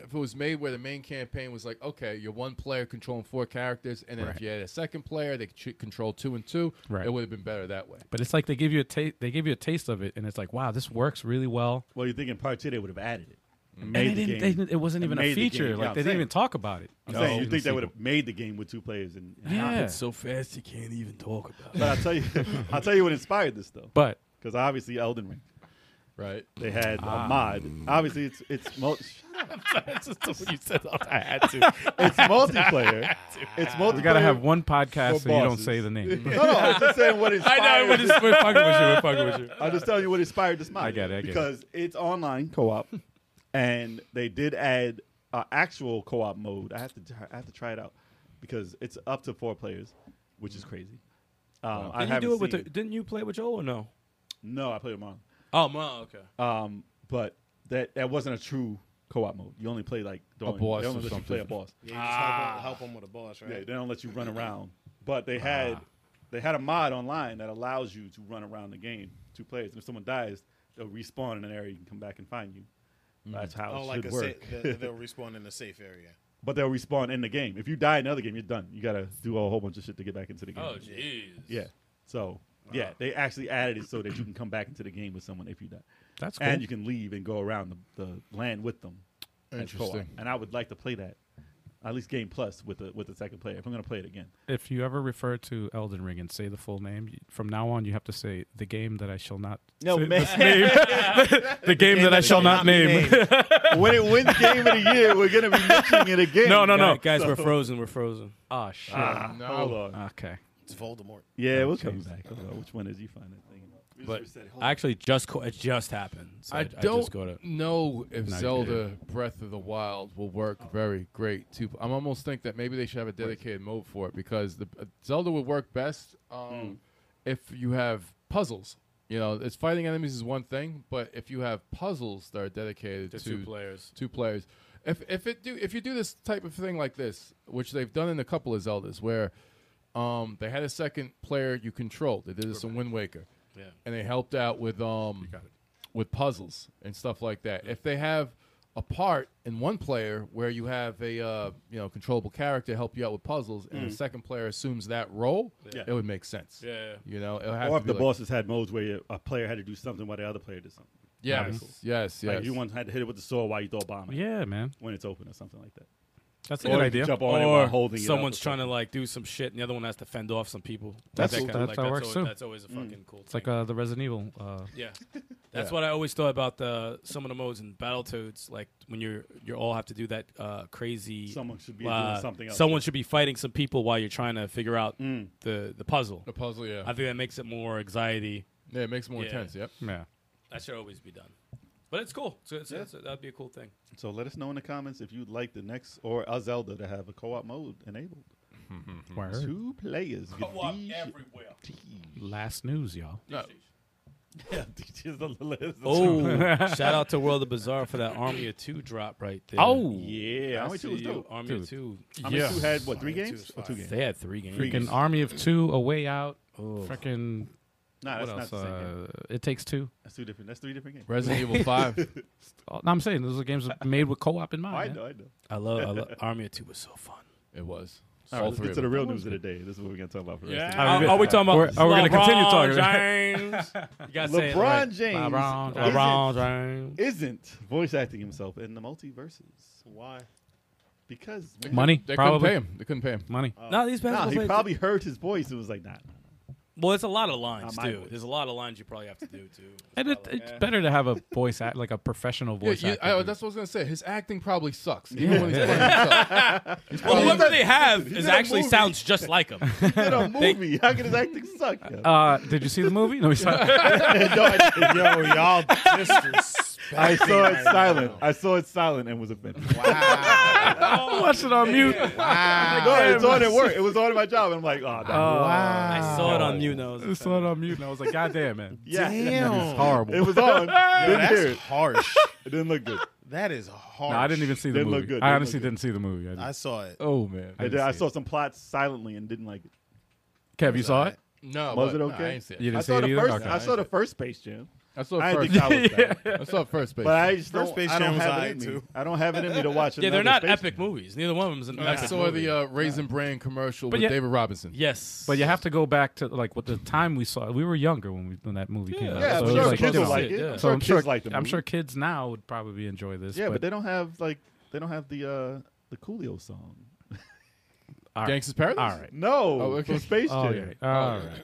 if it was made where the main campaign was like okay, you're one player controlling four characters, and then if you had a second player, they could ch- control two and two.
Right.
It would have been better that way.
But it's like they give you a taste. They give you a taste of it, and it's like, wow, this works really well.
Well, you're thinking part two they would have added it.
Mm.
And
And
made
they
the
didn't,
game.
they didn't- it wasn't even
made
a
the game.
feature.
Yeah,
like
I'm
they
saying.
didn't even talk about it.
I'm saying you
in
think
the
they would have
sequel.
made the game with two players, and, and
Yeah.
so fast you can't even talk about.
but I'll tell you, I'll tell you what inspired this though,
But
because obviously Elden Ring,
Right.
they had
Ah.
a mod. Obviously, it's it's mul-
That's just what you said. I had to.
it's multiplayer. It's multiplayer.
you gotta have one podcast
For
so you don't
bosses.
say the name.
No, no, I'm just saying what inspired.
I know. We're just we're fucking with you. We're fucking with you.
I'm just telling you what inspired this mod.
I get it, I get it.
because it's online co-op, and they did add uh, actual co-op mode. I have to I have to try it out because it's up to four players, which is crazy. Um, I
Didn't you
haven't
do it with?
seen-
The, didn't you play with Joel or no?
No, I played with mom.
Oh, ma, okay.
Um, but that that wasn't a true co-op mode. You only play like during,
boss
they
or
only let you play a
something.
boss.
Yeah, you just help, him, help him with a boss,
Yeah, they
right?
don't let you run around. But they had they had a mod online that allows you to run around the game, two players. And if someone dies, they'll respawn in an area and come back and find you. That's how
Oh,
it
like
should
a sa-
work.
the, they'll respawn in a safe area.
but they'll respawn in the game. If you die in another game, you're done. You gotta do a whole bunch of shit to get back into the game.
Oh, jeez.
yeah. So yeah, they actually added it so that you can come back into the game with someone if you die.
That's
And
cool.
you can leave and go around the, the land with them. as co-op.
Interesting.
And I would like to play that, at least game plus with the with the second player. If I'm gonna play it again,
If you ever refer to Elden Ring and say the full name, you- from now on you have to say the game that I shall not.
no
The game that I shall not name.
when it wins game of the year, we're gonna be mentioning it again.
No, no, no.
guys, we're frozen. We're frozen.
Oh shit.
Ah,
No.
Hold on.
Okay.
It's Voldemort.
Yeah, we'll come back. Hold on. Which one is you find that thing?
But I actually just co- it just happened. So
I
I
don't
just go to
know if Zelda Breath of the Wild will work very great. Too, I'm almost think that maybe they should have a dedicated mode for it because the uh, Zelda would work best um,
Hmm.
if you have puzzles. You know, it's fighting enemies is one thing, but if you have puzzles that are dedicated
the
to
two players.
two players. If if it do if you do this type of thing like this, which they've done in a couple of Zeldas, where um, they had a second player you controlled. They did this in Wind Waker, yeah, and they helped out with um with puzzles and stuff like that. If they have a part in one player where you have a uh, you know controllable character help you out with puzzles, and the second player assumes that role,
Yeah.
it would make sense.
Yeah, yeah.
you know, it'll have
Or
to
if
be
the
like-
bosses had modes where a player had to do something while the other player did something.
yes,
Cool.
yes, yes,
Like if you once had to hit it with the sword while you throw a bomb at it
Yeah, man.
when it's open or something like that.
That's a
Or
good
you
idea.
Jump on it while
Or
holding it up
someone's
or
trying
something.
to like do some shit, and the other one has to fend off some people.
That's
Like
cool.
that kinda-
That's
like,
how it works,
always,
too.
That's always a fucking cool.
It's like uh, the Resident Evil. Uh,
Yeah. That's what I always thought about the some of the modes in Battletoads, like when you're you all have to do that uh, crazy.
Someone should be
uh,
doing something else.
Someone should be fighting some people while you're trying to figure out the the puzzle.
the puzzle, yeah,
I think that makes it more anxiety.
yeah, it makes it more
Yeah.
tense. Yep.
yeah.
That should always be done. But it's cool. So it's, it's- that'd be a cool thing.
So let us know in the comments if you'd like the next or a Zelda to have a co-op mode enabled.
Word.
Two players. These-
everywhere.
Last news, y'all.
No,
Yeah, just a little-
Oh, shout out to World of Bizarre for that Army of Two drop right there.
Oh!
yeah. How
Oh, I
many
see
two was
you.
dope?
Army of Two.
How many two had what? Three
Two
games
is
or two
fire.
games?
They had three games.
Freaking Army of Two, A Way Out.
Oh.
Freaking
Nah,
what
Ah, that's not
else?
the same game.
Uh, it takes two.
That's two different. That's three different games.
Resident Evil Five.
Oh, no, I'm saying those are games made with co-op in mind.
Oh, I
man.
know. I know.
I love, I love Army of Two was so fun.
It was.
All right, let's get to the real news of the day. This is what we're gonna talk about for the rest
Are, are we talking about?
We're- are we gonna continue talking about
James. you gotta
of the
say
day.
it
LeBron
right.
James
LeBron
isn't-
LeBron James.
isn't voice acting himself in the multiverses
Why?
because
Money,
They
probably.
couldn't pay him. They couldn't pay him.
Money.
No, these
Oh. Nah,
basketball
he
players.
probably heard his voice and was like, nah.
well, it's a lot of lines
Not my
too.
voice.
There's a lot of lines you probably have to do too.
And it, it's better to have a voice act, like a professional
Yeah,
voice
you-
actor.
I, that's what I was gonna say. His acting probably sucks. Even when he's playing himself.
Well, whoever they have
He's
is
in a
actually
movie.
sounds just like him.
He did a movie. How could his acting suck? Yeah.
uh, did you see the movie? No, he's not.
No, I, didn't.
Yo, y'all disrespect.
I saw it silent. I saw it silent and was offended.
Wow.
Watch it on mute.
I'm like, oh, it's on at work. It was on at my job. And I'm like, oh,
Uh,
nah.
wow.
I saw
Oh,
it on you, nose.
I saw it on mute, and I was like, "God damn, man,
yeah.
Damn.
horrible."
It was on. didn't hear
That's
it.
harsh.
It didn't look good.
That is harsh.
no, I didn't even see the
Didn't look
movie.
good.
I
Didn't
honestly
look good.
didn't see the movie. I
I
didn't.
saw it.
oh man.
I, did- I saw some plots silently and didn't like it.
Kev, you saw it?
No.
Was
but-
it
no,
okay?
I didn't see it.
You
I
didn't see
saw
it
the
either.
first.
Okay.
I saw the first Space Jam.
I saw
I didn't
first.
think I was bad.
I saw first base.
But I just don't,
First Space
I don't
Jam was
have
aight,
it in me.
too.
I don't have it in me to watch.
Yeah, they're
another
not
Space
epic movies. Neither one of them is an
I
epic
saw
movie.
the uh, Raisin Bran commercial with
yeah-
David Robinson.
yes,
But you have to go back to like what the time we saw. it. We were younger when we when that movie came out.
Yeah,
so
I'm
it
sure
was like,
kids
you
will
know,
like it.
yeah.
I'm
So
sure
I'm sure,
kids like the
I'm
movie.
sure kids now would probably enjoy this.
Yeah, but they don't have like they don't have the uh the Coolio song.
all right.
Gangsta's Paradise.
All right.
No,
Oh, okay.
from Space Jam.
All right. All right. All
It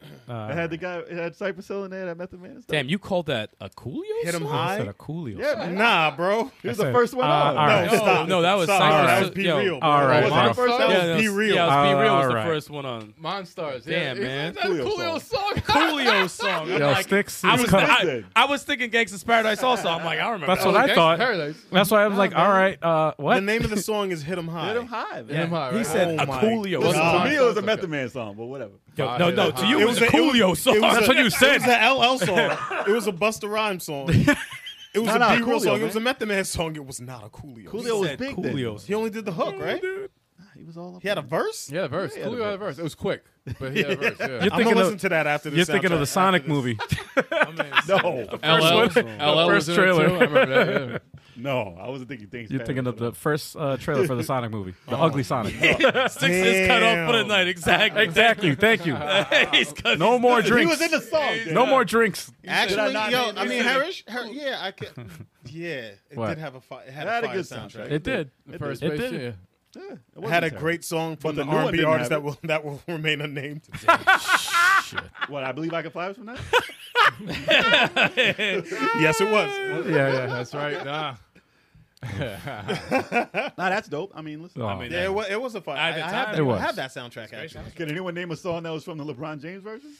right.
had the guy. It had Cypress Hill in there. That Method Man. and stuff.
Damn, you called that a Coolio?
Hit 'em
song?
I said
high.
a Coolio.
Yeah, man.
Nah, bro.
He was
I
the
said,
first one
uh,
on.
all right.
No,
No,
stop.
no, that was
Stop.
Cypress
That
Hill.
was Be
Yo,
Real.
all
bro.
right,
Wasn't
That
Mom.
wasn't
the first one?
That was
Yeah, that
Be
was-
Real.
Yeah, it was Be
Oh,
Real was the
alright.
first one on
Monstars.
Damn,
yeah,
man.
That's
Coolio
Coolio song.
Coolio song. I'm
Yo,
like,
Sticks
I
is
was,
cut.
I, I was thinking Gangsta's Paradise also. I'm like, I remember.
That's
that.
what I
Gangsta's
thought.
Paradise.
That's why I was like, all right, uh, what?
The name of the song is Hit 'em High.
Hit him high, man.
Am I
He
right?
said
Oh
a
my
Coolio
It was-
song.
to
God.
me, it was a
Okay.
Method Man song, but whatever.
Yo, no, no, to you
It
it was,
was
a
a- it was-
Coolio song.
it was
That's
a-
what you
It
said.
was an LL song. it was a Busta Rhyme song. It was
Nah,
a
nah,
B Real
Coolio,
song.
man.
It was a Method Man song. It was not a Coolio.
Coolio
He
was
said
big then.
Coolio.
He only did the hook, right?
He was all up.
He had a
in it.
verse.
Yeah, the verse.
Yeah, the
Coolio had a verse. It was quick, but he had a verse. Yeah.
You're
I'm gonna
thinking of-
listen to that after this.
You're thinking of the
soundtrack,
Sonic
after this.
movie.
No,
one.
LL, LL was
First
in it, too.
trailer.
I remember that. Yeah.
no, I wasn't thinking things.
You're
bad
thinking of
about
the first uh, trailer for the Sonic movie, the Ugly Sonic.
Six is cut off for the
Damn.
night. Exactly.
Exactly. Thank you.
He's cut.
No more
it. He
drinks.
was in the song. dude.
No more drinks.
Actually,
Did I not
yo,
name
I
it?
mean, Harris, Har- yeah, I can. Yeah, it
What?
did have a fire. It had,
It had
a,
a
fire
good soundtrack.
soundtrack.
It did.
The first
It
base.
did.
Yeah.
Yeah, it
It
wasn't
had a
terrible.
great song
But
from the,
the new one
R&B
didn't
artist
have it.
that will that will remain unnamed.
What I believe I can fly was from that.
yes, it was.
Yeah, yeah.
That's right. Nah.
nah, that's dope. I mean, listen.
Oh,
mean,
Yeah, it was, it was a fire.
I
I,
had
I,
the time.
have that,
It was.
I have that soundtrack actually.
Can anyone name a song that was from the LeBron James version?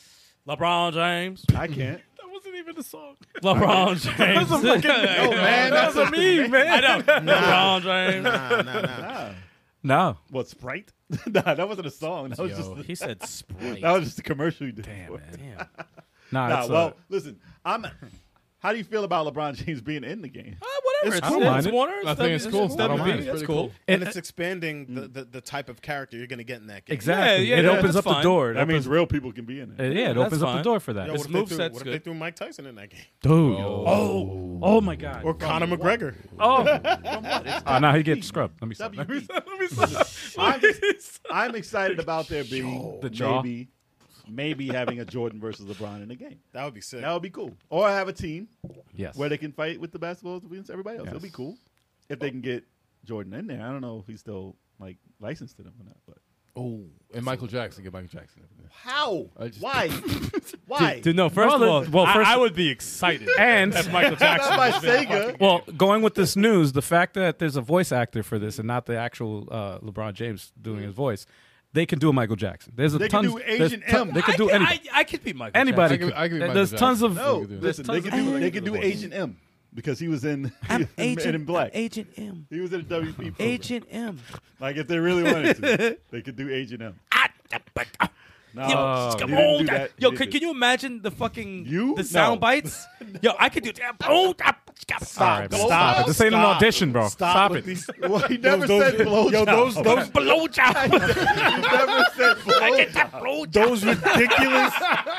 LeBron James.
I can't.
That wasn't
of the song.
LeBron James.
No, man.
Oh, That's a meme,
I
man.
know. LeBron James.
Nah, nah, nah.
Nah.
No.
What Sprite? nah, that wasn't a song. That was
Yo.
just
He said Sprite.
that was just a commercial you did.
Damn,
for it.
man.
Damn.
Nah,
Nah,
it's, uh,
well, listen. I'm. How do you feel about LeBron James being in the game?
Uh, whatever.
I don't mind
It's,
it.
it's Warner.
I think it's cool. I don't
WB,
mind. It's
That's
pretty
cool.
cool.
And it's expanding the, the, the type of character you're going to get in that game.
exactly.
yeah,
it
yeah,
opens
that's
up the
fine.
door. It
That means
opens-
real people can be in it.
uh, yeah, it
That's
opens up the
fine.
door for that.
Yo,
His
what if they threw-
moveset's
What if they
good.
threw Mike Tyson in that game?
Dude.
Oh.
Oh. Oh my God.
Or Conor McGregor?
oh. Ah, now he gets scrubbed. Let me stop. Let me
WB. I'm, I'm excited about there being
The jaw.
maybe, maybe having a Jordan versus LeBron in the game.
That would be sick.
That would be cool. Or have a team
Yes.
where they can fight with the basketballs against everybody else. It'll be
Yes.
cool if they can get Jordan in there. I don't know if he's still like licensed to them or not, but
Oh, and Michael Jackson. Get Michael Jackson.
how?
I just-
Why? Why?
Dude, no, first
Well,
of
the-
all,
well,
I-
first-
I, would be excited
And-
if Michael Jackson.
Not by
was in the
Sega.
fucking-
Well, going with this news, the fact that there's a voice actor for this and not the actual uh, LeBron James doing his voice, they can do a Michael Jackson. There's a
They can
tons.
do
there's
Agent
ton-
M.
They can do
I,
anybody.
I, I could be Michael.
Anybody.
I can-
could-
I can be Michael
there's
Jackson.
tons of.
No,
They could do-
listen. They
there's
could
tons
do.
of-
They could do Agent M because he was in. in, Men in Black.
Agent M.
he was in a WP program.
Agent M.
Like if they really wanted to, they could do Agent M. No,
Yo,
they Oh, didn't
come on,
do
that-
that.
yo,
They
can,
didn't.
can you imagine the fucking
You?
the sound
No.
bites? yo, I could do. Oh,
All right, man, stop it. This ain't an audition, bro. Stop,
with
it.
these-
Well, he never
those-
said blowjob.
yo, those- those-
blowjob.
he never said blowjob.
Those ridiculous,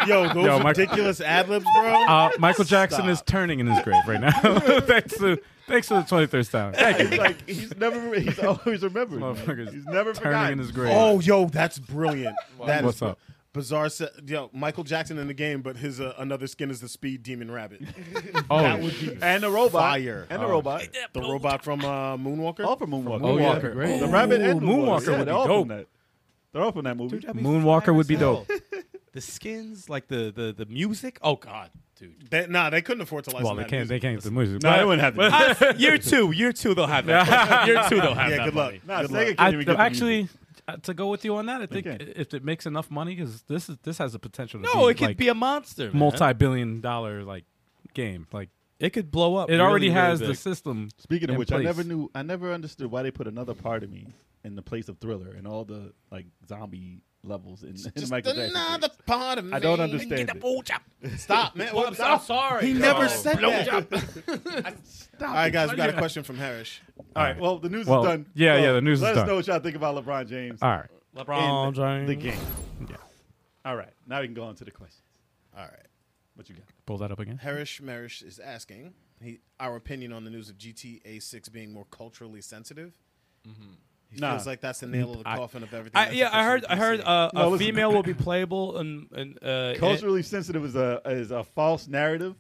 yo, those
Yo, Mike-
ridiculous ad libs, bro.
Uh, Michael Jackson is turning in his grave right now. thanks to thanks to the 23rd time. Thank you.
It's like he's never. He's always remembered. man.
Motherfuckers
He's never
Turning in
forgotten.
his grave.
Oh, yo, that's brilliant. That is
What's up?
Bizarre, se- yo, Michael Jackson in the game, but his uh, another skin is the speed demon rabbit,
Oh,
that would be
and the robot.
Fire.
And the robot.
the robot from uh, Moonwalker.
All from Moonwalker.
Oh, yeah, that'd be great.
The rabbit and
Ooh, Moonwalker
Moonwalker.
would
Yeah, they're
be
all
dope.
from that. They're all from that movie.
Moonwalker would be dope.
The skins, like the the the music. Oh God, dude.
They, nah, they couldn't afford to license.
Well, they
that
can't. They
music.
can't get the music.
no,
but-
they wouldn't have to. do that.
Uh, year two, year two, they'll have that. year two, they'll have
Yeah,
that.
good
money.
luck.
Nah,
good
Sega
luck.
can't
I,
even get the music.
actually, uh, to go with you on that, I think
Okay.
if it makes enough money, because this is this has the potential to
No,
be
it could
like
be a monster. man.
multi-billion dollar like game. Like
It could blow up.
it already has
the
the system.
Speaking of
in
which, I
place.
never knew. I never understood why they put another part of me in the place of Thriller and all the like zombie levels in, in
Just
Michael Jackson.
another part of me.
I don't understand. It.
Stop, man. Well,
I'm sorry.
He never said that. All right, guys, we got a question from Harris.
All right. Well, the news
Well,
is done.
yeah,
So,
yeah, the news is
Let us
done.
know what y'all think about LeBron James
All right.
LeBron
in
James.
the game. All right. Now we can go on to the questions.
All right.
What you got?
Pull that up again.
Harish Marish is asking he, our opinion on the news of GTA 6 being more culturally sensitive. He
Nah.
feels like that's the nail of the coffin of everything.
I,
that's
yeah, I heard. I
officially
heard
PC.
uh,
No,
a
listen.
female will be playable and and uh,
Culturally sensitive is a is a false narrative.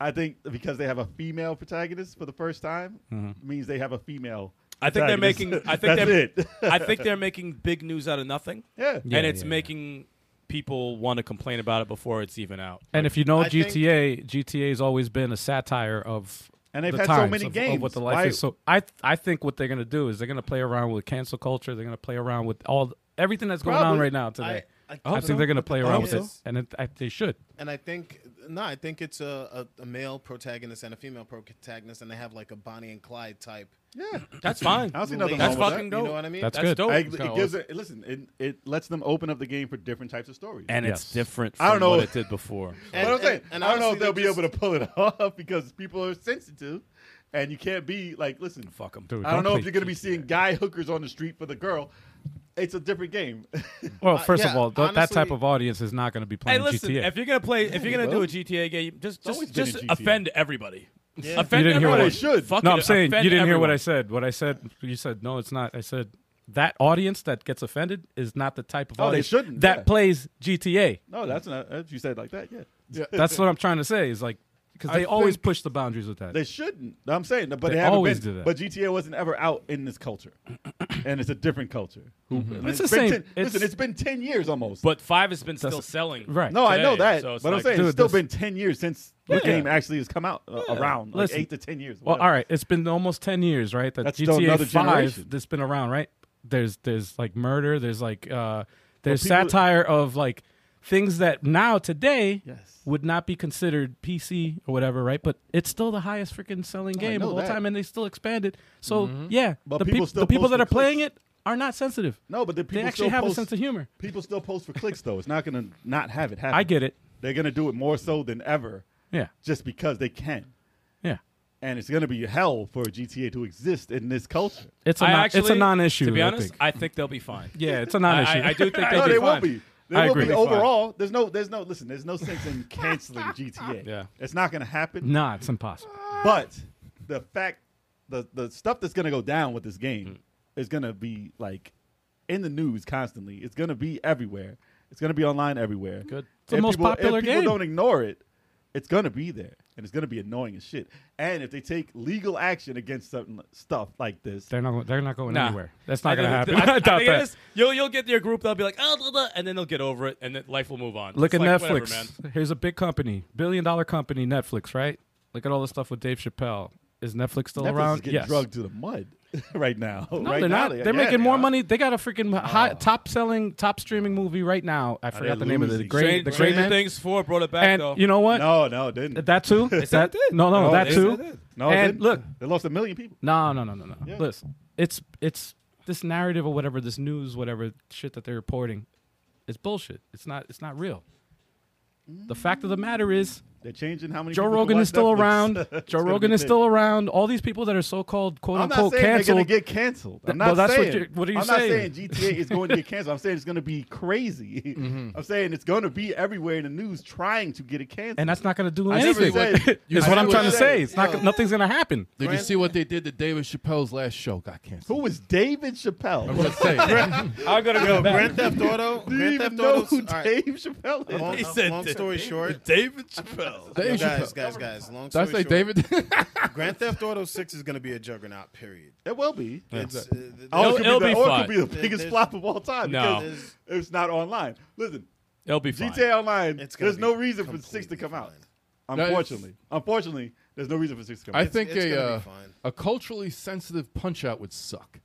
I think because they have a female protagonist for the first time
Mm-hmm.
means they have a female.
I think they're
protagonist.
making- I think
that's
they're-
it.
I think they're making big news out of nothing,
yeah.
Yeah,
and it's
yeah,
making people want to complain about it before it's even out.
And if you know
I think-
GTA, GTA's always been a satire of
And they've
the
had so
times
many
of,
games.
of what the life
Why-
is. So I I think what they're gonna do is they're gonna play around with cancel culture. They're gonna play around with all the- everything that's going on
Probably.
right now today.
I- I-
I, think they're gonna play around with
hope
it, and it, I, they should.
And I think, no, I think it's a, a, a male protagonist and a female protagonist, and they have like a Bonnie and Clyde type.
Yeah.
That's fine.
I don't see nothing
That's
wrong with
fucking
that.
dope.
You know what I mean?
That's,
That's
good.
dope.
I,
It's kinda
it gives it, listen, it, it lets them open up the game for different types of stories.
and
Yes.
it's different. From
I don't know.
what it did before.
And-
but I'm saying,
and- and
I don't know
honestly,
if they'll
they
be
just-
able to pull it off because people are sensitive, and you can't be like, listen,
Fuck them.
Dude,
I don't know
play
if you're going to be
GTA.
seeing guy hookers on the street for the girl. It's a different game.
Well, first
yeah,
of all, th- that type
honestly-
of audience is not going to be
Uh, Hey,
playing
listen.
GTA.
If you're gonna play, if you're gonna do
well.
a GTA game, just
always
just
been
just
in GTA.
offend everybody.
Yeah.
Offend
You didn't hear what I
everyone.
should.
Fuck
no,
it,
I'm saying you
offend
didn't hear what I
everyone.
said. What I said, you said no, it's not. I said that audience that gets offended is not the type of
Oh, they
audience
shouldn't,
that
yeah.
plays GTA.
no, that's not. If you said like that, yeah.
That's what I'm trying to say. Is like because they
I
always
think-
push the boundaries with that.
They shouldn't. I'm saying, but they,
They
haven't
always
been,
do that.
But GTA wasn't ever out in this culture, and it's a different culture. And
It's the
been
same-
Ten,
it's-
listen, it's been ten years almost.
But five has been still
That's-
selling.
right.
no, I know
today,
that.
so it's
but I'm
like-
saying
Dude,
it's still
this-
been ten years since the game actually has come out uh, around. Like
Listen.
eight to ten years.
Well,
whatever.
all right, it's been almost ten years, right? That
That's still
GTA
another
Five
generation.
that's been around, right? There's there's like murder. There's like uh there's
people-
satire of like things that now today
Yes.
would not be considered PC or whatever, right? But it's still the highest freaking selling game
know
of all
that. Mm-hmm.
time, and they still expand it. So yeah,
But
the
people
people,
still
the people
post
that
the
are playing
clips.
it are not sensitive.
No, but the people
they actually
still
have
post,
a sense of humor.
People still post for clicks though. It's not gonna not have it happen.
I get it.
They're gonna do it more so than ever,
Yeah,
just because they can.
yeah.
And it's gonna be hell for GTA to exist in this culture.
It's a
I
non,
actually,
it's a non-issue.
To be
I
honest,
think.
I think, they'll be fine.
yeah, it's a
I,
non-issue.
I, I do think
no,
they'll be
they
fine.
will be. They
I
will
agree.
be overall. There's no. There's no. Listen. There's no sense in canceling GTA.
Yeah.
It's not gonna happen.
nah, it's impossible.
But the fact, the the stuff that's gonna go down with this game
Mm.
is gonna be like in the news constantly. It's gonna be everywhere. It's gonna be online everywhere. Good.
It's the most popular
if people
game.
don't ignore it, it's gonna be there, and it's gonna be annoying as shit. And if they take legal action against certain stuff like this,
They're not. They're not going
Nah.
anywhere. That's not
I
going to happen.
think-
I,
I, I
doubt
think it
that.
is- you'll you'll get your group. They'll be like, oh, blah, blah," and then they'll get over it, and then life will move on.
Look
It's
at
like,
Netflix.
whatever, man.
Here's a big company, billion dollar company, Netflix. Right? Look at all the stuff with Dave Chappelle. Is Netflix still
Netflix
around?
is getting
yes.
drugged to the mud right now.
No,
right
they're
now,
not.
They,
They, are
yeah,
making
they
more
are. Oh.
money. They got a freaking high, top selling, top streaming movie right now. I forgot the name of it. The
losing.
Great, the
Stranger
Great Man.
Things Four brought it back
And
though.
you know what?
No, no, it didn't.
That too.
said
that
it did.
no, no,
No,
that
they
too.
said it.
no, it
and
didn't.
look,
they lost a million people.
No, no, no, no, no.
Yeah.
Listen, it's it's this narrative or whatever, this news, whatever shit that they're reporting, is bullshit. It's not it's not real. The fact of the matter is,
They're changing how many.
Joe
people can
Rogan
watch
is still
Netflix.
around.
It's
Joe
gonna
Rogan
be
is
big.
still around. All these people that are so called quote
I'm not
unquote
saying they're
canceled.
gonna get canceled. I'm
Well,
not
that's what
saying.
you're- what are you
I'm
saying?
not saying GTA is going to get canceled. I'm saying it's going to be crazy.
Mm-hmm.
I'm saying it's going to be everywhere in the news trying to get it canceled.
and that's not going to do
I never
anything.
said- you
Is what
said
I'm
what
trying to
you
say.
said.
It's not.
Yo.
Nothing's going to happen.
Did you
Grand-
see what they did to David Chappelle's last show? Got canceled.
who was David Chappelle?
I'm just saying.
I'm gonna go back.
Grand Theft Auto.
Do you
Grand
even
Theft
know
Auto.
who Dave Chappelle is?
Long,
He said
long
that.
story short,
David Chappelle.
yo,
Dave
guys,
Chappelle.
guys, guys. Long
Did I
story
say
short,
David?
Grand Theft Auto Six is going to be a juggernaut. Period.
It will be.
It's, uh, th-
Or
It'll-
it could
it'll
be
be
the, or
fine.
it could be the biggest
there's-
flop of all time
No.
because it's not online. Listen,
It'll be fine.
GTA Online.
It's gonna
there's no
be
reason for six to
completely
come out.
fine.
No, it's-
Unfortunately, unfortunately, there's no reason for six to come out.
I think
it's
a
gonna be
uh,
fine.
a culturally sensitive punch out would suck.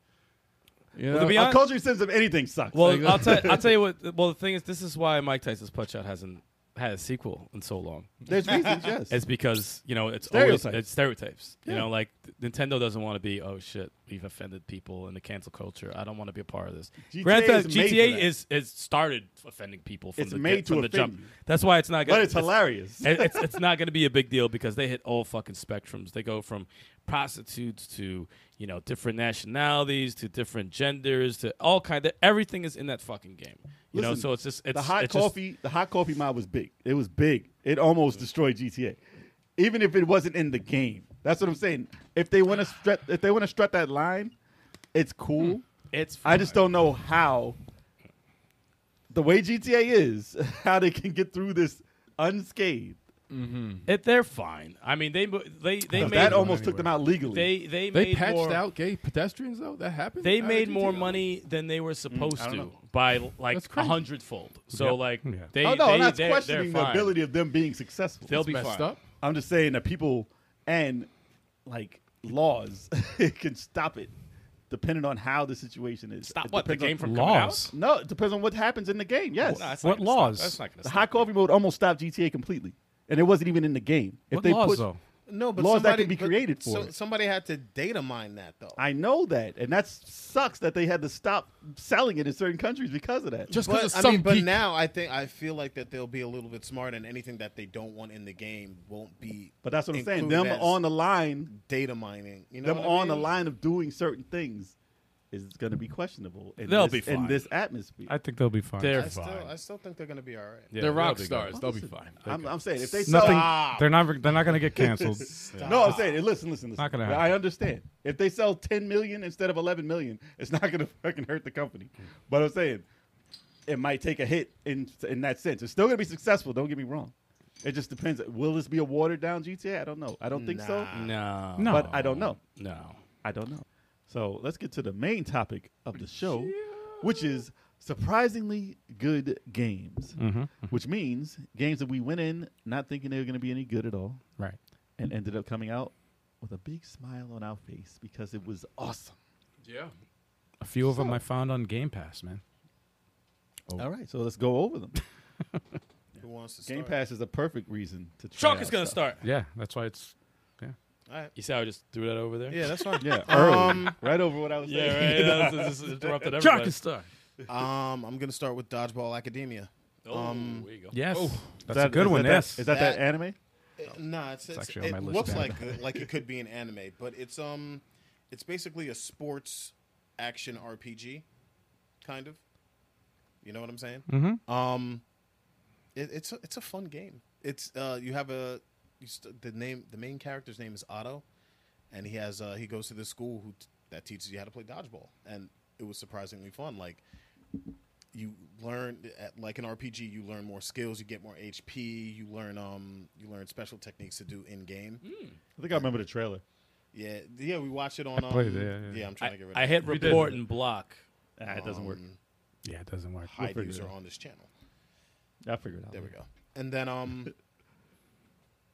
You know?
to be
a
honest-
culture sense of anything sucks.
Like,
Well, I'll tell I'll tell you what. Well, the thing is, this is why Mike Tyson's Punch Out hasn't had a sequel in so long.
there's reasons, yes.
It's because you know it's always
Stereotypes.
it's stereotypes. You know, like th- Nintendo doesn't want to be. Oh shit, we've offended people in the cancel culture. I don't want to be a part of this.
GTA
Grand Theft
is made for
GTA
that.
is is started offending people from
It's
the
made to
from the
offend
jump.
you.
That's why it's not. Gonna,
but it's hilarious.
it- it's it's not going to be a big deal because they hit all fucking spectrums. They go from prostitutes to you know different nationalities to different genders to all kind of everything is in that fucking game. You know,
Listen,
so it's just it's
the hot
it's just-
coffee. the hot coffee mob was big. It was big. It almost destroyed GTA, even if it wasn't in the game. That's what I'm saying. If they want to strut, if they want to strut that line, it's cool.
it's
I just don't know how the way GTA is, how they can get through this unscathed.
It, they're fine. I mean, they mo- they they made
That almost took them out legally.
they they
they
made
patched
more,
out gay pedestrians though. That happened. Uh,
They
Out of
made more
GTA?
money than they were supposed
I don't
to
know.
by like
That's
a
crazy.
hundredfold. So like
Yeah.
they
oh no,
they
I'm not
they're,
questioning
they're
the
fine.
ability of them being successful.
They'll be
Messed
fine.
up.
I'm just saying that people and like laws can stop it, depending on how the situation is.
Stop
It
what the
depends on-
game from
Laws.
coming out.
No, it depends on what happens in the game. Yes,
No, that's
What
not gonna stop.
laws?
That's not gonna
the
stop.
high coffee mode almost stopped GTA completely, and it wasn't even in the game. If
What
they
laws
put,
though?
No, but
laws that
somebody,
can be
but
created for
so-
it.
Somebody had to data mine that though.
I know that, and that sucks that they had to stop selling it in certain countries because of that.
Just
but,
because
I
some
mean, but
geek-
now I think I feel like that they'll be a little bit smart, and anything that they don't want in the game won't be.
but that's what I'm saying.
included
Them
as
on the line,
data mining. You know,
them
what I
on the
mean?
line of doing certain things is going to be questionable. In
They'll
this,
be
in
fine.
this atmosphere.
I think they'll be fine.
They're
I still,
fine.
I still think they're gonna be all right.
Yeah,
They're rock
they'll be
stars.
good.
They'll be fine.
I'm, I'm saying if they sell
Nothing. They're not. They're not going to get canceled.
No, I'm saying, listen, listen, listen.
Not gonna happen.
I understand. If they sell 10 million instead of 11 million, it's not going to fucking hurt the company. But I'm saying it might take a hit in in that sense. It's still going to be successful. Don't get me wrong. It just depends. Will this be a watered down GTA? I don't know. I don't think so.
Nah.
No,
No.
But I don't know.
no.
I don't know. So let's get to the main topic of the show, which is surprisingly good games, which means games that we went in not thinking they were going to be any good at all
right.
and ended up coming out with a big smile on our face because it was awesome.
Yeah.
A few of them I found on Game Pass, man.
Oh.
All right, so let's go over them.
Who wants to
Game
start?
Pass is a perfect reason to. Try
Chalk
out
is gonna
stuff.
start.
Yeah, that's why it's.
All right.
You see how I just threw that over there?
Yeah, that's fine.
Yeah, early,
Um,
right over what I was
Yeah,
saying.
right. Yeah, this- this- this interrupted everybody.
Chalk is star.
um, I'm gonna start with Dodgeball Academia.
Oh,
Um,
there you go.
Yes, that's
Is
a good
is
one.
That,
yes,
Is that that,
That-
anime?
It- Nah, it's, it's,
Oh. actually on
it
my list
looks
now.
like uh, like it could be an anime, but it's um, it's basically a sports action RPG, kind of. You know what I'm saying? Mm-hmm. Um, it, it's a, it's a fun game. It's uh, you have a you st- the name the main character's name is Otto, and he has uh, he goes to this school who t- that teaches you how to play dodgeball, and it was surprisingly fun. Like you learn at, like an RPG, you learn more skills, you get more HP, you learn um you learn special techniques to do in game.
Mm.
I think I remember the trailer.
Yeah, yeah, we watched it on. Um,
played it, yeah, yeah.
I'm trying
I,
to get rid
I
of
hit
We did.
report and block.
Ah, it doesn't work.
um,
yeah, it doesn't work.
hide
figure it
user
out.
on this channel.
I figured it out.
There we go. And then um,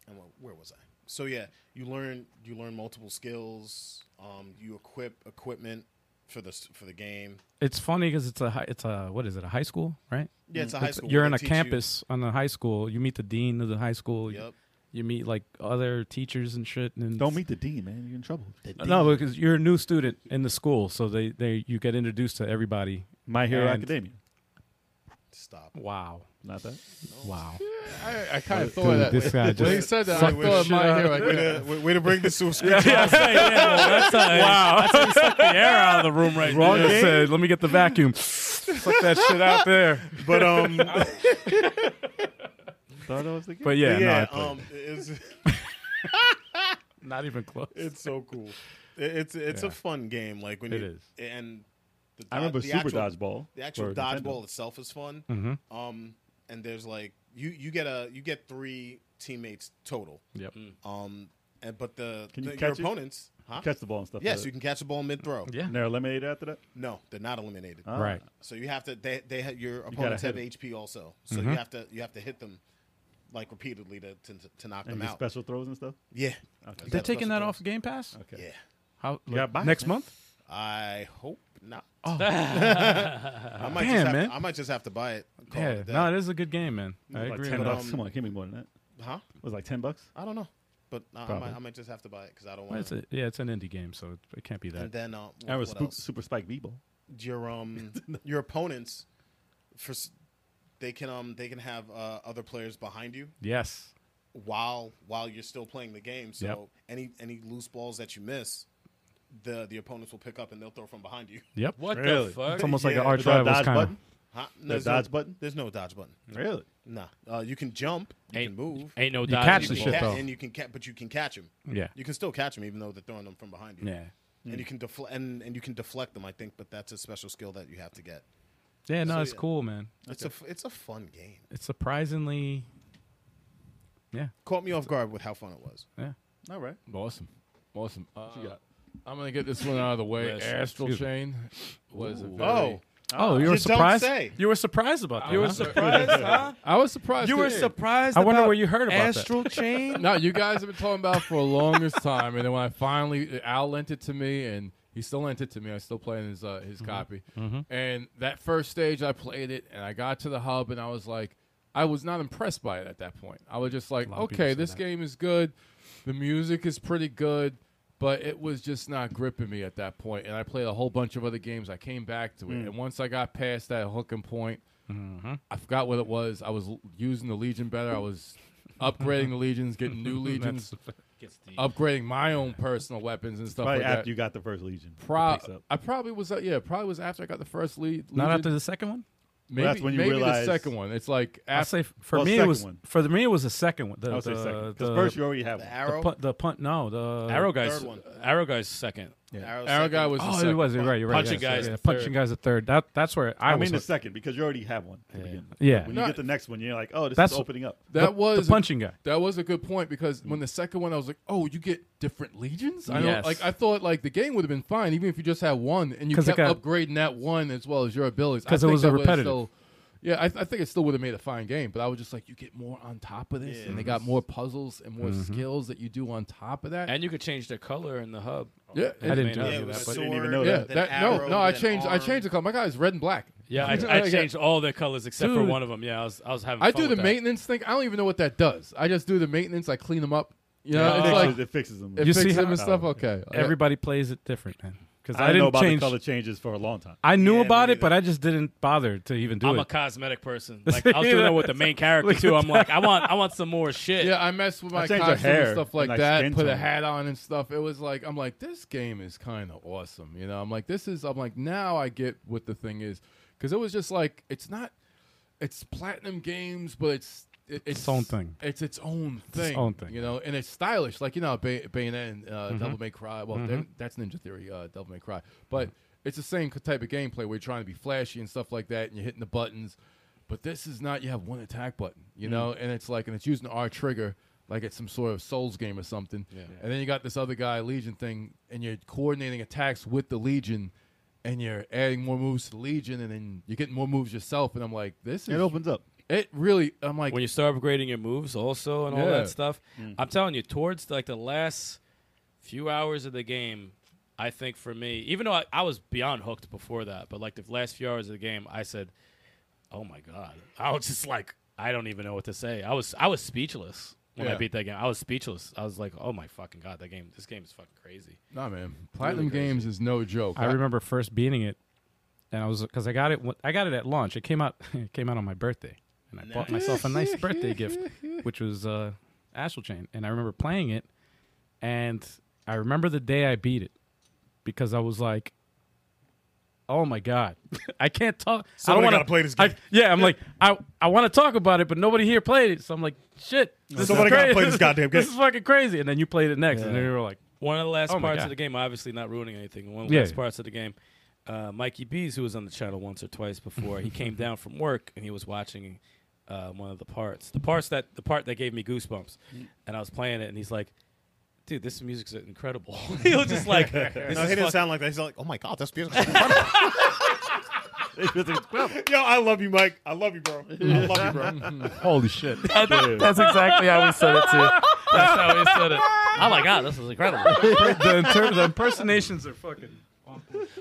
and wh- where was I? So yeah, you learn you learn multiple skills. Um, you equip equipment for the s- for the game.
It's funny because it's a hi- it's a what is it a high school right?
Yeah, it's a high
It's-
school.
You're
They
in a
teach you-
campus on the high school. You meet the dean of the high school. You,
Yep.
you meet like other teachers and shit. And
Don't meet the dean, man. You're in trouble.
No, because you're a new student in the school, so they they you get introduced to everybody.
My Hero
And-
Academia.
Stop.
Wow,
Not that.
Oh.
wow.
I, I kind of thought of that.
this guy
when he
just
said that, I
sucked the
thought of
shit
my
out
hero.
Way
Academia.
to, way- way to bring the subscription.
that's wow. That's how you suck the air out of the room right
Wrong
now.
just said, let me get the vacuum. Suck that shit out there.
But um,
Thought I was the
But yeah,
yeah,
no, I-
um, it's
not even close.
it's so cool. It, it's it's a fun game. Like when
It
you,
is.
and the
I remember
the
Super
actual,
Dodgeball.
The actual
for
dodgeball
Nintendo.
itself is fun.
Mm-hmm.
Um, and there's like you you get a you get three teammates total.
Yep.
Um, and, but the,
Can you
the- your
catch it?
opponents, huh?
Catch the ball and stuff.
yes, you can catch the ball mid throw.
Yeah.
And they're eliminated after that.
No, they're not eliminated.
Ah.
Right.
So you have to they they ha- your opponents
hit
have
'em.
HP also. So
Mm-hmm.
you have to you have to hit them like repeatedly to to, to knock
And
them
you get
out.
special throws and stuff.
Yeah.
They're taking that off Game Pass.
Okay.
Yeah.
How
You gotta buy it,
next
man.
month?
I hope not. I might
Oh. Damn,
just have
man.
To, I might just have to buy it. and call it
Yeah,
a day.
no, it is a good game, man. I
Like
agree.
ten
with
bucks.
um,
Come on, it can't be more than that.
huh?
It was like ten bucks.
I don't know, but uh, I,
Probably.
might, I might just have to buy it because I don't
that.
want.
It's
to.
a, yeah, it's an indie game, so it, it can't be
And
that.
then uh,
I
what,
was
what
spook,
else?
Super Spike B-Ball.
Your um, your opponents, for s- they can um they can have uh, other players behind you
Yes.
while while you're still playing the game. So
Yep.
any any loose balls that you miss, the the opponents will pick up and they'll throw from behind you.
Yep.
What
Really?
the fuck?
It's almost like
Yeah.
an arch
Is there a
rivals
dodge
kind of.
button?
Huh? No,
The
there's no-
dodge button.
There's no dodge button.
Really?
Nah, uh, you can jump, you
Ain't-
can move,
Ain't no
You
dodge.
catch
you
the
can
shit,
ca-
though.
and you can catch, but you can catch them.
Yeah.
You can still catch them even though they're throwing them from behind you.
Yeah.
and you can deflect and, and you can deflect them. I think, but that's a special skill that you have to get.
Yeah, no,
So,
it's
yeah.
cool, man.
It's a f- it's a fun game.
It's surprisingly. Yeah.
Caught me off guard with how fun it was.
Yeah.
All right.
Awesome, awesome. Uh, I'm gonna get this one out of the way.
Yes.
Astral
Excuse me.
Chain was a very,
Oh,
Oh, you were
You don't
surprised.
say.
You were surprised about that.
You were
huh?
surprised, huh?
I was surprised.
You
to
were
hear.
surprised.
I wonder
about
where you heard about that.
Astral Chain.
No, you guys have been talking about it for a longest time, and then when I finally Al lent it to me, and he still lent it to me. I still playing his uh, his
Mm-hmm.
copy. And that first stage, I played it, and I got to the hub, and I was like, I was not impressed by it at that point. I was just like,
lot of people
okay,
say
this
that.
game is good, the music is pretty good, but it was just not gripping me at that point. And I played a whole bunch of other games. I came back to it,
Mm.
and once I got past that hooking point. I forgot what it was. I was l- using the Legion better. I was upgrading the Legions, getting new Legions, upgrading my own personal weapons and stuff
Probably
like
after
that.
you got the first Legion. it
Pro-
picks up.
I probably was, uh, yeah, probably was after I got the first lead.
Not after the second one.
maybe,
that's when you
maybe
realize-
the second one. It's like
I
after
say f- for
Well,
me it
second
was
one.
for me it was the second one. The,
I would say
the,
second.
the-
Because first you already have
The
one.
the
arrow,
punt. The punt. No, the
Arrow guys.
Third one.
Arrow guys second.
arrow,
Arrow
second.
Guy was. the
Oh, it
second.
was. You're right. You're right.
Punching
yes, yeah,
guys
yeah,
at
punching
third.
guys at third. That that's where I,
I
was.
mean the
hooked.
second because you already have one. At the beginning.
Yeah.
When
No,
you get the next one, you're like, oh, this
That's-
is opening up.
That was
the punching guy.
That was a good point because when the second one, I was like, "Oh, you get different legions." I
Mm. Yes.
don't, like I thought like the game would have been fine even if you just had one and you
'Cause it
kept
got-
upgrading that one as well as your abilities. I
'cause it
think
was a
that would've
repetitive.
still- Yeah, I, I think it still would have made a fine game, but I was just like, you get more on top of this, and they got more puzzles and more
Mm-hmm.
skills that you do on top of that.
And you could change the color in the hub.
yeah,
I didn't do
Yeah,
any of
Yeah, it
that,
was
but-
didn't even
sword,
know
Yeah,
Yeah,
then
that, no,
arrow,
no, I
then
changed. I
arm.
changed the color. My guy is red and black.
Yeah, I, I
Yeah.
changed all their colors except for
Dude.
one of them. Yeah, I was, I was having.
I
fun
do the
with that.
maintenance thing. I don't even know what that does. I just do the maintenance. I clean them up. You know,
it,
it's
fixes,
like
it fixes them.
it
You see
fixes
how-
them and stuff. Okay,
Everybody plays it different, man. Because
I,
I,
didn't
didn't
know about
change.
the color changes for a long time.
I knew
Yeah, me
about it,
neither.
but I just didn't bother to even do
I'm a
it.
cosmetic person. Like I was doing that with the main character too. I'm like, I want, I want some more shit.
Yeah, I messed with my
changed her
costume and
hair
stuff
and,
like
like,
that.
skin
Put a
tone.
hat on and stuff. It was like I'm like this game is kind of awesome. You know, I'm like this is. I'm like now I get what the thing is because it was just like it's not. It's platinum games, but it's it, it's,
own thing.
It's its own thing.
own thing.
You know, and it's stylish. Like you know, Bay- Bayonetta and uh, Devil May Cry. Well, they're- that's Ninja Theory. Uh, Devil May Cry, but it's the same type of gameplay. where you're trying to be flashy and stuff like that, and you're hitting the buttons. But this is not. You have one attack button, you know, and it's like, and it's using R trigger, like it's some sort of Souls game or something. And then you got this other guy Legion thing, and you're coordinating attacks with the Legion. And you're adding more moves to the Legion, and then you're getting more moves yourself. And I'm like, this is
It opens up.
it really. I'm like,
when you start upgrading your moves also and all
Yeah. Mm.
that stuff. I'm telling you, towards like the last few hours of the game, I think for me, even though I, I was beyond hooked before that, but like the last few hours of the game, I said, "Oh my god!" I was just like, I don't even know what to say. I was I was speechless when I
Yeah.
beat that game. I was speechless. I was like, "Oh my fucking god!" That game, this game is fucking crazy.
Nah, man. Platinum Games is no joke.
I remember first beating it, and I was because I got it. when- I got it at launch. It came out. It came out on my birthday, and I bought myself a nice birthday gift, which was uh, Astral Chain. And I remember playing it, and I remember the day I beat it because I was like, "Oh my god, I can't talk. I don't
Somebody
want to
gotta play this
I-
game.
yeah, I'm like, I I want to talk about it, but nobody here played it. So I'm like, shit. This is
Somebody gotta
crazy.
play this goddamn
This
game.
is fucking crazy. And then you played it next, and then you were like,
One of the last
Oh my
parts
God.
of the game, obviously not ruining anything. One of the
Yeah.
last parts of the game, uh, Mikey Bees, who was on the channel once or twice before, he came down from work and he was watching uh, one of the parts. The parts that the part that gave me goosebumps, and I was playing it, and he's like, "Dude, this music's incredible." he was just like, this
No,
is
he didn't
fuck-
sound like that. He's like, oh my god, that's beautiful.
Incredible.
Yo, I love you, Mike. I love you, bro. I love you, bro.
Holy shit!
That's exactly how we said it too.
That's how he said it. Oh my god, this is incredible.
the, inter- the impersonations are fucking."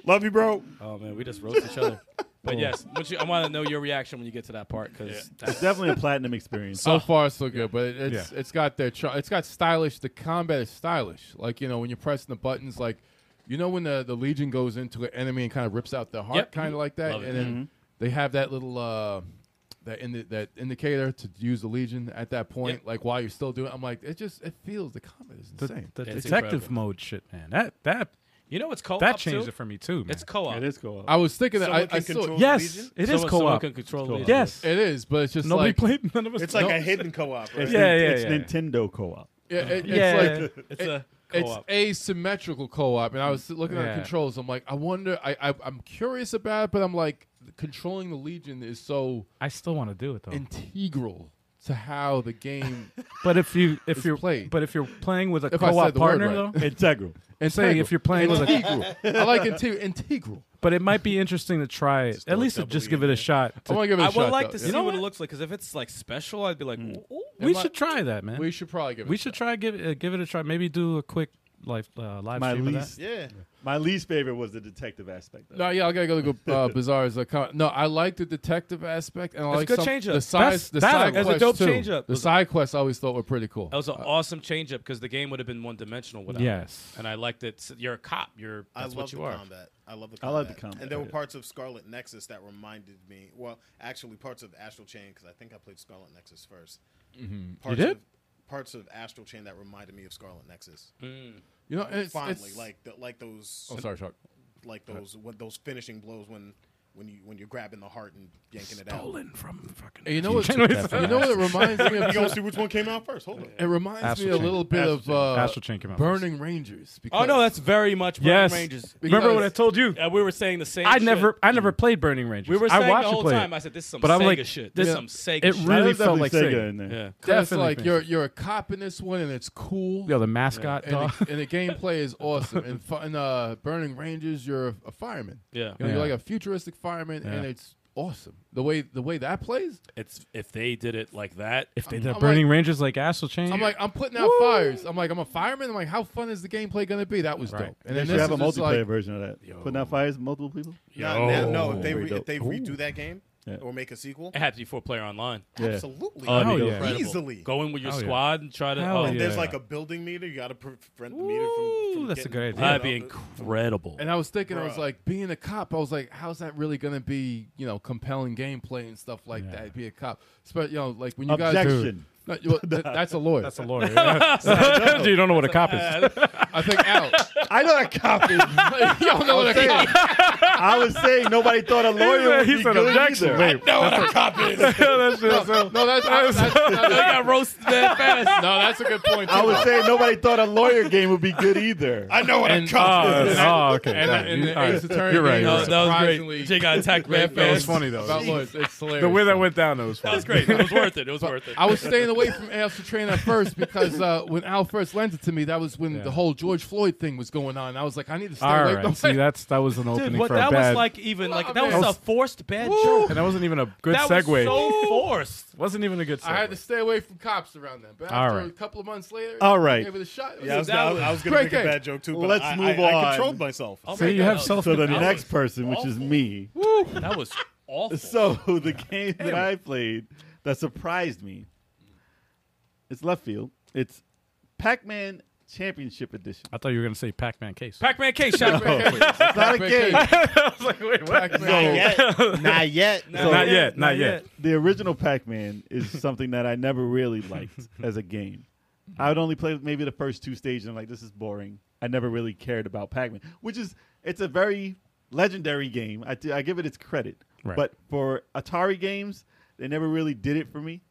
love you, bro.
oh man, we just roast each other. But yes, what you, I want to know your reaction when you get to that part because
It's definitely a platinum experience.
Ah.
so far so good, but it- it's it's got their char- it's got stylish. The combat is stylish. Like you know when you're pressing the buttons, like you know when the, the Legion goes into an enemy and kind of rips out their heart,
Yep.
kind of like that,
Love it.
and then
Mm-hmm.
they have that little. uh that indi- that indicator to use the Legion at that point,
Yep.
like while you're still doing, it, I'm like, it just it feels the combat is
The,
insane.
the
It's
detective
incredible.
mode shit, man. That that
you know it's co-op.
that changed
too?
it for me too, man.
It's co-op.
it is cool.
I was thinking that
Someone
I,
can
I saw
control-
yes,
Legion?
it is
Someone- someone
co-op.
can control
co-op.
Legion.
Yes,
it is, but it's just
nobody
like,
played. None of us.
It's like
No.
a hidden co-op, right?
It's
Yeah,
nin-
yeah,
it's
yeah.
Nintendo co-op.
Yeah, it,
Yeah.
it's like
It's
it-
a
it's
co-op.
asymmetrical co-op, and I was looking at
Yeah.
the controls. I'm like, I wonder. I, I I'm curious about it, but I'm like, controlling the Legion is so
I still want to do it though.
integral to how the game.
but Oh. if you if
It's
you're
played.
but if you're playing with a
If I
co-op
said the word
partner
right.
though,
Integral.
and saying if you're playing with a,
integral, I like integral. Integral.
but it might be interesting to try it. At least to just give it a shot.
I
to- Mm.
want to give it a
I
shot.
would like
though.
to
Yeah.
see what it looks like because if it's like special, I'd be like, "Ooh,
we
my-
should try that, man.
We should probably give it.
We
a
should try give uh, give it a try. Maybe do a quick live uh, live
My
stream of that.
least,
Yeah.
my least favorite was the detective aspect. Of it.
No, yeah, I gotta go to go, uh, bizarre as a con- no. I like the detective aspect, and I
That's a
like
good
some,
change-up.
the side,
That's-
the
that-
side
that's a
quests
dope
too.
change-up.
The side quests I always thought were pretty cool.
That was an awesome changeup because the game would have been one dimensional without. it.
Uh, Yes.
and I liked it. S- You're a cop. You're
I
that's
love
what
the
you are.
combat. I love the
I
combat.
love the combat,
And there were
yeah.
parts of Scarlet Nexus that reminded me. Well, actually, parts of Astral Chain because I think I played Scarlet Nexus 1st Parts
did?
Of, parts of Astral Chain that reminded me of Scarlet Nexus.
you know, and it's,
Finally,
it's-
like the, like those
oh, sorry, Shark.
like those what those finishing blows when when you when you're grabbing the heart and yanking it
Stolen from fucking.
And you know what? you
Definitely.
know what it reminds me of.
out. You gonna
too?
see which one came out first? Hold on.
It reminds
Astral
me a
Chain.
little bit
Astral
of
Chain.
uh,
Astral Chain came out
Burning Rangers. Because
Oh no, that's very much Burning
Yes.
Rangers.
Remember what I
Because-
told you?
Uh, we were saying the same.
I
shit.
never, I never played Burning Rangers.
We were
I
saying
watched
the
you
whole
play
time.
It.
I said, "This is some
But I'm
Sega
like,
shit. This
this-
is some Sega
it
shit."
really
That was
felt
definitely
like
Sega
Sega.
in there.
yeah.
that's
definitely
like you're you're a cop in this one, and it's cool.
Yo, the mascot
and,
dog.
the, and the gameplay is awesome. And fu- and, uh, Burning Rangers, you're a, a fireman.
Yeah.
You know, You're
Yeah.
like a futuristic fireman, and
Yeah.
it's awesome. The way the way that plays,
It's if they did it like that.
If they did
I'm
Burning Rangers like Astral Chain,
I'm like I'm putting out fires. I'm like I'm a fireman. I'm like how fun is the gameplay gonna be? That was
Right.
dope.
And they
then
should have a
this is just
multiplayer
like-
version of that. Putting out fires, multiple people.
No, no, no, if they
Very
re-
dope.
if they redo that game
Yeah.
or make a sequel,
it had to be four player online.
Yeah.
absolutely.
Oh,
yeah.
Incredible.
Easily.
Go in with your
Oh, yeah.
squad and try to.
Hell
oh,
yeah.
And there's like a building meter. You got to prevent the meter
Ooh,
from. from
that's a
getting-
good idea.
That'd be
you know,
incredible.
And I was thinking, I was
Bruh.
like, being a cop, I was like, how's that really gonna be, you know, compelling gameplay and stuff like that? Be a cop, but you know, like when you
Objection.
guys, no, you- th- that's a lawyer.
that's a lawyer. you don't know what a cop is.
I think out.
I know that cop is.
you don't know what a cop.
I was saying nobody thought a lawyer would
he
be
said
good
objection.
either.
Wait,
no, what a cop is. I
that's just-
No, that's, that's, that's, that's
got roasted that fast.
no, that's a good point. Too.
I was saying nobody thought a lawyer game would be good either.
I know what
and,
a cop
oh,
is.
oh, okay.
and,
got it.
and
All
the
right.
Ace Attorney
You're right. you're
game
No,
right.
was
that was
surprisingly
great. Jay got attacked
red
red
fast.
That
fast.
was funny though.
About lawyers, it's hilarious.
The way that went down, though, was
That
funny.
was great. It was worth it. It was worth it.
I was staying away from Al Train at first because uh, when Al first lent it to me, that was when
Yeah.
the whole George Floyd thing was going on. I was like, I need to stay
All
away
right.
from
See, that's that was an opening
Dude, what
for a
that
bad,
was like even like
Nah,
that
man.
was a forced bad
Woo.
joke.
and that wasn't even a good
that
segue.
was so forced.
Wasn't even a good segue.
I had to stay away from cops around then. But
All
after a
right.
couple of months later,
All right.
gave it a shot.
Yeah, I was,
That
I was,
was-
I was gonna make
Great
a
game.
bad joke too, but
Let's
I,
move
I,
on.
I controlled myself.
Oh
See,
my
you
God,
have
that was-
self-
So the
That
next
was
person, which is
awful.
me.
That was awful.
So the game that I played that surprised me. It's left field. It's Pac-Man Championship Edition.
I thought you were gonna say Pac-Man case.
Pac-Man K shut up.
it's
not a game.
I was like, wait, what?
Not yet.
So-
not yet, not yet.
The original Pac-Man is something that I never really liked as a game. I would only play maybe the first two stages. and I'm like, this is boring. I never really cared about Pac-Man, which is it's a very legendary game. I, I give it its credit,
Right.
but for Atari games, they never really did it for me.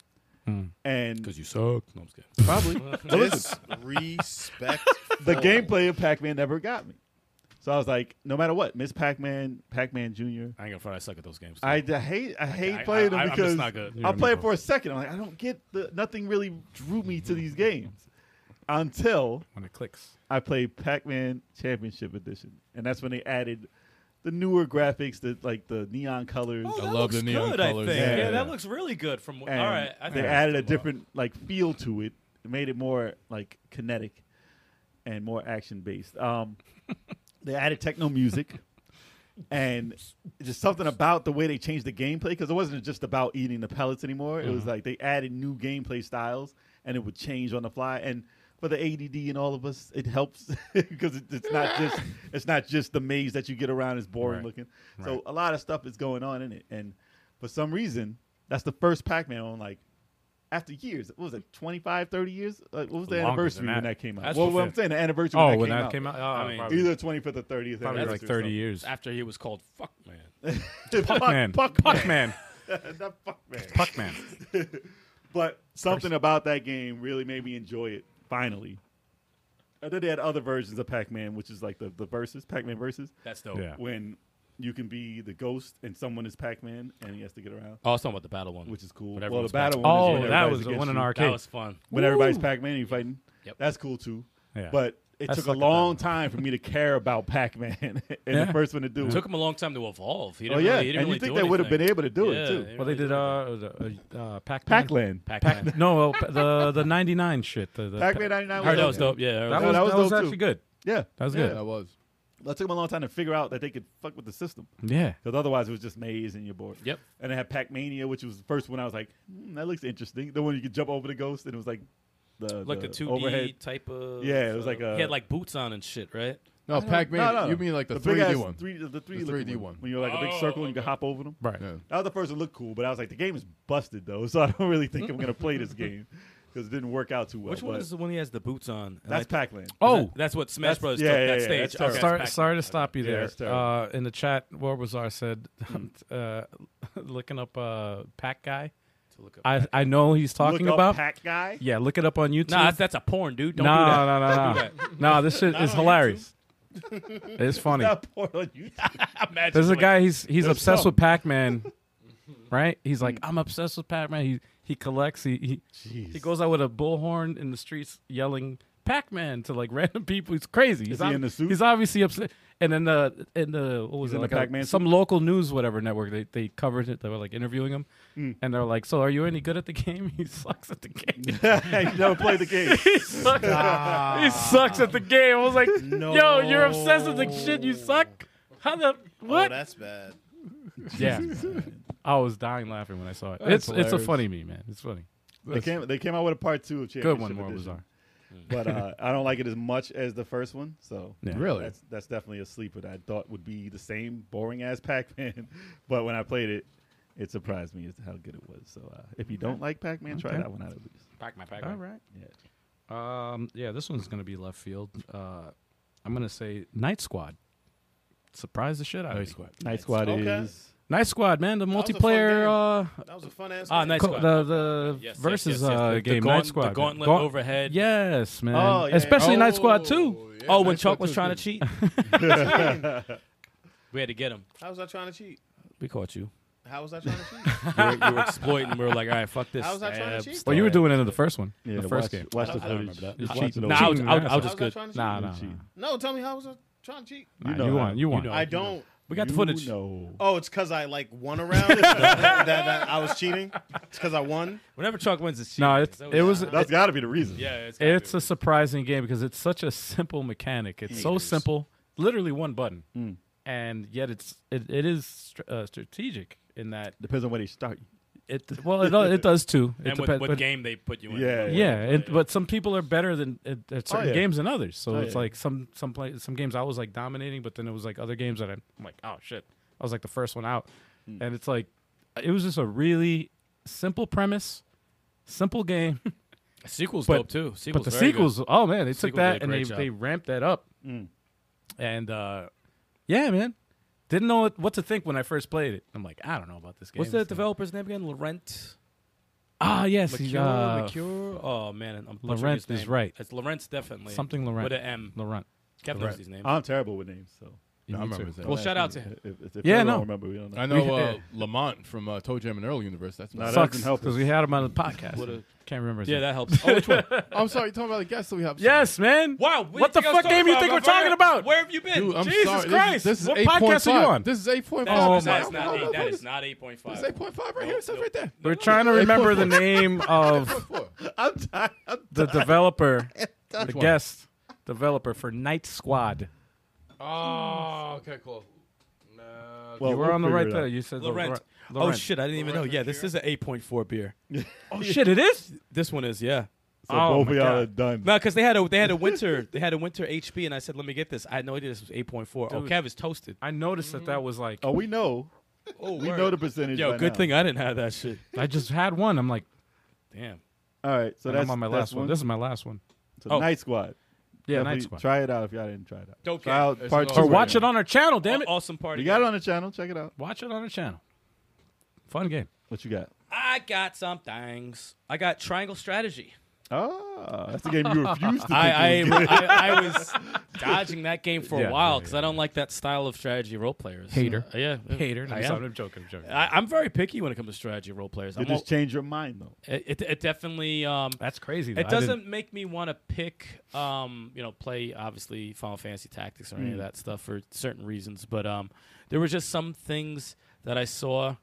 And
Hmm. you suck. No, I'm scared.
probably
Disrespect.
the gameplay of Pac-Man never got me. So I was like, no matter what, Miss Pac-Man, Pac-Man Junior.
I ain't gonna front. I suck at those games.
I, d- hate I hate
I-
playing
I-
them
I'm
because
just not good.
I'll
Yeah,
play
no.
it for a second. I'm like, I don't get the nothing really drew me to these games until
When it clicks.
I played Pac-Man Championship Edition, and that's when they added the newer graphics, the like the neon colors.
oh, that
I love
looks
the neon
good,
colors.
I think.
Yeah,
Yeah,
yeah.
that looks really good. From all
and
right, I
they
think
added a different like feel to it. It made it more like kinetic and more action based. Um, they added techno music. And just something about the way they changed the gameplay because it wasn't just about eating the pellets anymore. It was
Mm-hmm.
like they added new gameplay styles and it would change on the fly. And for the ADD and all of us, it helps because it, it's not just it's not just the maze that you get around is boring
Right.
looking. So a lot of stuff is going on in it. And for some reason, that's the first Pac-Man on like after years. What was it? 25, 30 years? Like, what was the
Longer than
anniversary when
that.
that came out?
That's
well,
what
what
it-
I'm saying, the anniversary.
Oh,
when that,
when
came,
that
out.
came out, oh,
I mean,
probably,
Either 25th or 30th.
probably like
anniversary or
thirty years.
after he was called Fuck Man.
something.
Puckman,
Puck,
Puckman,
Not Puckman.
Puckman.
But something about that game really made me enjoy it. Finally. And then they had other versions of Pac-Man, which is like the the versus Pac-Man versus,
That's dope.
Yeah.
when you can be the ghost and someone is Pac-Man and he has to get around,
Oh, I was talking about the battle one,
which is cool.
Whatever
well, the
one's
battle
Pac-Man.
one.
Oh,
is when
that
everybody's
was the
against
one in
you.
our
that
arcade.
was fun.
when everybody's Pac-Man and you fighting.
Yep.
That's cool too.
Yeah.
But it
I
took
suck
a
at that
long
one.
time for me to care about Pac-Man. and
Yeah.
the first one to do
It
it.
took him a long time to evolve. He
oh
didn't
yeah,
really, he didn't
and
really
you think
do
they would have been
anything.
able to do
Yeah,
it
he
too.
Well, they did
really
uh, was it, uh, uh Pac-Man.
Pac-Land.
Pac-Man.
No, uh, the the '99 shit. The, the
Pac-Man 99
Heard
was
that was
okay.
dope. Yeah,
That
No,
was,
that was
that was
dope, too.
actually good.
Yeah.
That was
Yeah,
good.
that was.
That took them a long time to figure out that they could fuck with the system.
Yeah.
Because otherwise it was just maze and you're bored.
Yep.
And I had Pac-Mania, which was the first one I was like, hmm, that looks interesting. The one you could jump over the ghost and it was like the,
like the
the
two
overhead.
D type of.
Yeah, it was like a-
he had like boots on and shit, right?
No, Pac-Man.
No, no.
You mean like the
big
three D
ass
one?
Three, the 3D,
The 3D
looking
one.
When you were like a big
Oh,
circle and you could hop over them.
Right.
Yeah.
That was the first one looked cool, but I was like, the game is busted though, so I don't really think I'm gonna play this game because it didn't work out too well.
Which one
but
is the one he has the boots on? And
That's
like,
Pac-Man.
Oh,
that's what Smash Brothers
yeah,
took
yeah,
that
yeah,
stage.
that's terrible.
Okay,
Sorry,
that's
sorry to
Pac-Man.
stop you
Yeah,
there.
that's terrible.
uh, in the chat, Warbazar said, uh, looking up uh, Pac Guy.
To look up.
I, I know who he's talking
Look
about.
up Pac guy.
yeah, look it up on YouTube.
Nah, that's, that's a porn, dude. Don't
nah,
do that.
nah, nah, nah, Nah, this shit is hilarious. it's funny.
That poor on YouTube.
Imagine
There's a
like-
guy. He's he's
There's
obsessed
some.
with Pac-Man, right? He's like, I'm obsessed with Pac-Man. He he collects. He he, he goes out with a bullhorn in the streets yelling Pac-Man to like random people. He's crazy. he's
he
ob-
in the suit?
He's obviously upset. And then the in the what was
He's
it
in
like
the
a-
Pac-Man suit?
some local news whatever network they, they covered it. They were like interviewing him,
Hmm.
and they're like, "So are you any good at the game?" He sucks at the game.
you never played the game.
he, sucks, he sucks at the game. I was like, "Yo, you're obsessed with the
No.
shit. You suck. How the
Oh,
what?"
that's bad.
yeah, I was dying laughing when I saw it. it's
That's
it's a
hilarious.
funny meme, man. It's funny.
They came. They came out with a part two of Championship
Good one, more
Edition.
bizarre.
But uh, I don't like it as much as the first one. So
Yeah.
Really?
that's that's definitely a sleeper that I thought would be the same boring ass Pac-Man. but when I played it, it surprised me as to how good it was. So uh, if you don't like Pac-Man, try
Okay.
that one out at least.
Pac Man, Pac
All
Man.
right.
Yeah.
Um, yeah, this one's gonna be left field. Uh, I'm gonna say Night Squad. Surprise the shit out of
Night
me.
Squad.
Night Squad
Okay.
is
Night Squad, man. The
was a fun
multiplayer, uh,
That was a fun answer.
Ah, nice
co-
squad.
the the
Yes, yes,
versus
yes, yes.
uh,
The- the
game.
gaunt-
Night Squad.
the gauntlet
Gaunt-
overhead.
Yes, man.
Oh, yeah.
Especially Night Squad
Oh,
Two.
yeah,
Oh, when
Night Squad
Chuck was
two's
trying to
good.
cheat, we had to get him.
How was I trying to cheat?
We caught you.
How was I trying to cheat?
You were, you were exploiting. We were like, all right, fuck this.
How was I trying to
Eh,
cheat?
start
Well, you were
it.
doing it in the first one,
yeah,
the first
watch-
game.
Watch the
I don't
footage.
remember that.
Just
You're
watch
cheating. No,
it
Nah, I
over.
was, I was- I was
How was
just
I
good.
trying to cheat?
Nah, nah, nah.
Cheating.
No, tell me how was I trying to cheat?
Nah,
know
you
how.
won. You
You
won.
know.
I don't.
We got the
You
footage.
know.
Oh, it's because I like won around that, that I was cheating. It's because I won.
Whenever Chuck wins, it's
No,
cheating.
it's,
That
it was.
That's got to be the reason.
Yeah, it's. gotta
It's
be.
a surprising game because it's such a simple mechanic. It's so simple, literally one button,
Mm.
and yet it's it, it is str- uh, strategic in that
Depends on where they start.
it well it, it does too. It
and what,
depend-
what
but-
game they put you in?
Yeah,
Yeah, and, but some people are better than at, at certain
Oh, yeah.
games than others. So
Oh,
it's
yeah.
like some some play, some games I was like dominating, but then it was like other games that I'm I'm like oh shit, I was like the first one out,
Mm.
and it's like it was just a really simple premise, simple game.
sequels
But-
dope too. Sequels,
but the
very good.
sequels, oh man, they took
Sequels
that
did a
and they,
great job. Mm.
they ramped that up. And uh, yeah, man, didn't know what- what to think when I first played it. I'm like, I don't know about this game.
What's the developer's name again? Laurent.
Ah, yes, he's,
McCure,
uh,
McCure. Oh man, I'm butchering
Laurent
his
is
name.
right.
It's Laurent definitely.
something Laurent.
with an M.
Laurent.
Kevin knows his name.
I'm terrible with names, so.
No, I
Me too.
remember his name.
well, shout out to him.
If, if, if
Yeah,
I
no.
don't remember, we don't know.
I know uh, Lamont from uh, Toe Jam and Earl Universe. That's
No,
my-
that-
Sucks
doesn't help
because
us.
we had him on the podcast. Can't remember. His
Yeah,
name.
that helps. Oh, which one?
I'm sorry, you're talking about the guest that we have.
yes, man.
Wow. we
What the
think I was
fuck
talking
game you
about,
think we're
my brother?
talking about?
Where have you been?
Dude, I'm
Jesus
sorry. This is-
Christ.
This is,
What
8.5.
podcast are you on?
This is 8.5.
That's,
Oh,
that's
my
not
God.
eight. That is not 8.5.
This is 8.5 right here. It says right there.
We're trying to remember the name of
Four.
I'm tired. I'm
the developer, the
Which one?
guest developer for Night Squad.
Oh, okay, cool. Nah,
Well,
Uh, You were
we'll
on the
figure
right
it
there.
out.
You said
Laurent. Oh
Laurent.
shit! I didn't even know. Yeah, this is an 8.4 beer.
Oh shit! It is.
This one is yeah.
So
Oh,
both
my
of y'all
God.
are done.
No, because they had a they had a winter they had a winter HP, and I said, let me get this. I had no idea this was 8.4. Oh,
Dude.
Kev is toasted.
I noticed that that was like
Oh, we know.
Oh,
We know the percentage.
Yo,
by
good
now.
thing I didn't have that shit.
I just had one. I'm like,
Damn.
All right, so
and
that's
I'm on my
that's
last one. This is my last one.
so
oh.
Night Squad.
Yeah,
Definitely
Night Squad.
Try it out if y'all didn't try it out.
Dope
Try
game.
out
It's
part
an
two.
Or
awesome
watch
game.
it on our channel. Damn
Damn
it!
Awesome party.
You got it
game.
on the channel. Check it out.
Watch it on our channel. Fun game.
What you got?
I got some things. I got Triangle Strategy.
Oh, that's the game you refused to.
I
think
I,
was
I, I was dodging that game for
Yeah,
a while because I don't like that style of strategy role players.
Hater.
Uh, yeah.
Hater. No,
I
I'm sorry,
am.
I'm joking. I'm joking.
I, I'm very picky when it comes to strategy role players.
good.
I'm
You
all,
just change your mind though.
it, it, it definitely um,
That's crazy. though.
It
I didn't-
doesn't make me want to pick, um, you know, play obviously Final Fantasy Tactics or any of that stuff for certain reasons. But um, there were just some things that I saw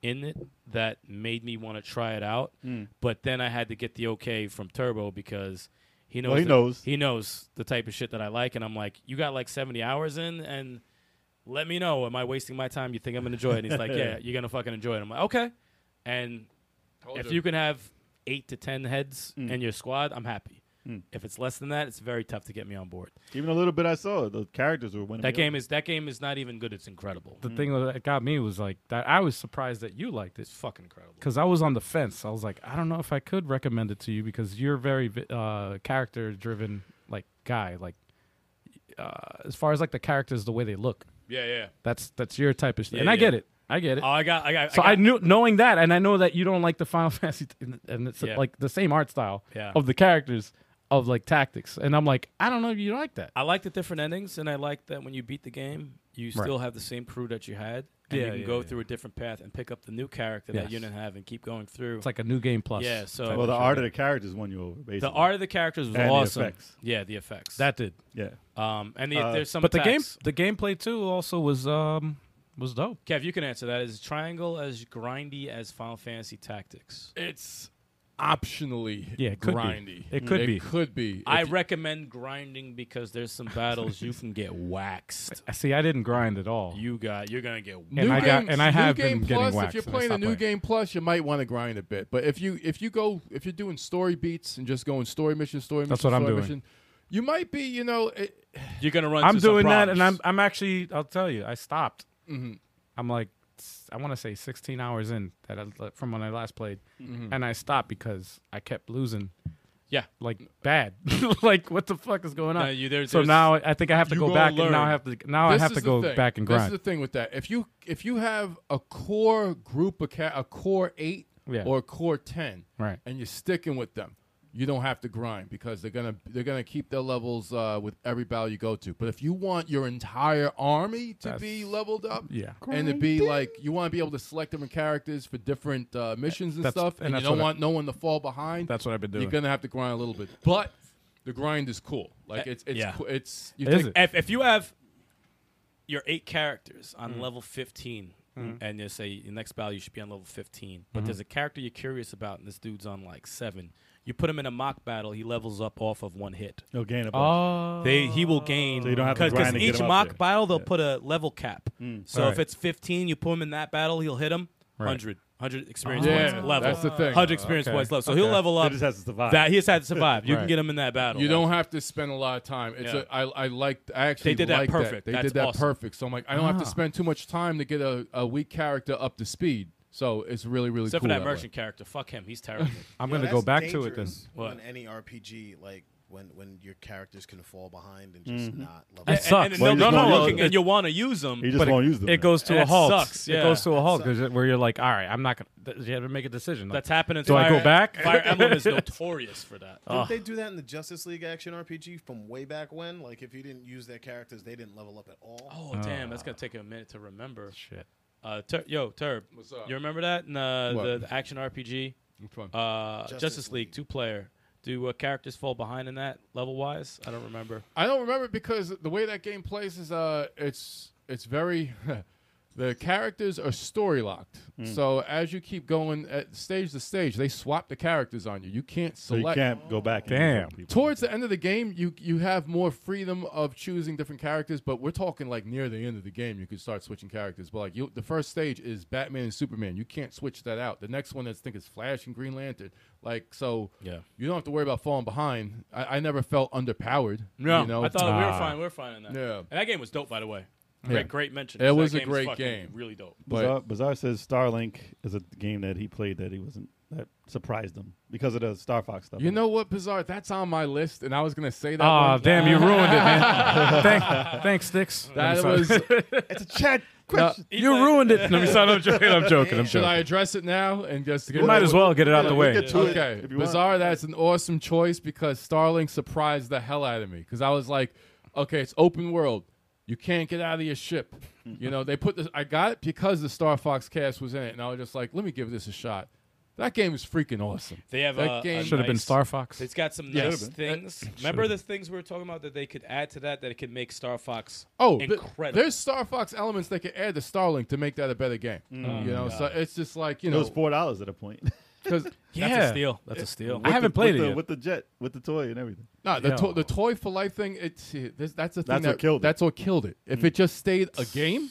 in it that made me want to try it out.
Hmm.
But then I had to get the okay from Turbo because he knows
Well, he
the-
knows.
he knows the type of shit that I like, and I'm like, you got like 70 hours in, and let me know. Am I wasting my time? You think I'm gonna enjoy it? And he's like, yeah, you're gonna fucking enjoy it. I'm like, okay. And if you can have eight to ten heads
Hmm.
in your squad, I'm happy. If it's less than that, it's very tough to get me on board.
Even a little bit I saw the characters were winning.
That game is that game is not even good. It's incredible.
the thing that got me was like that. I was surprised that you liked it
Mm. It's fucking incredible.
because I was on the fence. I was like, I don't know if I could recommend it to you because you're very vi- uh, character driven, like guy. Like uh, as far as like the characters, the way they look,
Yeah, yeah.
that's that's your type of shit.
Yeah,
and I
yeah.
get it. I get it.
Oh, I got, I got.
so I,
got-
knew knowing that, and I know that you don't like the Final Fantasy, t- and- and it's
Yeah.
like the same art style
Yeah.
of the characters of like tactics. And I'm like, I don't know if you like that.
I like the different endings, and I like that when you beat the game, you still have the same crew that you had, and
Yeah,
you can
yeah,
go
yeah.
through a different path and pick up the new character that you
Yes.
didn't have and keep going through.
It's like a new game plus.
yeah, so
Well, the art of the characters won you over. Basically,
the art of the characters was
And the
awesome.
effects.
Yeah, the effects.
that did.
yeah.
um, and the,
Uh,
there's some.
But
attacks.
the game, the gameplay too, also was um was dope.
Kev, you can answer that. Is Triangle as grindy as Final Fantasy Tactics?
It's optionally
Yeah, it could be.
grindy.
It could be.
It could be. If
I
you-
recommend grinding because there's some battles you can get waxed.
I See, I didn't grind at all.
You got you're gonna get
And I got- and I
new
have
game
been getting
plus,
waxed
If
and
you're
I
playing a
stopped
new
playing.
game plus, you might want to grind a bit. But if you if you go if you're doing story beats and just going story mission, story
That's
mission,
what I'm
story
doing.
mission, you might be you know it,
you're gonna run.
I'm
into some
doing that,
problems.
and I'm I'm actually I'll tell you, I stopped. I'm like s- I want to say 16 hours in that I, from when I last played, and I stopped because I kept losing.
Yeah.
like bad. like what the fuck is going on?
No, you- there-
so
there's-
now I think I have to
you
go
gonna
back, and now I
learn.
have to now Oh, I
This
have
is
to
the
go
thing.
back and
This is
grind.
the thing with that. If you if you have a core group of ca- a core eight
Yeah.
or a core ten,
Right.
and you're sticking with them, you don't have to grind because they're gonna they're gonna keep their levels uh, with every battle you go to. But if you want your entire army to be leveled up,
yeah.
and to be like you want to be able to select different characters for different uh, missions and
That's-
stuff,
and
and,
that's
you don't
what I-
want no one to fall behind.
That's what I've been doing.
You're gonna have to grind a little bit, but the grind is cool. Like it's it's
yeah.
cool- it's you
Is
take
Eh, it?
if, if you have your eight characters on level 15 and you say the next battle you should be on level 15 but there's a character you're curious about and this dude's on like seven you put him in a mock battle he levels up off of one hit
No gain a bunch.
Oh,
they he will gain
So you don't have to
because
grind to get
each
him up
mock
there.
battle they'll put a level cap so
Alright.
if it's 15 you put him in that battle he'll hit him
Right.
100 100 experience
Yeah,
points level
that's the thing.
100 experience
Okay.
points level so
Okay.
he'll level
He
up
just has to survive.
that he just had to survive you
Right.
can get him in that battle
You don't have to spend a lot of time. It's
Yeah.
a, I, I liked. I actually
They did that
liked
perfect.
They
That's
did that
awesome.
perfect. So I'm like, I don't have
Ah.
to spend too much time to get a, a weak character up to speed. So it's really really
except
cool.
for that
way.
merchant character fuck him he's terrible
I'm
Yo,
gonna go
that's
back to it then.
dangerous
What?
On any RPG, like when when your characters can fall behind and just
Mm-hmm.
not level.
That
up.
sucks.
And, and
Well, you
they'll
just
be
wanna
looking,
use
and you want to use them.
he
but
just
it-
won't use them.
It goes to
That
a halt.
sucks,
It
yeah.
goes to a halt 'cause it- where you're like, all right, I'm not gonna. You have to make a decision. Like,
That's happening.
Do I
Fire-
go back?
Fire Emblem is notorious for that.
Didn't they do that in the Justice League action RPG from way back when? Like if you didn't use their characters, they didn't level up at all.
Oh damn, that's gonna take a minute to remember.
shit.
Uh, Tur- yo, Turb,
What's up?
you remember that in uh,
What?
the, the action RPG,
Which one?
uh, Justice,
Justice
League,
League.
two player? Do uh, characters fall behind in that level wise? I don't remember.
I don't remember because the way that game plays is uh it's it's very the characters are story locked.
Hmm.
So as you keep going at stage to stage, they swap the characters on you. You can't
so you
select.
can't go back. And
Damn.
kill people.
Towards the end of the game, you you have more freedom of choosing different characters, but we're talking like near the end of the game, you could start switching characters. But like you, the first stage is Batman and Superman. You can't switch that out. The next one is I think is Flash and Green Lantern. Like so,
Yeah.
you don't have to worry about falling behind. I, I never felt underpowered. you know?
I thought we were
Ah.
fine. We were fine in that.
Yeah.
and that game was dope, by the way.
Yeah.
Great, great mention.
It
That
was a
game's
great
fucking
game.
really dope.
but-
Bizarre, Bizarre says Starlink is a game that he played that he wasn't that surprised him because of the Star Fox stuff.
You know what, Bizarre? That's on my list, and I was gonna say that.
Ah,
one.
damn, you ruined it, man. Thank, thanks, Sticks.
That was.
it's a chat
now,
question.
you ruined it. No, I'm sorry, I'm joking. I'm joking. I'm
should I
joking.
address it now and just to get
You
it
might
over
as well get it out the
we
way.
get to it
Okay,
if you want.
Bizarre, that's an awesome choice because Starlink surprised the hell out of me because I was like, okay, it's open world. You can't get out of your ship. You know, they put this, I got it because the Star Fox cast was in it, and I was just like, let me give this a shot. That game is freaking awesome.
They have uh,
that
a- a
game.
Should have been
Nice.
Star Fox.
It's got some
Yeah.
nice
Should've
things. Remember the things we were talking about that they could add to that that it could make Star Fox
Oh, th-
incredible.
there's Star Fox elements they could add to Starlink to make that a better game. you know, so it's just like you
It was
know,
four dollars at a point.
because
That's
Yeah.
a steal. That's a steal.
I haven't
With the-
played
with
it
the,
yet.
with the jet, with the toy and everything.
No, the,
Yeah.
to- the toy for life thing. It's this, that's the thing
That's
that
what killed it. Mm.
That's what killed it. If it just stayed a game,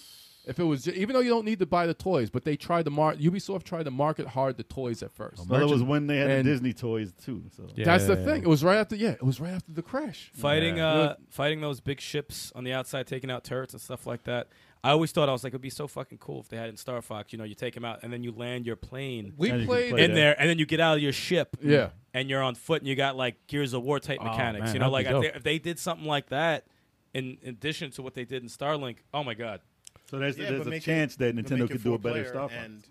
if it was ju- even though you don't need to buy the toys, but they tried to mark Ubisoft tried to market hard the toys at first.
Well, it was when they had the
And-
Disney toys too. So
That's the thing. It was right after yeah, it was right after the crash.
fighting uh fighting those big ships on the outside taking out turrets and stuff like that i always thought i was like it'd be so fucking cool if they had it in star fox you know you take them out and then you land your plane
We
And you can
played
play
in there and then you get out of your ship
Yeah.
and you're on foot and you got like gears of war type mechanics
man,
you know
that'd
like
be
I
dope.
think if they did something like that in addition to what they did in starlink oh my god
so there's,
Yeah,
there's
but
a
make it-
chance that
but
Nintendo
make it
could do a better
four-player
Star Fox.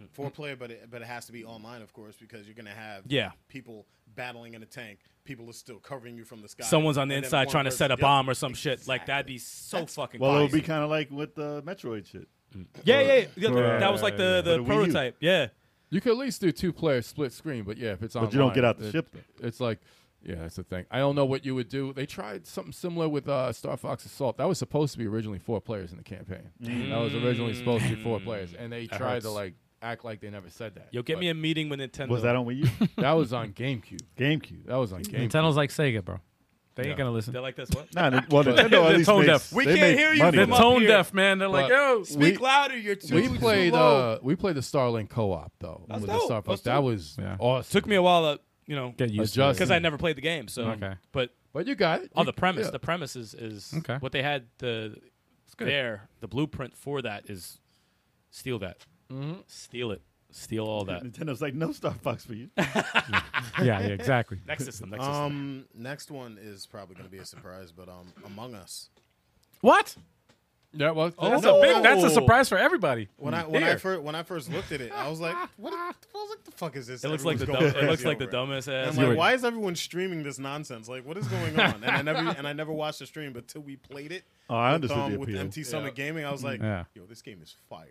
And four player, but it, but it has to be online, of course, because you're gonna have
Yeah.
people battling in a tank. People are still covering you from the sky.
someone's on the
and then
inside
one
trying to
person-
set a
Yep.
bomb or some shit like
Exactly.
that'd be so fucking
well, it would
crazy.
be kind of like with the Metroid shit.
Yeah, yeah, yeah.
Right,
that was like the,
right, right. For the Wii
the
U.
prototype. Yeah.
You could at least do two player split screen, but yeah, if it's on,
But you don't get out the ship, though.
It's like, yeah, that's the thing. I don't know what you would do. They tried something similar with uh, Star Fox Assault. That was supposed to be originally four players in the campaign. That was originally supposed to be four players, and they tried to like act like they never said that.
Mm. Yo, get me a meeting with Nintendo.
Was that on Wii U?
that was on GameCube.
GameCube.
That was on GameCube.
Nintendo's like Sega, bro. They
Yeah.
ain't gonna listen.
They're like this. What?
Nah, well, Nintendo
They're
at least
tone
makes,
deaf.
We
they
can't
make
hear you.
money
They're
Come
now.
up
tone
here.
deaf, man. They're like,
But-
yo,
Speak louder. You're too.
We
too
played
low.
uh, we played the Starlink co-op though
That's
with the
dope.
Star Fox.
That's
That
dope.
was
Yeah.
awesome.
Took me a while to, you know,
get used
Adjust.
to
because I never played the game. So,
Okay.
but
but you got it.
on
You-
the premise,
yeah.
the premise is, is
Okay.
what they had the
good.
there. The blueprint for that is steal that, steal it, steal all that.
Nintendo's like, no Star Fox for you.
it. Yeah, yeah, exactly.
Next system. Next system.
Um, next one is probably going to be a surprise, but um, Among Us.
what?
Yeah, well,
That's
Oh, no.
a big. That's a surprise for everybody.
Hmm.
When I when I
Here.
first when I first looked at it, I was like, what? the- I was like, the fuck is this?
It looks like the
Everyone's
dumb,
going
it looks
crazy
like the
over it.
dumbest
And
ass.
I'm like, why is everyone streaming this nonsense? Like, what is going on? And I never and I never watched the stream, but till we played it.
Oh, I
with, um,
understood the
with
appeal.
MT Summit Gaming, I was like,
Yeah.
"Yo, this game is fire!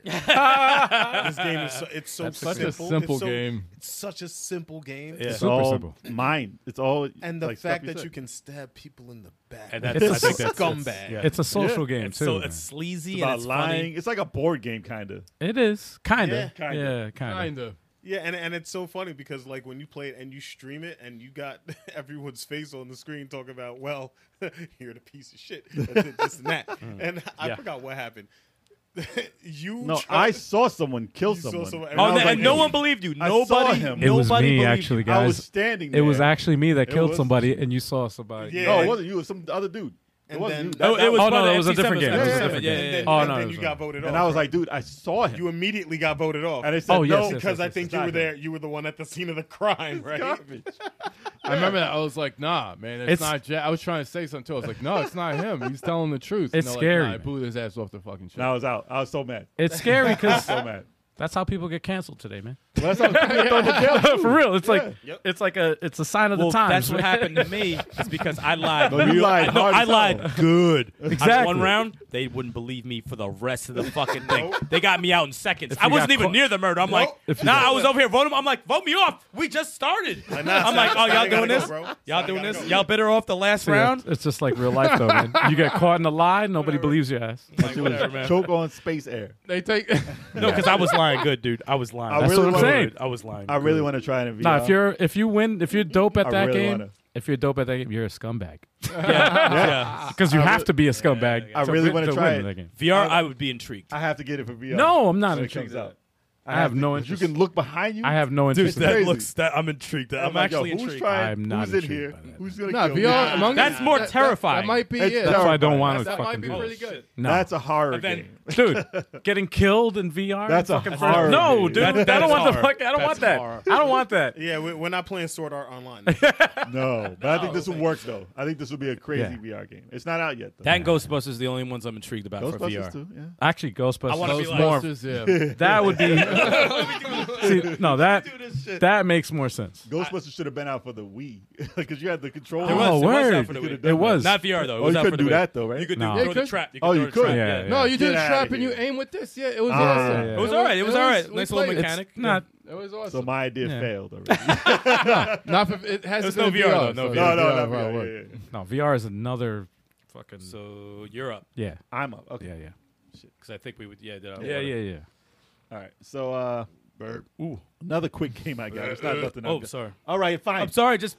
this game is so, it's so
such
simple.
a simple
it's so-
game.
It's such a simple game.
Yeah.
It's
Super
all
simple.
mine. It's all
And the
like, stuff
fact that
said.
you can stab people in the back.
And that's-
It's
I think
a
that's-
scumbag.
It's a social game
It's
too.
so
man.
it's sleazy
It's
and
about
it's
lying.
funny.
It's like a board game, kind of.
it is kinda.
Yeah,
kinda.
Yeah, kinda.
kind of.
Yeah, and, and it's so funny because like when you play it and you stream it and you got everyone's face on the screen talking about, well, you're the piece of shit, this and that,
Mm.
and I forgot what happened. you
No,
tried-
I saw someone kill
You saw
someone.
someone-
and
Oh,
I
and,
was
and
like,
no
hey,
one believed you.
I saw
Nobody.
him.
It was
nobody
me
believed
actually,
you.
guys.
I was standing
It
there.
was actually me that killed
was-
somebody, and you saw somebody.
Yeah.
No, it wasn't you. It was some other dude. It
And
wasn't
then-
you.
No, it was
Oh, no,
by the
that was a
MC7,
different game.
it was
That
a
was a different
different game.
and
Yeah, yeah,
then,
yeah.
Oh,
and
no,
then
it
you
was
got
not.
voted
And
off.
I was like, dude, I saw him.
you immediately got voted off
and they said,
Oh, yes,
no,
yes,
because I think you
not
were
him.
there. You were the one at the scene of the crime, right?
garbage.
I remember that. I was like, nah, man, it's,
It's-
not. Ja- I was trying to say something too. I was like, no, it's not him. He's telling the truth.
It's
and they're
scary,
Like, nah, I
man.
booed his ass off the fucking ship.
And I was out. I was so mad.
It's scary because
So mad.
that's how people get canceled today, man.
Well, that's how people get thrown in jail, too.
For real, it's like it's like a it's a sign of
Well,
the times.
that's what
man.
happened to me. It's because I lied.
No, you lied
No,
hard
I
as hell.
lied good.
Exactly.
one round, they wouldn't believe me for the rest of the fucking thing. They got me out in seconds. I
you
wasn't
got
even
caught-
near the murder. I'm
If
like,
you
nah,
got-
I was over here voting. I'm like, vote me off. We just started. I'm like, oh, y'all doing this? Y'all doing this? Y'all better off the last
Yeah,
round?
It's just like real life, though, man. You get caught in a lie, nobody believes your ass.
Like, whatever, man.
Choke on space air.
They take.
No, because I was lying good, dude. I was lying.
I
That's
really
what I'm
wanna-
saying. I was lying.
I really
good.
want to try it in VR.
Nah, if you're if you win if you're dope at
I
that
really
game,
wanna.
if you're dope at that game, you're a scumbag
Yeah. yeah.
because you have to be a scumbag.
I really wanna try
win
it.
that game.
VR, I would be intrigued.
I have to get it for VR.
No, I'm not
When it comes
intrigued.
out.
I have
to-
no
'cause
interest.
You can look behind you.
I have no
Dude,
interest. in
that
it.
crazy.
looks that I'm intrigued. That, I'm,
like, yo,
actually
who's
intrigued.
Trying,
I'm not
Who's in
intrigued
here?
by that.
Who's gonna
nah,
kill
VR.
me?
Among
That's
Us-
more
that- that- That,
terrifying.
might be
It's
it.
That's why I don't
terrifying.
want to
That
fucking
might be
Oh,
do
pretty
it.
good.
No.
That's a horror
And then-
game.
dude, getting killed in VR.
That's a
fucking
horror
No,
game.
dude,
That-
I
that's
don't want the
horror.
fuck. I don't
That's
want that.
horror.
I don't want that.
Yeah, we- we're not playing Sword Art Online.
No, but I think this will work though. I think this will be a crazy VR game. It's not out yet though.
That and Ghostbusters are the only ones I'm intrigued about for
Ghostbusters
VR.
too. Yeah.
Actually, Ghostbusters.
I wanna be
is
like-
more.
Monsters, yeah.
That would be.
uh,
See, no, that that makes more sense.
Ghostbusters should have been out for the Wii because you had the controller.
It was,
Oh,
it was out
word.
for the
You could've
Wii.
done
It was.
Not VR though. It
Oh,
was
you
out for
couldn't
the
do
Wii.
that though, right?
You could do
No.
throw
Yeah,
the
could-
trap. You could
Oh,
throw
you
the
could.
trap.
Yeah, yeah.
No, you
Get
did a
outta
trap and you
here.
aim with this. Yeah, it was
Ah.
awesome.
Yeah, yeah. It
was alright, it was alright.
we
Nice little
played it.
mechanic.
It's not.
It was
So
awesome.
my idea
Yeah.
failed already.
Not for, it has
There's
to be
no VR,
VR,
though, no
so
VR.
no,
yeah,
no, no.
right,
yeah,
right.
yeah, yeah.
No, VR is another fucking.
So you're up
yeah,
I'm up. Okay.
yeah, yeah,
because I think we would. Yeah, did I-
yeah, yeah, yeah.
All right. So, uh, Burp. Ooh, another quick game I got. It's not nothing.
Oh,
I've-
sorry.
All right, fine.
I'm sorry. Just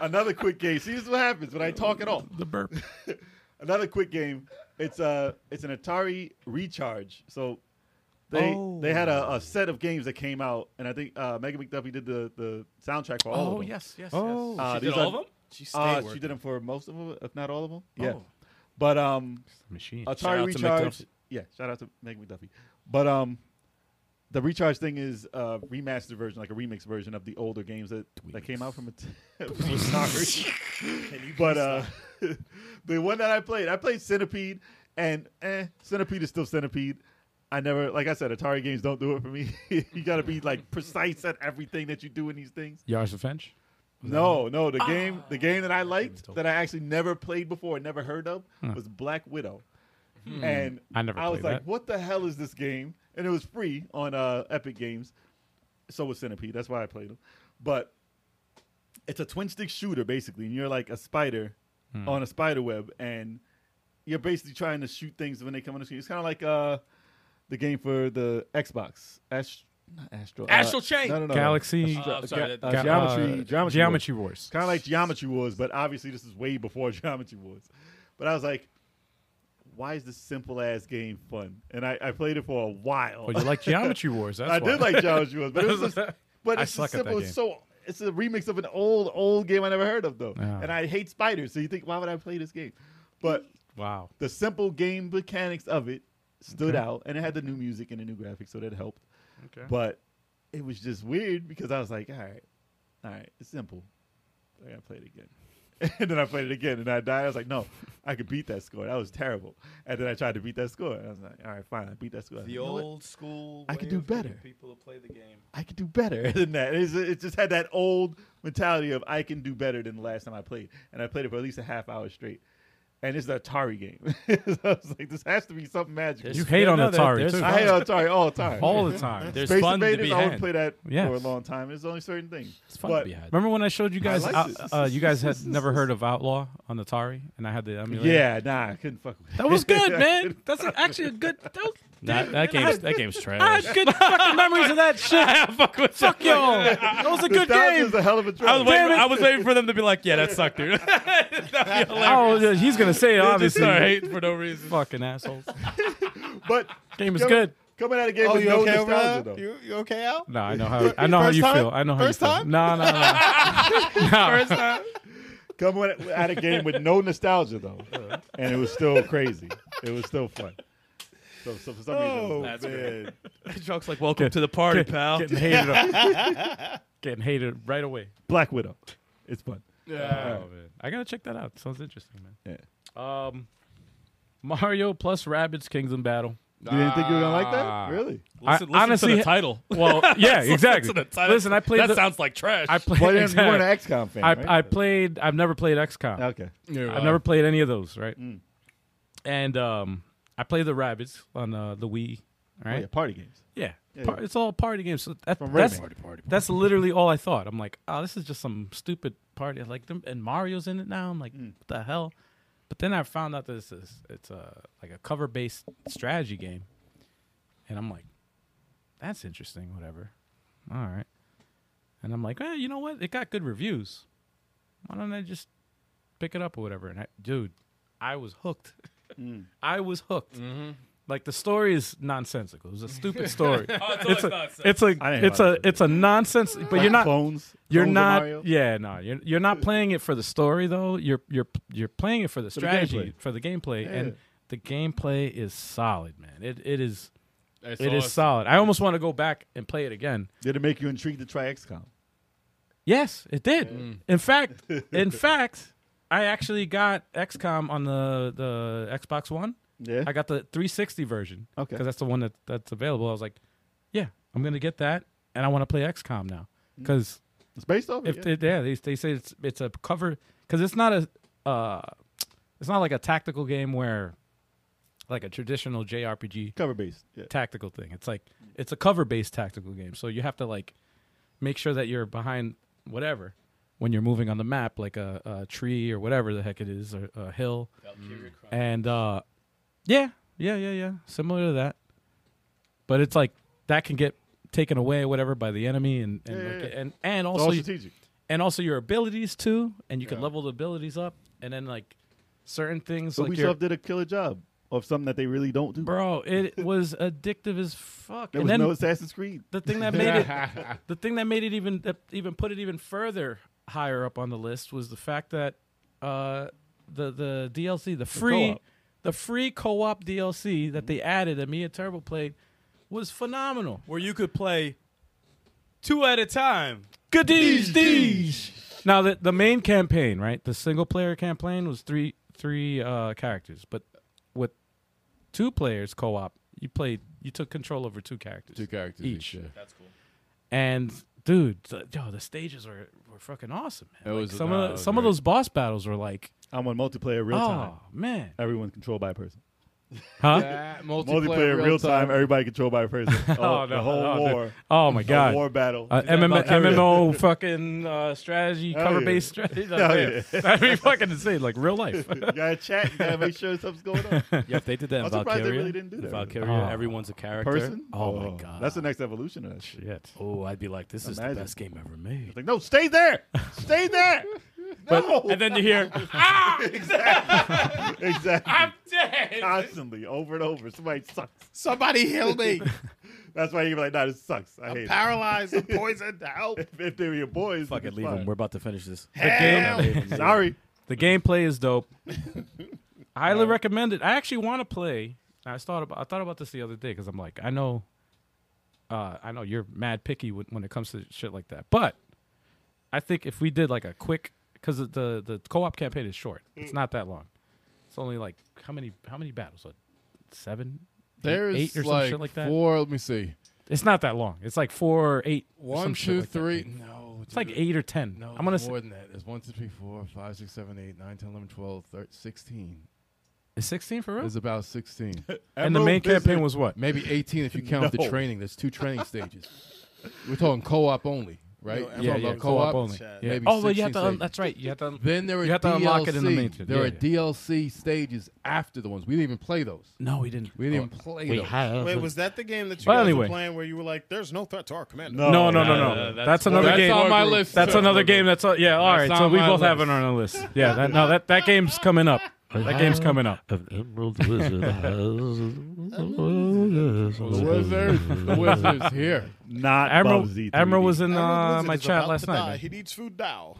Another quick game. See, this is what happens when I talk at all.
The burp.
Another quick game. It's a it's an Atari Recharge. So they
Oh.
they had a, a set of games that came out, and I think uh, Megan McDuffie did the the soundtrack for all of them.
yes.
Oh, uh,
she did
these
all
are-
of them.
She stayed
Uh, she
working.
did them for most of them, if not all of them. Yeah, but um,
Machine.
Atari
Oh. Shout out to
Recharge.
McDuffie.
yeah, shout out to Megan McDuffie. But um, the Recharge thing is a remastered version, like a remix version of the older games that, that came out from it. I'm sorry. but uh, the one that I played, I played Centipede, and eh, Centipede is still Centipede. I never, like I said, Atari games don't do it for me. you got to be like precise at everything that you do in these things.
Yars of Fench.
No, no. The
Ah!
game, the game that I liked, that I actually never played before, and never heard of, was Black Widow. and
Hmm. I never
was
played
like,
that.
"What the hell is this game?" And it was free on uh, Epic Games. So was Centipede. That's why I played them. But it's a twin stick shooter basically, and you're like a spider
Hmm.
on a spider web, and you're basically trying to shoot things when they come on the screen. It's kind of like uh, the game for the Xbox, Ast- not Astro,
Astral
uh,
Chain!
No, no, no.
Galaxy.
Oh, I'm sorry, that-
uh,
Ga-
geometry,
uh,
geometry, Wars.
Geometry Wars.
Kind of like Geometry Wars, but obviously this is way before Geometry Wars. But I was like, why is this simple ass game fun? And I, I played it for a while.
But Oh, you like Geometry Wars. That's
I
why.
did like Geometry Wars, but it was just, but
I
it's
suck
just
at that
simple. It's
game.
so it's a remix of an old old game I never heard of though,
Yeah.
and I hate spiders. So you think why would I play this game? But
Wow.
the simple game mechanics of it stood out, and it had the new music and the new graphics, so that helped.
Okay.
But it was just weird because I was like, all right, all right, it's simple. I gotta play it again. And then I played it again and I died. I was like, no, I could beat that score. That was terrible. And then I tried to beat that score. And I was like, all right, fine, I beat that score. I was
The
like, "You know what?
old school.
I
way
could do
of getting
better.
People to play the game.
I could do better than that. It's, it just had that old mentality of I can do better than the last time I played, and I played it for at least a half hour straight. And it's an Atari game. so I was like, this has to be something magical.
You hate on
no, there-
Atari
there's
too.
I hate Atari all the time.
all the time.
There's
Space
fun to
Invaders,
be
I would
had.
play that
Yes.
for a long time. There's only certain things.
It's fun
But-
to be had.
Remember when I showed you guys?
like
out-
this.
uh, you guys had never heard of Outlaw on Atari, and I had the emulator.
Yeah, nah, I couldn't fuck with it.
That was good, man. That's a- actually a good. That was,
That, that game's that game's
I
trash.
had good fucking memories of that shit. Fuck, y'all. That was a good
That
game.
was a hell of a
I was,
drug.
waiting,
it.
I was waiting for them to be like, "Yeah, that sucked, dude." That'd be hilarious.
Oh, yeah, he's gonna say it,
Just
obviously.
start hating for no reason.
Fucking assholes.
But
Game is
coming-
good.
Coming out of game
Oh,
with
you
no
okay over
nostalgia, though.
that? You, you okay, Al?
No, I know how. I know how
First
you
time?
feel. I know how
First
you feel.
time?
No, no, no. no.
Coming out- out of game with no nostalgia, though. and it was still crazy. It was still fun. So, so for some reason,
Oh,
it was-
That's weird. Joke's like, "Welcome to the party, pal."
Getting hated. on- Getting hated right away.
Black Widow. It's fun.
Yeah.
Oh man, I gotta check that out. Sounds interesting, man.
Yeah.
Um, Mario plus Rabbids Kingdom Battle.
You didn't think you were gonna like
Ah.
that? Really?
I
Listen, listen
honestly
to the
ha-
title.
Well, yeah, exactly.
Listen to the title.
Listen, I played.
That
the,
sounds like trash.
I played.
Well, you weren't- you
exactly.
weren't an XCOM fan,
I,
right?
I played. I've never played XCOM.
okay.
You're
I've
right.
never played any of those, right? And um, I played the Rabbids on uh, the Wii,
Oh,
right?
yeah, party games.
Yeah, Par- it's all party games. So that,
From
that's
Rayman.
party, that's literally all I thought. I'm like, oh, this is just some stupid party. Like them and Mario's in it now. I'm like, what the hell? But then I found out that this is it's a like a cover based strategy game, and I'm like, that's interesting. Whatever, all right. And I'm like, eh, you know what? It got good reviews. Why don't I just pick it up or whatever? And I, dude, I was hooked.
Mm.
I was hooked. Like the story is nonsensical. It was a stupid story.
it's
it's,
always
a,
nonsense.
it's a
I didn't
it's
like
a
it.
it's a nonsense. But
Like
you're not
clones.
you're
clones of
not
Mario?
yeah no you're you're not playing it for the story though. You're you're you're playing it for the
the
strategy
gameplay.
for the gameplay and the gameplay is solid, man. It it is
It's
it is
awesome.
solid. I almost want to go back and play it again.
Did it make you intrigued to try XCOM?
Yes, it did.
Mm.
In fact, in fact, I actually got XCOM on the the Xbox One.
Yeah.
I got the 360 version.
Okay.
Because that's the one that, that's available. I was like, yeah, I'm gonna get that, and I want to play XCOM now. Because
It's based off.
if
It, Mm. Oh, yeah.
they, yeah, they they say it's it's a cover because it's not a uh, it's not like a tactical game where like a traditional JRPG
cover based. Yeah.
tactical thing. It's like it's a cover based tactical game. So you have to like make sure that you're behind whatever when you're moving on the map, like a, a tree or whatever the heck it is, or a hill. And uh, yeah, yeah, yeah, yeah, similar to that. But it's like that can get taken away, whatever, by the enemy, and and
Yeah, yeah,
like-
yeah.
and, and
It's
also
all
you-
strategic.
and also your abilities too, and you can level the abilities up, and then like certain things like your,
Ubisoft did a killer job of something that they really don't do.
bro, it was addictive as fuck.
There
and
was
then
no Assassin's Creed.
the thing that made it the thing that made it even that even put it even further higher up on the list was the fact that uh, the the DLC the free
co-op.
the free co-op DLC that they added that me and Turbo played was phenomenal.
where you could play two at a time.
Good deeds. Now the the main campaign, right? The single player campaign was three three uh, characters, but with two players co-op, you played you took control over two characters.
two characters
Each.
each. yeah.
And dude, the, yo, the stages were, were fucking awesome, man.
It
Like,
was-
some
no,
of
it
the,
was
some of
great.
those boss battles were like,
I'm on multiplayer real
oh
time.
man,
Everyone's controlled by a person.
Huh?
That
Multiplayer, real time, everybody controlled by a person.
Oh,
Oh,
no,
the whole
oh, dude.
war.
Oh, my
The
God.
war battle.
Uh, MMO,
Valkyria.
MMO fucking uh, strategy,
Hell
cover
yeah.
based strategy. Like,
Hell
man, That'd be fucking insane, like real life.
you gotta chat. You gotta make sure something's going on.
Yeah, if they did that in
I'm surprised they
Valkyria,
really didn't do
in
that.
Valkyria,
Oh.
everyone's a character.
Person.
Oh, my god.
That's the next evolution of that shit.
Shit.
Oh, I'd be like, this is the
Imagine.
best game ever made.
Like, no, stay there. Stay there. no.
And then you hear,
exactly.
I'm dead.
Constantly, over and over. Somebody sucks.
Somebody heal me.
That's why you're like, nah, this sucks. I hate
Paralyzed. I'm poisoned. Help.
it. If, if they were your boys,
Fuck it,
it's
leave
fine.
him. We're about to finish this.
Help.
Sorry.
The gameplay is dope. Highly recommend it. I actually want to play. I just thought about I thought about this the other day because I'm like, I know, uh, I know you're mad picky when, when it comes to shit like that. But I think if we did like a quick, because the the co-op campaign is short. It's not that long. It's only like how many how many battles? Like seven, eight-
There's
eight or
like,
some shit like that.
four. Let me see.
It's not that long. It's like four, eight, or some
One,
shit
two,
like that.
three. No,
It's like eight or ten.
No,
I'm gonna.
it's
Say,
more than that. It's one, two, three, four, five, six, seven, eight, nine, ten, eleven, twelve, thirteen, sixteen.
is sixteen for real?
It's about sixteen,
And the main
Emerald Wizard.
campaign was what?
maybe eighteen if you count the
No.
training. There's two training stages. We're talking co-op only, right?
No,
You
Yeah,
talking
yeah,
about
co-op
only.
chat.
Yeah.
Maybe
oh, well, you have
16
to. Un-
stages.
that's right. You have to. Un-
Then there are
You have to
DLC.
unlock it in the main two.
There
Yeah,
are
yeah.
DLC stages after the ones. We didn't even play those.
no, Oh, we didn't.
We didn't even play those.
Wait, was that the game that you
But
guys
anyway.
were playing where you were like, "There's no threat to our commander"?
No.
No, no, no,
no,
no.
no,
that's,
that's-
another
that's
game.
on my list.
That's
too.
another game. That's on, yeah. All right.
That's
So
on
we
my
both have it
list.
on our list. Yeah. That, no, that that game's coming up. That game's coming up.
An emerald wizard has.
The wizard, the wizard's here.
Not
Admiral,
Bubsy 3D.
Admiral was in
Emerald
uh,
Wizard
my
is
chat
about
last
to die.
night.
He needs food now.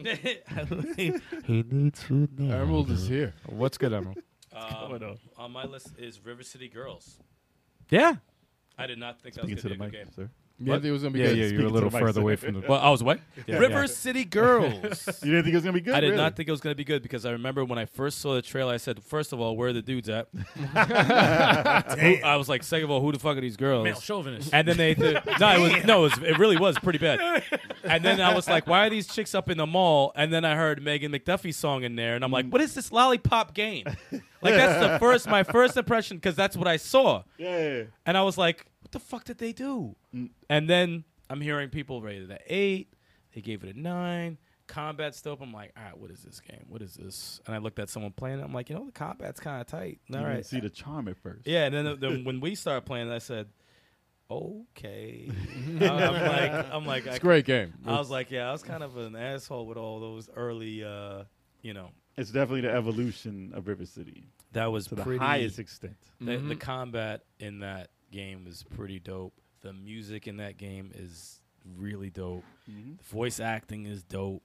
He needs food now.
Emerald is here.
man. What's good, Admiral?
Um, on my list is River City Girls.
Yeah.
I did not think
Speaking
that
to
was
the
going to be a
mic,
good game.
sir.
Yeah, it was gonna be
Yeah,
good.
yeah. You're a
speaking
little
to the mic,
further away
sir.
from the.
Well, I was what? River
yeah.
City Girls.
You didn't think it was gonna be good?
I did
really?
not think it was going to be good because I remember when I first saw the trailer, I said, first of all, where are the dudes at? I was like, second of all, who the fuck are these girls?
chauvinist.
And then they, th- no, it was, no, it, was, it really was pretty bad. And then I was like, why are these chicks up in the mall? And then I heard Megan McDuffie's song in there, and I'm like, what is this lollipop game? Like that's the first, my first impression, because that's what I saw,
Yeah.
and I was like, what the fuck did they do?
Mm.
And then I'm hearing people rated it at eight, they gave it a nine. Combat's dope. I'm like, all right, what is this game? What is this? And I looked at someone playing it. I'm like, you know, the combat's kind of tight. All
You
right.
didn't see the charm at first.
Yeah, and then, then when we started playing, I said, "Okay." I- I'm like, I'm like, I,
It's a great game.
I was like, yeah, I was kind of an asshole with all those early, uh, you know,
It's definitely the evolution of River City
that was
to the
pretty.
highest extent.
the, the combat in that game is pretty dope. The music in that game is really dope. The voice acting is dope.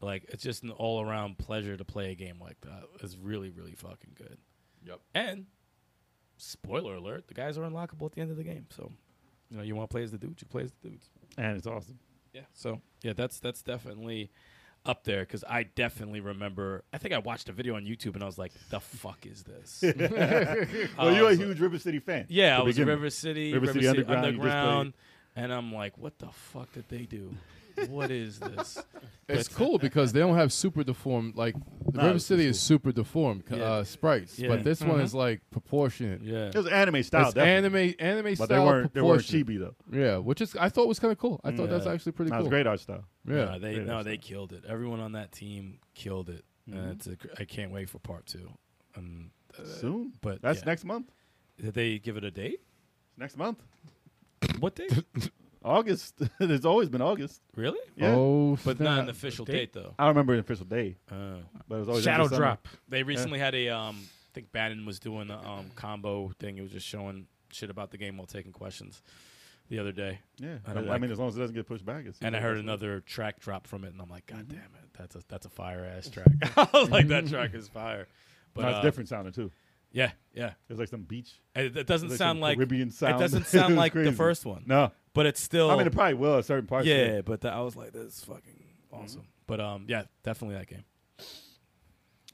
Like it's just an all around pleasure to play a game like that. It's really, really fucking good.
Yep.
And spoiler alert, the guys are unlockable at the end of the game. So you know, you want to play as the dudes, you play as the dudes.
And it's awesome.
Yeah. So yeah, that's that's definitely up there because I definitely remember. I think I watched a video on YouTube and I was like, "The fuck is this?"
Well,
Uh,
you're a
so-
huge River City fan.
Yeah,
to
I was in
begin with.
River City,
River
River,
City
City,
Underground,
Underground,
you just played.
and I'm like, "What the fuck did they do? what is this?"
It's cool because they don't have super deformed. Like the
No,
River
it's
City
just
is super deformed
Yeah.
uh, sprites,
Yeah.
but this one is like proportionate.
Yeah.
It was anime style,
It's anime,
definitely.
anime
but they
style
weren't they weren't
proportionate.
chibi though.
Yeah, which is I thought was kind of cool. I thought that's
Yeah.
actually pretty
That
cool.
was great art style.
Yeah,
No, they
Yeah,
no,
that's
they killed it. Everyone on that team killed it.
Mm-hmm.
And it's a, gr- I can't wait for part two. Um,
Soon,
but
that's
yeah.
next month.
did they give it a date?
Next month,
What date?
August. it's always been August.
really?
Yeah,
Oh,
But not an
snap.
official
date?
date, though.
I don't remember an official day,
Uh,
but it was always
Shadow
after summer.
Drop.
they recently had a um, I think Bannon was doing a um, combo thing. It was just showing shit about the game while taking questions the other day.
Yeah,
I
I,
don't
I
like-
mean, as long as it doesn't get pushed back, it's
And I heard another track drop from it, and I'm like, God damn it, that's a that's a fire ass track. I was like, that track is fire. But
No, it's
uh,
different sounding too.
Yeah, yeah.
It's like some beach.
And It, it
It's
doesn't
like
sound
some
like
Caribbean sound.
It doesn't
It
sound
was
like the
crazy.
first one.
No,
but it's still.
I mean it probably will at certain parts.
yeah,
of it.
but the, I was like, this is fucking awesome. But um, yeah, definitely that game.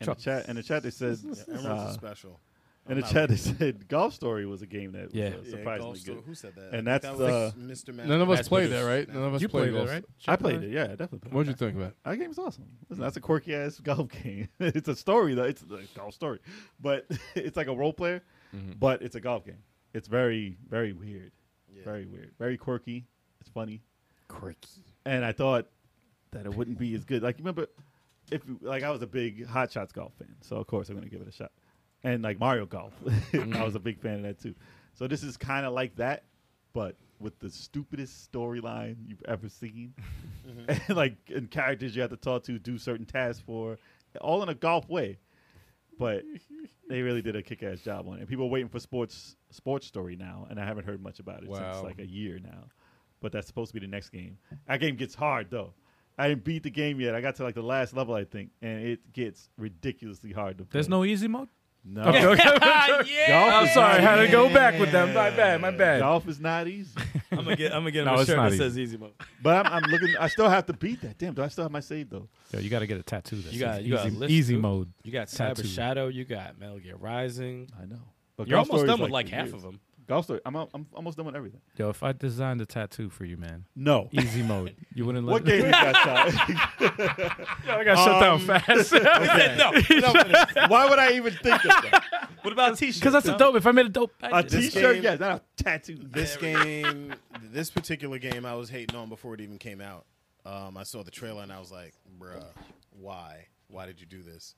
In the chat, in the chat, they said
Emerald's
uh,
special.
in the
not
chat, they said Golf Story was a game that was
Yeah.
uh,
Yeah,
Yeah,
surprisingly
Golf Story.
good.
Who said that?
And that's,
that was
uh,
Mr. Matt.
None of us
Matt
played that,
Produce.
right? None of us
You played
those.
it, right?
I played it. Yeah, I definitely. Played
What'd
it.
you think about?
That game's awesome. Listen, that's a quirky ass golf game. it's a story though. It's a golf story, but it's like a role player, but it's a golf game. It's very, very weird.
Yeah.
Very weird. Very quirky. It's funny. Quirky. And I thought that it wouldn't be as good. Like remember, if like I was a big Hot Shots golf fan, so of course I'm gonna give it a shot. And like Mario Golf, I was a big fan of that too. So this is kind of like that, but with the stupidest storyline you've ever seen, and like and characters you have to talk to, do certain tasks for, all in a golf way. But they really did a kick-ass job on it. And people are waiting for sports sports story now, and I haven't heard much about it
Wow.
since like a year now. But that's supposed to be the next game. That game gets hard though. I didn't beat the game yet. I got to like the last level, I think, and it gets ridiculously hard to play.
There's no easy mode.
no.
yeah.
I'm sorry, I had to go back with them. My bad, my bad.
Golf is not easy.
I'm gonna get. I'm gonna get him
No,
a
it's
shirt
not
that
easy.
says easy mode.
But I'm, I'm looking. I still have to beat that. Damn, do I still have my save though?
Yo, you got to get a tattoo. That
You
says
got- you got a
easy,
list,
easy
dude.
mode.
You got
Tattoo.
Cyber Shadow. You got Metal Gear Rising.
I know. But
You're
Golf
almost
Story
done
is,
with like
for
half
years.
of them.
Golf Story. I'm, I'm almost done with everything.
Yo, if I designed a tattoo for you, man,
No.
easy mode, you wouldn't let
what
me.
game is that?
I got shut
Um,
down fast.
Ty? Why would I even think of that?
What about t
Because that's a dope. If I made a dope,
A
I
This
T-shirt?
game-
yes, not a tattoo.
This game, this particular game, I was hating on before it even came out. Um, I saw the trailer and I was like, "Bruh, why? Why did you do this?"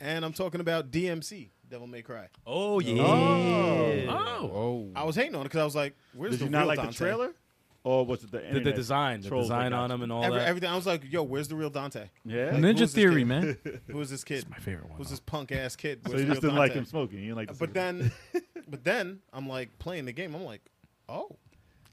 And I'm talking about DMC, Devil May Cry.
Oh yeah.
Oh,
I was hating on it because I was like, "Where's
Did
the
you not
real
like
Dante?"
the trailer? Or was it the
The, the
internet
design, the
trolls that
design
got
on them, and all
Every,
that.
everything. I was like, "Yo, where's the real Dante?
you? Yeah.
Who
Ninja
was this
Theory,
kid?
man.
Who is this kid? my
favorite one,
Who's
though.
this punk ass kid?
so
Where's
you
the
just
real
didn't like
Dante?"
him smoking. You didn't like the
But
cigarette.
then, but then I'm like playing the game. I'm like, "Oh,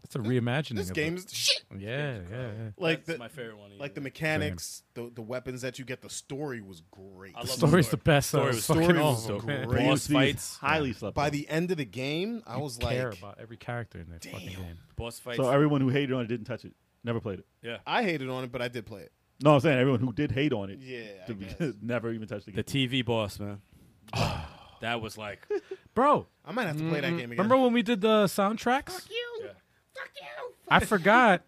It's a reimagining.
this
of
game
it.
is the shit."
Yeah, yeah, yeah.
Like
that's
the,
my favorite one. of
like the
yours.
mechanics, the, the weapons that you get, the story was great.
I love
Story's the best.
Story
uh,
was
fucking
story was
awesome.
dope.
man.
great.
boss
AMC
fights.
highly slept.
By
on.
the end of the game, I was like,
care about every character in that fucking game.
Boss fights.
so everyone who hated on it didn't touch it. Never played it.
yeah.
I hated on it, but I did play it.
No, I'm saying everyone who did hate on it
Yeah, I
to-
guess.
never even touched the
The
game.
TV boss, man. that was like
Bro,
I might have to play that game again.
remember when we did the soundtracks? Fuck you. I forgot.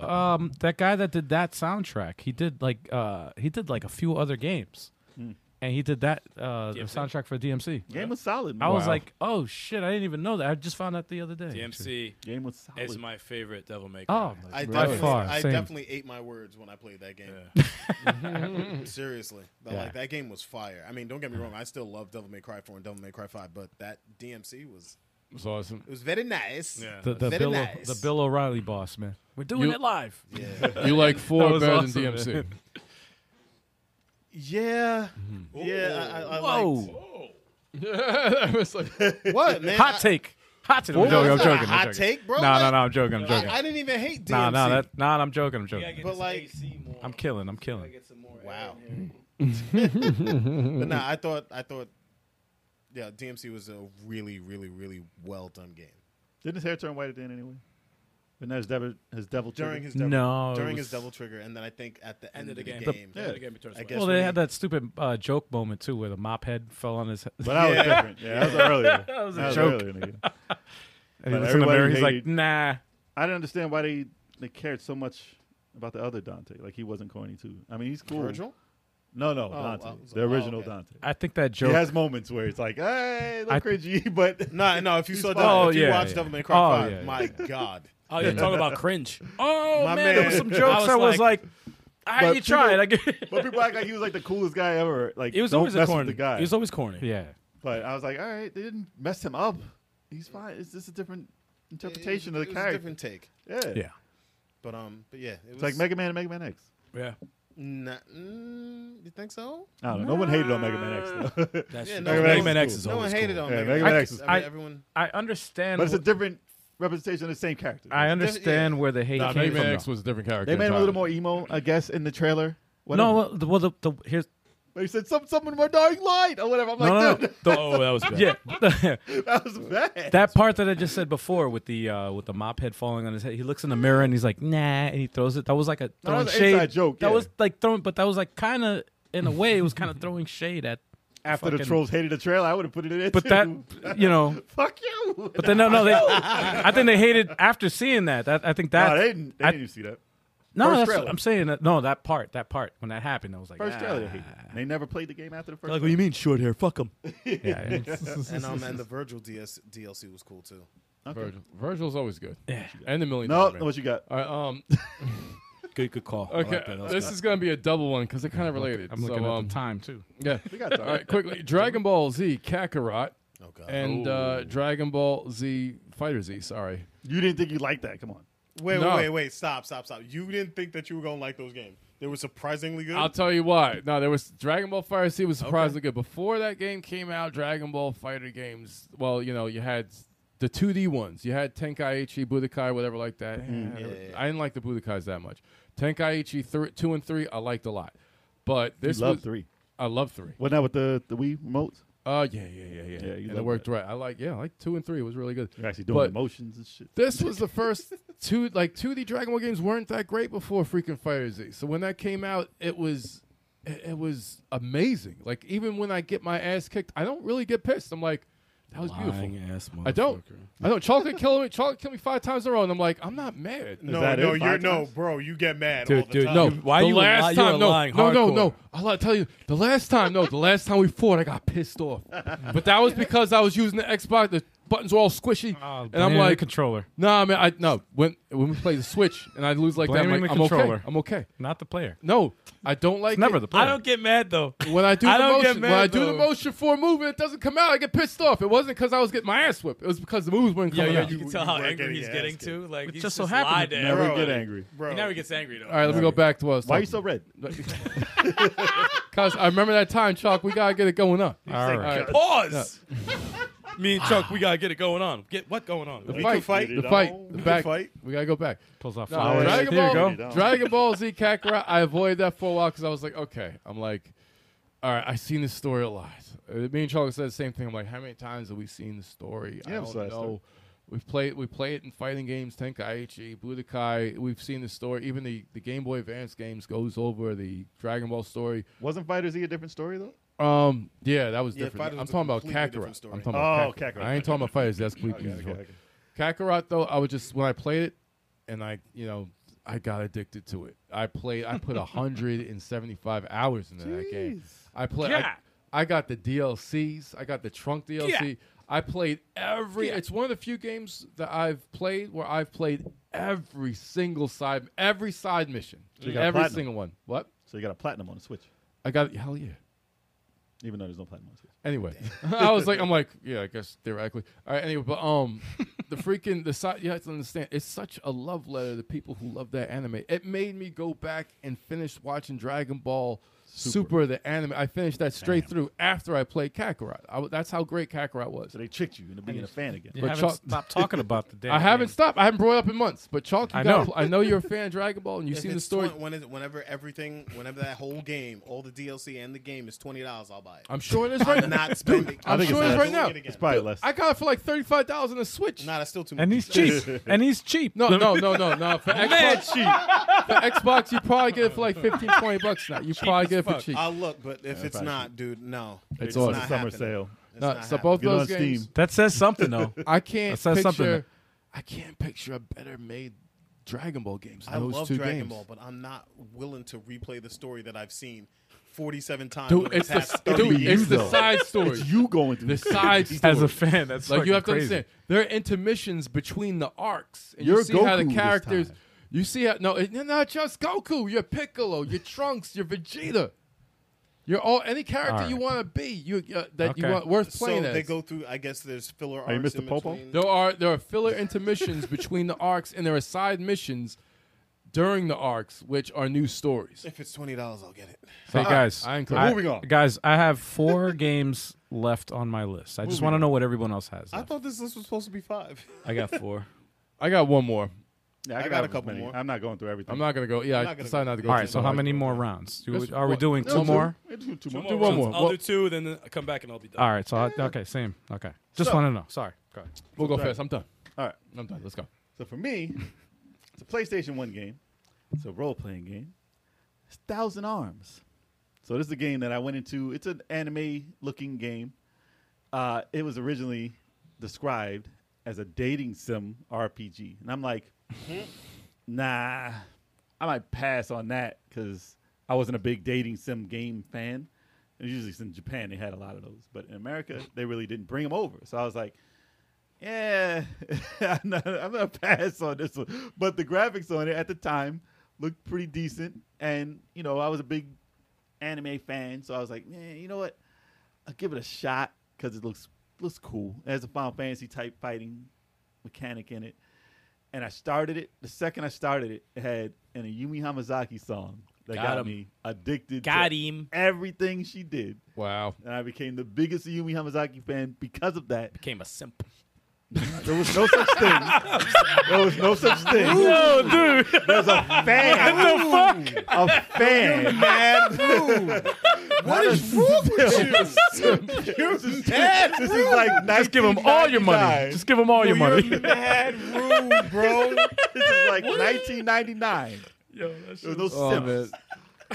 um, that guy that did that soundtrack, he did like uh, he did like a few other games,
Hmm.
and he did that uh, the soundtrack for DMC.
game was solid.
I
Man.
was
Wow.
like, oh shit, I didn't even know that. I just found out the other day. actually.
DMC
game was solid.
is my favorite Devil May Cry.
Oh my
I
God.
definitely,
far,
I
same.
definitely ate my words when I played that game. Mm-hmm. Seriously, But, like that game was fire. I mean, don't get me wrong, I still love Devil May Cry Four and Devil May Cry Five, but that DMC was
it was awesome.
it was very nice.
Yeah.
the, the
Very
Bill
nice.
the Bill O'Reilly boss man. We're doing
You-
it live.
You like
That
four
was
better
awesome,
than DMC.
man.
yeah, yeah. I, I, I
Whoa,
liked-
I was like,
what man?
hot
I-
take. Hot take.
Whoa,
I'm joking. I'm
that's not a
joking.
hot
I'm joking.
take, bro.
No, no,
Like,
no. I'm joking. I'm joking.
I, I didn't even hate DMC.
Nah, nah, that, nah, I'm joking. I'm joking.
But like,
I'm killing. I'm killing.
Wow. but nah, I thought I thought yeah, DMC was a really, really, really well done game.
Didn't his hair turn white at the end anyway? But now his devil, his devil
During
trigger?
his devil,
No, it
during
was-
his double trigger, and then I think at the end, of the game,
Yeah.
I guess
Well, they
when
had
he-
that stupid uh, joke moment too, where the mop head fell on his. head.
But that was
Yeah.
different. Yeah, that was earlier. that was
a joke.
earlier in the game.
and he
but
looks in the mirror.
everybody
He's like,
hated-
"Nah."
I didn't understand why they, they cared so much about the other Dante. Like he wasn't corny too. I mean, he's cool.
Virgil.
No, no,
wow.
Dante, the
Oh,
original
okay.
Dante.
I think that
He
joke.
has moments where it's like, hey, look
I-
cringy, but
No, no. If you saw,
fine.
Devil,
Oh,
if you
yeah,
watched
yeah.
Devil May Cry
Oh,
5,
yeah,
my god,
Oh, you're talking about cringe.
oh
My
man, there was
man.
some jokes. I was like, "I
But
you tried." I get.
but people act like he was like the coolest guy ever. Like
He was
don't
always a
mess with
corny.
the guy.
He was always corny.
Yeah.
But I was like, all right, they didn't mess him up. He's fine. It's just a different interpretation
it,
of
it
the
was
character.
a different take.
Yeah.
Yeah.
But um, but yeah, it was
It's like Mega Man and Mega Man X.
Yeah.
Nah, mm, you think so?
I don't know. No one hated on Mega Man X, though.
That's
Yeah,
true.
no,
Mega
Mega
Man
Man
X
X
is
is
no one
always
hated
cool.
on
Yeah,
Mega
Mega
Man
Man
I-
X is
I-
everyone.
I understand.
but it's a
wh-
different representation of the same character.
I
It's-
understand where the hate
nah,
came
Mega
from.
Man X
though.
was a different character.
They made him a
entirely.
little more emo, I guess, in the trailer.
no,
Whatever.
well, the, well, the, the here's
But he said some someone more dark light or whatever. I'm
no, no,
like,
no.
dude,
Oh, that was bad.
yeah.
that was bad.
that part that I just said before with the uh, with the mop head falling on his head, he looks in the mirror and he's like, "Nah," and he throws it. That was like a throwing
was an
shade
inside joke,
That
yeah.
was like throwing, but that was like kind of in a way, it was kind of throwing shade at
After the
fucking-
trolls hated the trailer, I would have put it in there
But
too.
that, you know,
fuck you.
but then no, no, they, I think they hated after seeing that. that I think that
no, they didn't. They
I-
didn't even see that.
no,
First
that's what
trailer.
I'm saying that no, that part, that part when that happened, I was like,
First
ah.
trailer, they, hated. they never played the game after the first.
Like, what do you mean short hair? Fuck him.
yeah, yeah.
and um, and the Virgil DS, DLC was cool too.
Virgil. Virgil's always good. And the million.
No,
Dollar Man.
what you got?
All right, um,
Good, good call.
okay, this is gonna be a double one because they're kind of related.
I'm looking
so,
at
um,
the time too.
Yeah.
got time.
All right, quickly. Dragon Ball Z Kakarot
Oh god.
and uh, Dragon Ball Z Fighter Z. Sorry.
You didn't think you liked that? Come on.
wait,
no.
wait, wait, wait! Stop, stop, stop! You didn't think that you were gonna like those games? They were surprisingly good.
I'll tell you why. No, there was Dragon Ball Fighter Z was surprisingly good. Before that game came out, Dragon Ball Fighter games. Well, you know, you had the 2D ones. You had Tenkaichi, Budokai, whatever like that.
Mm.
Eh, I didn't like the Budokais that much. Tenkaichi thr two and three, I liked a lot. But this
love
was-
three.
I love three.
Wasn't that with the the Wii remotes?
Oh yeah, yeah, yeah, yeah.
Yeah, you
and it
love
worked right. I like yeah, I like two and three. It was really good.
You're actually doing
But-
emotions and shit.
This was the first two like two D Dragon Ball games weren't that great before freaking Fighter Z. So when that came out, it was it it was amazing. Like even when I get my ass kicked, I don't really get pissed. I'm like, that was beautiful. I don't. I don't. Chocolate kill me. Chocolate kill me five times in a row, and I'm like, I'm not mad.
no,
that
no,
it?
you're
Five
no,
times?
bro. You get mad all the time.
No,
why
the
you a
last
li- you're
time?
a
no,
lying
no, no,
hardcore.
no. I'll tell you. The last time, no, the last time we fought, I got pissed off. but that was because I was using the Xbox. The buttons were all squishy,
Oh,
Oh,
and I'm like,
controller,
Nah, man, I no. When when we play the Switch and I lose like that, I'm
Blaming
like,
the
I'm okay.
controller.
I'm okay.
not the player.
No, I don't like
It's never
it.
the player.
I don't get mad though.
when I do
I
the
don't get
motion.
mad,
when I do the
though.
motion for a move and it doesn't come out, I get pissed off. It wasn't because I was getting my ass whipped. It was because the moves weren't
Yeah,
coming
yeah.
out.
You can tell how
were
angry
getting
he's
your
getting
ass
too. Like
just
he's just
so
so
happened
happy.
to
Never
Bro.
get angry.
bro.
He never gets angry though.
All right, let me go back to us.
Why are you so red?
Because I remember that time, Chalk. We gotta get it going up.
All right.
All right.
Pause. Me and Chuck, we gotta get it going on. Get what going on?
The
We
fight,
can fight.
the fight, the
We can
back.
fight.
We gotta go back.
Pulls off
No,
flowers.
Dragon
Here you
Ball,
go.
go.
Dragon Ball Z Kakarot. I avoided that for a while because I was like, okay, I'm like, all right, I've seen this story a lot. Uh, Me and Charles said the same thing. I'm like, how many times have we seen the story? I
Yeah, we
don't
saw that story.
know. We play we play it in fighting games, Tenkaichi, Budokai. We've seen the story. Even the, the Game Boy Advance games goes over the Dragon Ball story.
Wasn't Fighter Z a different story though?
Um, yeah, that was
Yeah,
different.
Fighters
I'm
was a
talking about
completely
Kakarot.
different story.
I'm talking about
Oh, Kakarot.
I ain't talking about fighters. That's completely different. Kakarot though, I was just when I played it, and I you know I got addicted to it. I played. I put 175 hours into that game. I played.
Yeah.
I, I got the DLCs. I got the trunk DLC.
Yeah.
I played every. It's one of the few games that I've played where I've played every single side, every side mission,
you got
every
platinum.
single one. What?
So you got a platinum on the Switch,
I got hell yeah.
even though there's no platinum on the Switch.
Anyway, I was like, I'm like, yeah, I guess theoretically. All right, anyway, but um, the freaking the side, you have to understand, it's such a love letter to people who love that anime. It made me go back and finish watching Dragon Ball Super, the anime. I finished that straight through after I played Kakarot. I w that's how great Kakarot was.
So they tricked you into being a fan again.
You
But
haven't
Chuck-
stopped talking about the damn
I haven't
game.
stopped. I haven't brought it up in months. But Chalk, you
I
gotta
know.
pl- I know you're a fan of Dragon Ball, and you've
If
seen the
it's
story.
20 when it, whenever everything, whenever that whole game, all the DLC and the game is twenty dollars, I'll buy it.
I'm sure it is right now.
not spending.
I'm
think
sure
it's
it is
less.
right now.
Doing it again.
It's probably less.
I got it for like thirty-five dollars on the Switch.
Nah, that's still too much.
And he's cheap. and he's cheap.
No, no, no, no, no. For Xbox, For Xbox, you probably get it for like 15, 20 bucks now. You probably get it for cheap.
I'll look, but if it's not, dude, no. It's,
It's on the
not
summer
happening.
sale.
It's
No,
not
so
happening.
both
Get it on
those games,
Steam.
That says something though.
I can't
That says
picture.
something.
I can't picture a better made Dragon Ball games. Than
I
those
love
two
Dragon
games.
Ball, but I'm not willing to replay the story that I've seen 47 times.
Dude,
over
it's
past
the
30
dude,
years.
it's the
though.
side story.
It's you going through
the side story.
As a fan, that's
like you have to
fucking crazy.
understand there are intermissions between the arcs and you
You're
see how the
Goku this
characters
time.
you see how no it, not just goku you're piccolo you're trunks you're vegeta you're all any character
All right.
you want to be you uh, that you
Okay.
want worth
So
playing as.
they go through, I guess there's filler
Oh, you
arcs
Mr.
in
Popo?
between.
there are there are filler intermissions between the arcs and there are side missions during the arcs which are new stories
If it's $20, I'll get it.
Hey guys,
I encourage-
Moving on.
Guys, I have four games left on my list. I just want to know what everyone else has.
I
left.
thought this list was supposed to be five.
I got four.
i got one more
Yeah,
I
can
got
have
a
as
couple
many.
more.
I'm not going through everything.
i'm not gonna go yeah i
not gonna
decided
go.
not to go
All
through
right, so
the
how
whole-
many more rounds? Do
Just
we, are we
one.
doing
No,
two
two.
more?
Two, two
Two
more.
more
one
rounds.
more.
I'll
Well-
do two, then I'll come back and I'll be done.
All right, so I, okay, same. Okay, just want to know. Sorry, go ahead.
we'll go first i'm done
All right.
i'm done let's go
So for me, it's a PlayStation One game. It's a role playing game. It's Thousand Arms. So this is a game that I went into. It's an anime-looking game. Uh, it was originally described as a dating sim RPG, and I'm like, nah, I might pass on that because I wasn't a big dating sim game fan. And usually in Japan they had a lot of those, but in America they really didn't bring them over. So I was like, yeah, I'm, not, I'm gonna pass on this one. But the graphics on it at the time looked pretty decent, and you know I was a big anime fan, so I was like, man, you know what? I'll give it a shot because it looks looks cool. It has a Final Fantasy type fighting mechanic in it, and I started it. The second I started it, it had an Yumi Hamasaki song that
Got
got,
him.
me addicted
Got
to
him.
everything she did,
Wow.
and I became the biggest Yumi Hamasaki fan because of that.
Became a simp.
There was no such thing. there was no such thing.
Oh,
No, dude. There's a fan. What the fuck? A fan. You're mad What is wrong with you? You're just mad This is like
Just give them all your money.
1999.
Just give them all your money.
Mad rude, bro.
This is like 1999.
Yo, that's
There was no
Oh, man.
simps.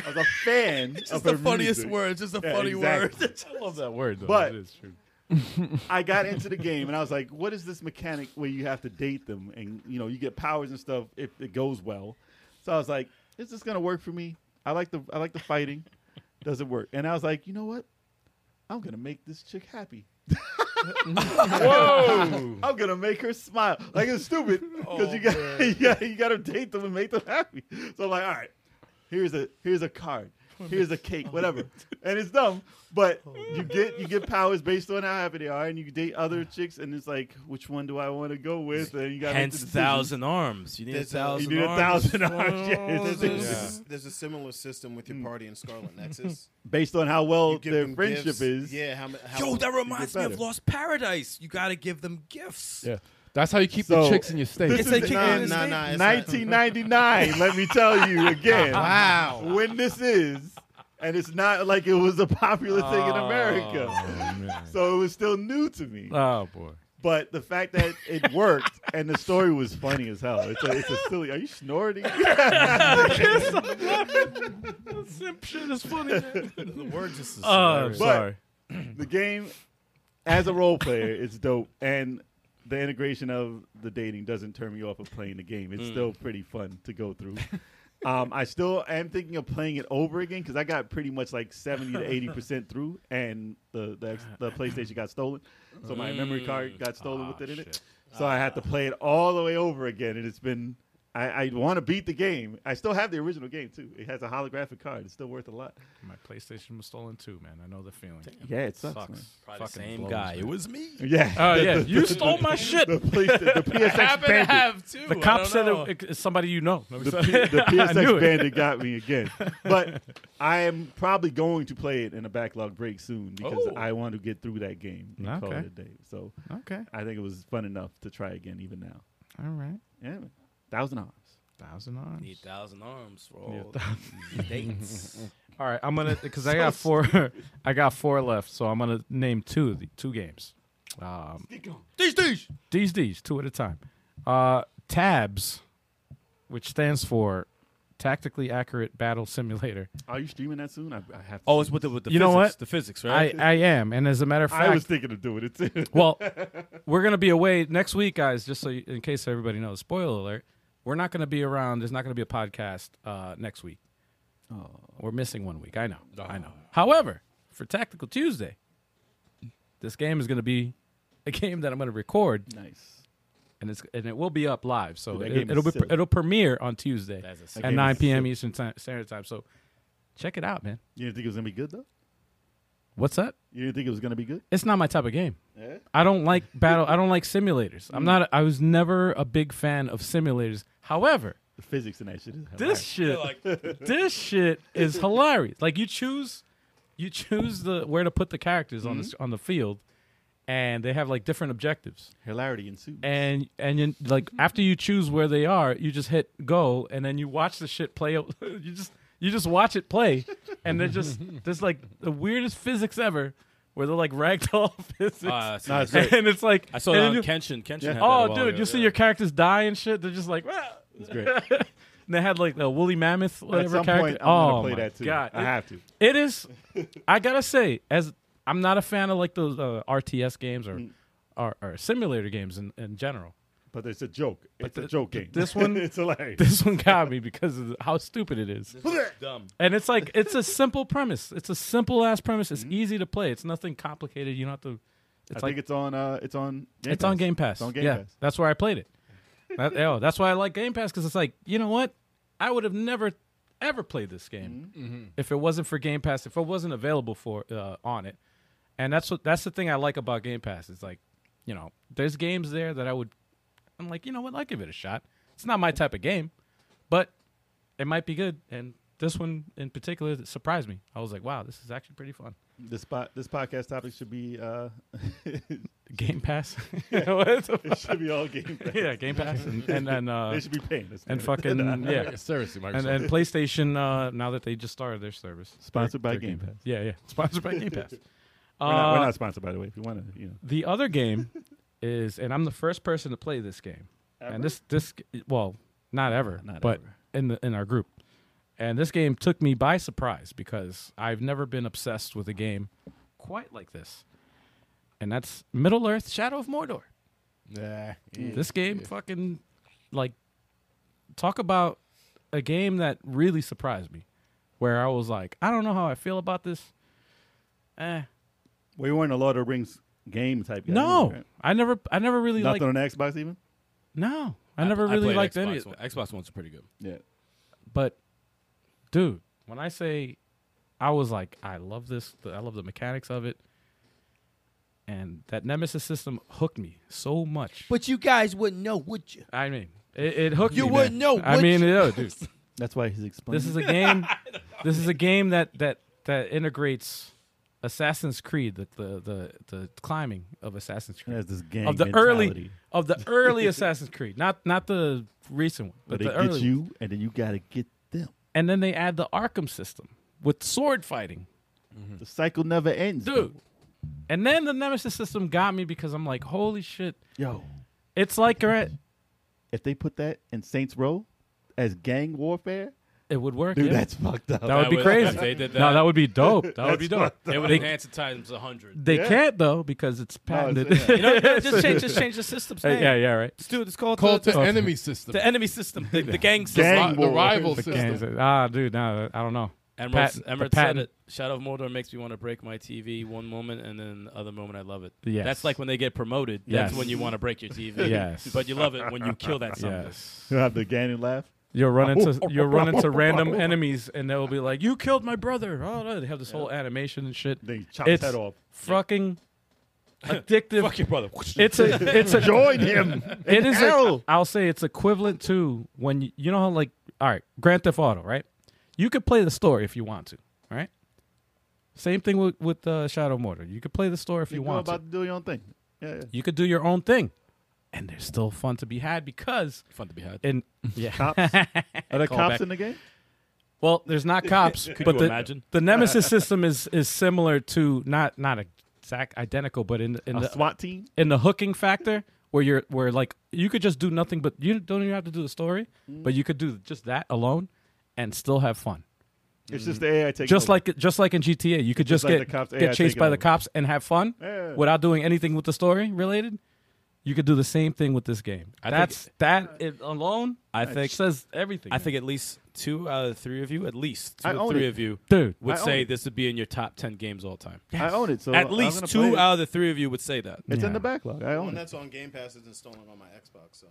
I was a fan of her music.
word. It's just a
Yeah, exactly.
I love that word, though.
But-
it is true.
I got into the game and I was like, what is this mechanic where you have to date them and you know you get powers and stuff if it goes well? So I was like, is this gonna work for me? I like the I like the fighting. Does it work? And I was like, you know what? I'm gonna make this chick happy. Whoa! I'm gonna make her smile. Like it's stupid because
Oh,
you got yeah you got to date them and make them happy. So I'm like, all right, here's a here's a card here's a cake whatever and it's dumb but you get you get powers based on how happy they are and you date other chicks and it's like which one do i want to go with and you got
Hence, thousand arms. You need
There's a-
a thousand.
you
need a
arms.
thousand arms, yes.
There's,
Yeah.
there's- there's a similar system with your party in Scarlet Nexus.
based on how well
You give
Oh, their
them
friendship
gifts.
is
Yeah, how, ma- how
Yo, that reminds me of
better.
Lost Paradise. You gotta give them gifts.
Yeah. That's how you keep the
So,
chicks in your state.
this
It's like
is
kicking
not
in the
nah,
state.
nah, it's not-
1999 let me tell you again
Wow.
when this is and it's not like it was a popular thing in america so it was still new to me
Oh boy.
but the fact that it worked and the story was funny as hell it's a, it's a silly are you snorting
Simp shit is funny.
The word just is
Oh, I'm
But-
hilarious.
sorry.
the game as a role player it's dope and the integration of the dating doesn't turn me off of playing the game
Mm.
it's still pretty fun to go through um, i still am thinking of playing it over again because i got pretty much like 70 to 80 percent through and the, the ex- the playstation got stolen so my memory
Mm.
card got stolen
Ah,
with it in it so i had to play it all the way over again and it's been I, I want to beat the game. I still have the original game too. It has a holographic card. It's still worth a lot.
My PlayStation was stolen too, man. I know the feeling.
Yeah, it sucks. man.
Sucks.
Probably the
Fucking
same
blows,
guy.
man.
It was me.
Yeah.
Oh
The-
yeah,
the-
you
the-
stole my shit.
the police, the, the
I
PSX
happen to
bandit.
have two.
The cop said it, it's somebody you know.
the, P- the
I knew
PSX
it.
bandit got me again. But I am probably going to play it in a backlog break soon because
Oh.
I want to get through that game and call
Okay.
it a day. So
Okay.
I think it was fun enough to try again even now.
All right.
Yeah, man. thousand arms.
Thousand arms.
Need thousand arms for
Need
all dates.
All right, I'm gonna because I got four. I got four left, so I'm gonna name two of the two games. Um,
These these.
these these two at a time. Uh, Tabs, which stands for Tactically Accurate Battle Simulator.
Are you streaming that soon? I, I have. To
Oh,
see
it's with the with the
You know
physics,
what?
the physics,
I,
right?
I am, and as a matter of
I
fact,
was thinking of doing it too.
well, we're gonna be away next week, guys. Just so you, in case everybody knows, spoiler alert: we're not gonna be around. There's not gonna be a podcast uh, next week.
Oh.
We're missing one week. I know. I know. However, for Tactical Tuesday, this game is gonna be a game that I'm gonna record,
nice.
and it's and it will be up live. So
Dude, that
it,
game
it'll
is
be
silly.
it'll premiere on Tuesday
That's a
at
game
9
is
p.m.
silly.
Eastern time, Standard Time. So check it out, man.
You didn't think it was gonna be good though.
What's up?
You didn't think it was gonna be good.
It's not my type of game.
Yeah.
I don't like battle. I don't like simulators. I'm not. I was never a big fan of simulators. However,
The physics and that shit. Is
this shit,
Uh,
this shit is hilarious. Like you choose, you choose the where to put the characters on this on the field, and they have like different objectives.
hilarity ensues.
And and you, like after you choose where they are, you just hit go, and then you watch the shit play. out- You just you just watch it play, and they're just there's like the weirdest physics ever, where they're like ragdoll physics.
Uh,
No, it's great.
and it's like
I saw
and
that
then
on
you-
Kenshin. Kenshin.
Yeah.
had that a
Oh,
while
dude,
ago.
you see your characters die and shit. They're just like, "Ah."
It's great.
And they had like the woolly mammoth whatever
At some
character.
point, I'm
oh
gonna play
my
that too.
God.
I
It-
have to.
it is. I gotta say, as I'm not a fan of like those uh, RTS games
Mm.
or, or or simulator games in, in general.
But it's a joke. It's a
th-
joke
th-
game.
this one-
it's hilarious.
This one got me because of how stupid it is.
Dumb.
And it's like it's a simple premise. It's a simple ass premise. It's easy to play. It's nothing complicated. You don't have to. It's
Mm-hmm. I
like
think it's on. Uh, it's on. Game
it's on Game Pass.
It's on Game
yeah,
Pass.
that's where I played it. That- yo, that's why I like Game Pass because it's like you know what, I would have never ever played this game
Mm-hmm.
if it wasn't for Game Pass. If it wasn't available for uh, on it, and that's what that's the thing I like about Game Pass. It's like you know, there's games there that I would. I'm like, you know what, I'll give it a shot. It's not my type of game, but it might be good. And this one in particular that surprised me. I was like, wow, this is actually pretty fun.
This spot. This podcast topic should be. Uh,
Game Pass. What the
it
fuck?
should be all Game Pass.
yeah, Game Pass and and, and uh,
they should be paying us.
and fucking yeah,
seriously, Microsoft.
and and PlayStation. Uh, now that they just started their service,
Sponsored by
Their
Game Pass.
Yeah, yeah, sponsored by Game Pass.
We're, not, we're
Uh,
not sponsored, by the way. If you want to, you know.
The other game is, and I'm the first person to play this game. And this this well, not ever,
Not
but
ever.
in the in our group. And this game took me by surprise because I've never been obsessed with a game quite like this. And that's Middle Earth: Shadow of Mordor.
nah,
This game fucking like talk about a game that really surprised me where I was like, I don't know how I feel about this. Eh.
We weren't a Lord of the Rings game type. guy
no.
either, right?
I never I never really
Nothing
liked
on the Xbox even.
No. I, never
I
really
played
liked
Xbox
any
One. Xbox One's pretty good.
Yeah.
but dude, when I say I was like, I love this, I love the mechanics of it. And that Nemesis system hooked me so much.
But you guys wouldn't know, would you?
I mean, it, it hooked
You
me. man.
wouldn't know,
I
would
mean,
you?
yeah, dude.
That's why he's explaining.
This is a game. this is a game that that that integrates Assassin's Creed, the the the, the climbing of Assassin's
It
Creed
has this game
of the early
mentality,
of the early Assassin's Creed, not not the recent one,
but
but
they
the
get
early. one.
you, and then you got to get them.
And then they add the Arkham system with sword fighting,
The cycle never ends,
dude. And then the Nemesis system got me because I'm like, holy shit!
Yo,
It's like you're at-
if they put that in Saints Row as gang warfare,
it would work.
dude,
yeah.
that's fucked up.
that would be
would-
crazy.
if they did
No,
that-
that would be dope. That would be dope.
It would
They-
enhance it times hundred.
They can't though because it's patented.
yeah.
You know, you know, just change, just change the system's name.
Hey, yeah, yeah, right.
Dude, it's called,
Called
the,
the enemy system.
the enemy system, the, the gang system.
Gang
Ri- the
war.
rival
The
Yeah, he's
system.
like, ah, dude, no, I don't know.
Emerald,
Patent- the
Emerald said
patent.
it. Shadow of Mordor makes me want to break my TV one moment, and then the other moment I love it.
Yes.
That's like when they get promoted. That's
Yes.
when you want to break your TV.
Yes.
But you love it when you kill that something.
Yes,
You have the gang and laugh.
you'll run into you'll run into random enemies, and they'll be like, "You killed my brother." Oh, no. they have this whole animation and shit.
They chop his
It's
head off.
fucking addictive.
Fuck your brother.
It's a it's a
Join him.
it is
hell.
a, I'll say it's equivalent to when you, you know how like all right, Grand Theft Auto, right? You could play the story if you want to, right? Same thing with with uh, Shadow of Mordor. You could play the story if you,
You go
want to.
about to do your own thing. Yeah, yeah.
You could do your own thing, and there's still fun to be had because
fun to be had.
and yeah.
Cops. Are there
Call
cops
back.
in the game?
Well, there's not cops, but
you
the,
imagine?
the nemesis system is is similar to not not exact identical, but in in
A
the
SWAT team.
in the hooking factor where you're where like you could just do nothing, but you don't even have to do the story, but you could do just that alone and still have fun.
It's just the AI taking.
Just
over.
like just like in GTA, you could just,
like
get
the cops, AI
get chased
taking
by the
over.
cops and have fun
Yeah.
without doing anything with the story related. You could do the same thing with this game.
I think-
That's that it alone. I
think-
says everything.
I think at least two out of the three of you, at least two
I
out of
own
three
it.
of you,
dude.
would
I own
say
it.
this would be in your top 10 games all time.
I own it. So
At
I'm
least
gonna play
two
it.
out of the three of you would say that.
It's
Yeah.
in the backlog. I own
One
it.
that's on Game Pass isn't stolen on my Xbox, so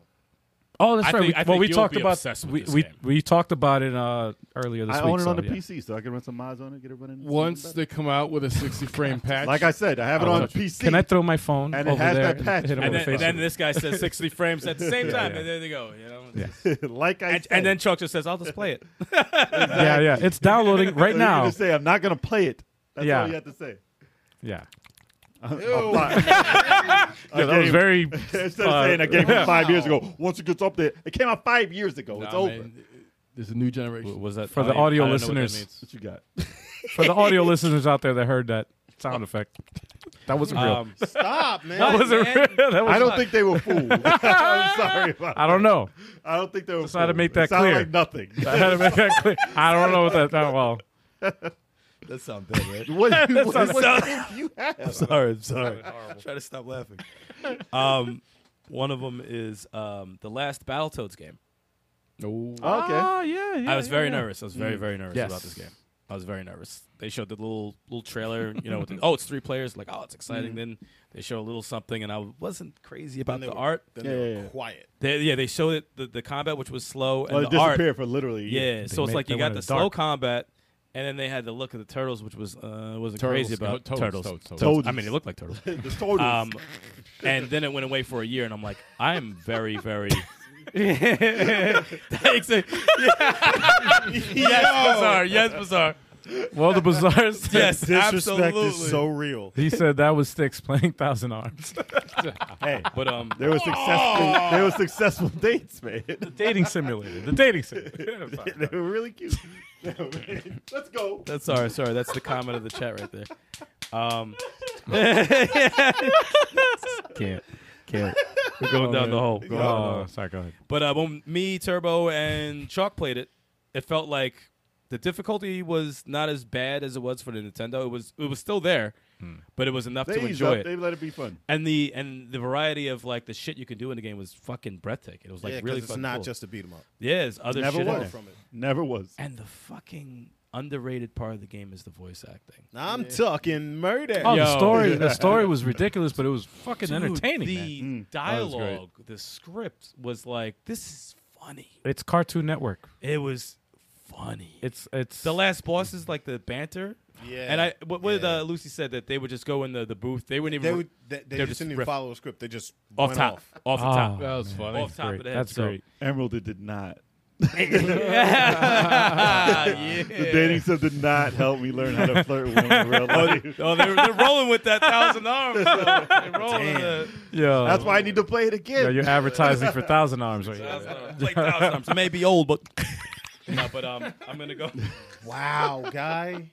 Oh, that's
I
right.
think-
we,
I
well,
think
we
you'll
talked
be
about
obsessed with
we,
this
we,
game.
we talked about it uh, earlier this
I
week.
own it
so,
on the
yeah.
PC, so I can run some mods on it, get it running. and
Once
something
they come out with a 60 frame patch,
better. like I said, I have it
I'll
on
touch it.
PC.
Oh, Can I throw my phone
And it
over
has
there
that patch.
and hit him
I'm
And
over
then,
the face?
and then this guy says 60 frames at the same time,
yeah.
and there they go. You know?
Yeah.
like I
and,
said.
and then Chuck just says, I'll display it.
yeah, yeah, it's downloading right
So
now.
You're to say I'm not gonna play it. That's
Yeah.
all you have to say.
Yeah,
yeah,
that was very.
Instead of
uh,
saying a game from five years ago, once it gets up there, it came out five years ago. it's
Nah,
over.
man, there's a new generation.
Was that
For the
I don't-
audio
I don't know what that
listeners.
means.
What you got?
For the audio listeners out there that heard that sound effect, that wasn't real.
Um,
stop, man.
that wasn't real. That was,
I don't think they were fooled. I'm sorry about.
I don't know.
I don't think they were.
Just had to
cool.
make
It
that
sounded
clear.
Like nothing.
I had to make that clear. I don't know what that. that well,
That sounds bad, right?
what, what,
sounds-
you have?
sorry, I'm sorry. Try to stop laughing. Um, one of them is um, the last Battletoads game.
No.
Okay.
Oh yeah, yeah.
I was very
yeah.
nervous. I was very, very nervous
Yes.
about this game. I was very nervous. They showed the little little trailer, you know, with the, oh, it's three players. Like, oh, it's exciting. Then they show a little something, and I wasn't crazy about
they
the
were-
art.
Then they
Yeah,
were
yeah, yeah.
quiet.
They, yeah, they showed it the, the combat, which was slow, and
Oh,
Well,
the
it
art.
disappeared for literally. a year.
Yeah, so it's
made-
like
they
you
went
got
in the
the
dark.
slow combat, and then they had the look of the turtles, which was uh, wasn't
Turtles,
crazy about
no, toads,
turtles.
toads, toads.
I mean, it looked like turtles.
the totals.
Um, and then it went away for a year, and I'm like, I'm very, very. Thanks. yeah. yes, bizarre. Yes, bizarre.
Well, the bizarre.
Yes,
Disrespect
absolutely.
is so real.
He said that was sticks playing Thousand Arms.
hey,
but um,
there were successful. There were successful dates, man.
dating simulator. The dating simulator.
they were really cute. Let's go.
that's sorry, sorry. That's the comment of the chat right there. Um, can't, can't. Oh, We're going down the hole. Going down the hole.
Oh, sorry. Go ahead.
But uh, when me, Turbo, and Chalk played it, it felt like the difficulty was not as bad as it was for the Nintendo. It was it was still there, but it was enough
They
to
eased
enjoy
up.
it.
They let it be fun.
and the and the variety of like the shit you could do in the game was fucking breathtaking. It was like
yeah, 'cause
really
it's
fucking
not
cool.
just a beat 'em up.
yeah, there's other
Never
shit. in
was.
Far
there.
from it.
Never was.
And the fucking underrated part of the game is the voice acting.
I'm talking murder.
Oh, the
Yo.
story. The story was ridiculous, but it was fucking
Dude,
entertaining. man.
The
Mm. Oh,
That was great.
dialogue, the script was like, this is funny.
It's Cartoon Network.
It was funny.
It's it's
The last boss is like the banter.
Yeah.
And I, what, what
Yeah.
uh, Lucy said that they would just go in the, the booth. They wouldn't even
They would. They, they
they're
just
just
didn't
riff-
even follow a script. They just
off
went
top, off
off.
the
Oh,
top,
That was funny.
off top
great.
of the head.
That's
so.
great.
Emerald did not.
Ah, yeah.
The dating stuff did not help me learn how to flirt with women in real life.
Oh, they're, they're rolling with that thousand arms. So they're rolling with the
Yo,
That's why I need to play it
yo,
again.
you're advertising for Thousand Arms right
thousand
here.
arms. Like thousand arms. It may be old, but no. But um, I'm gonna go.
Wow, guy.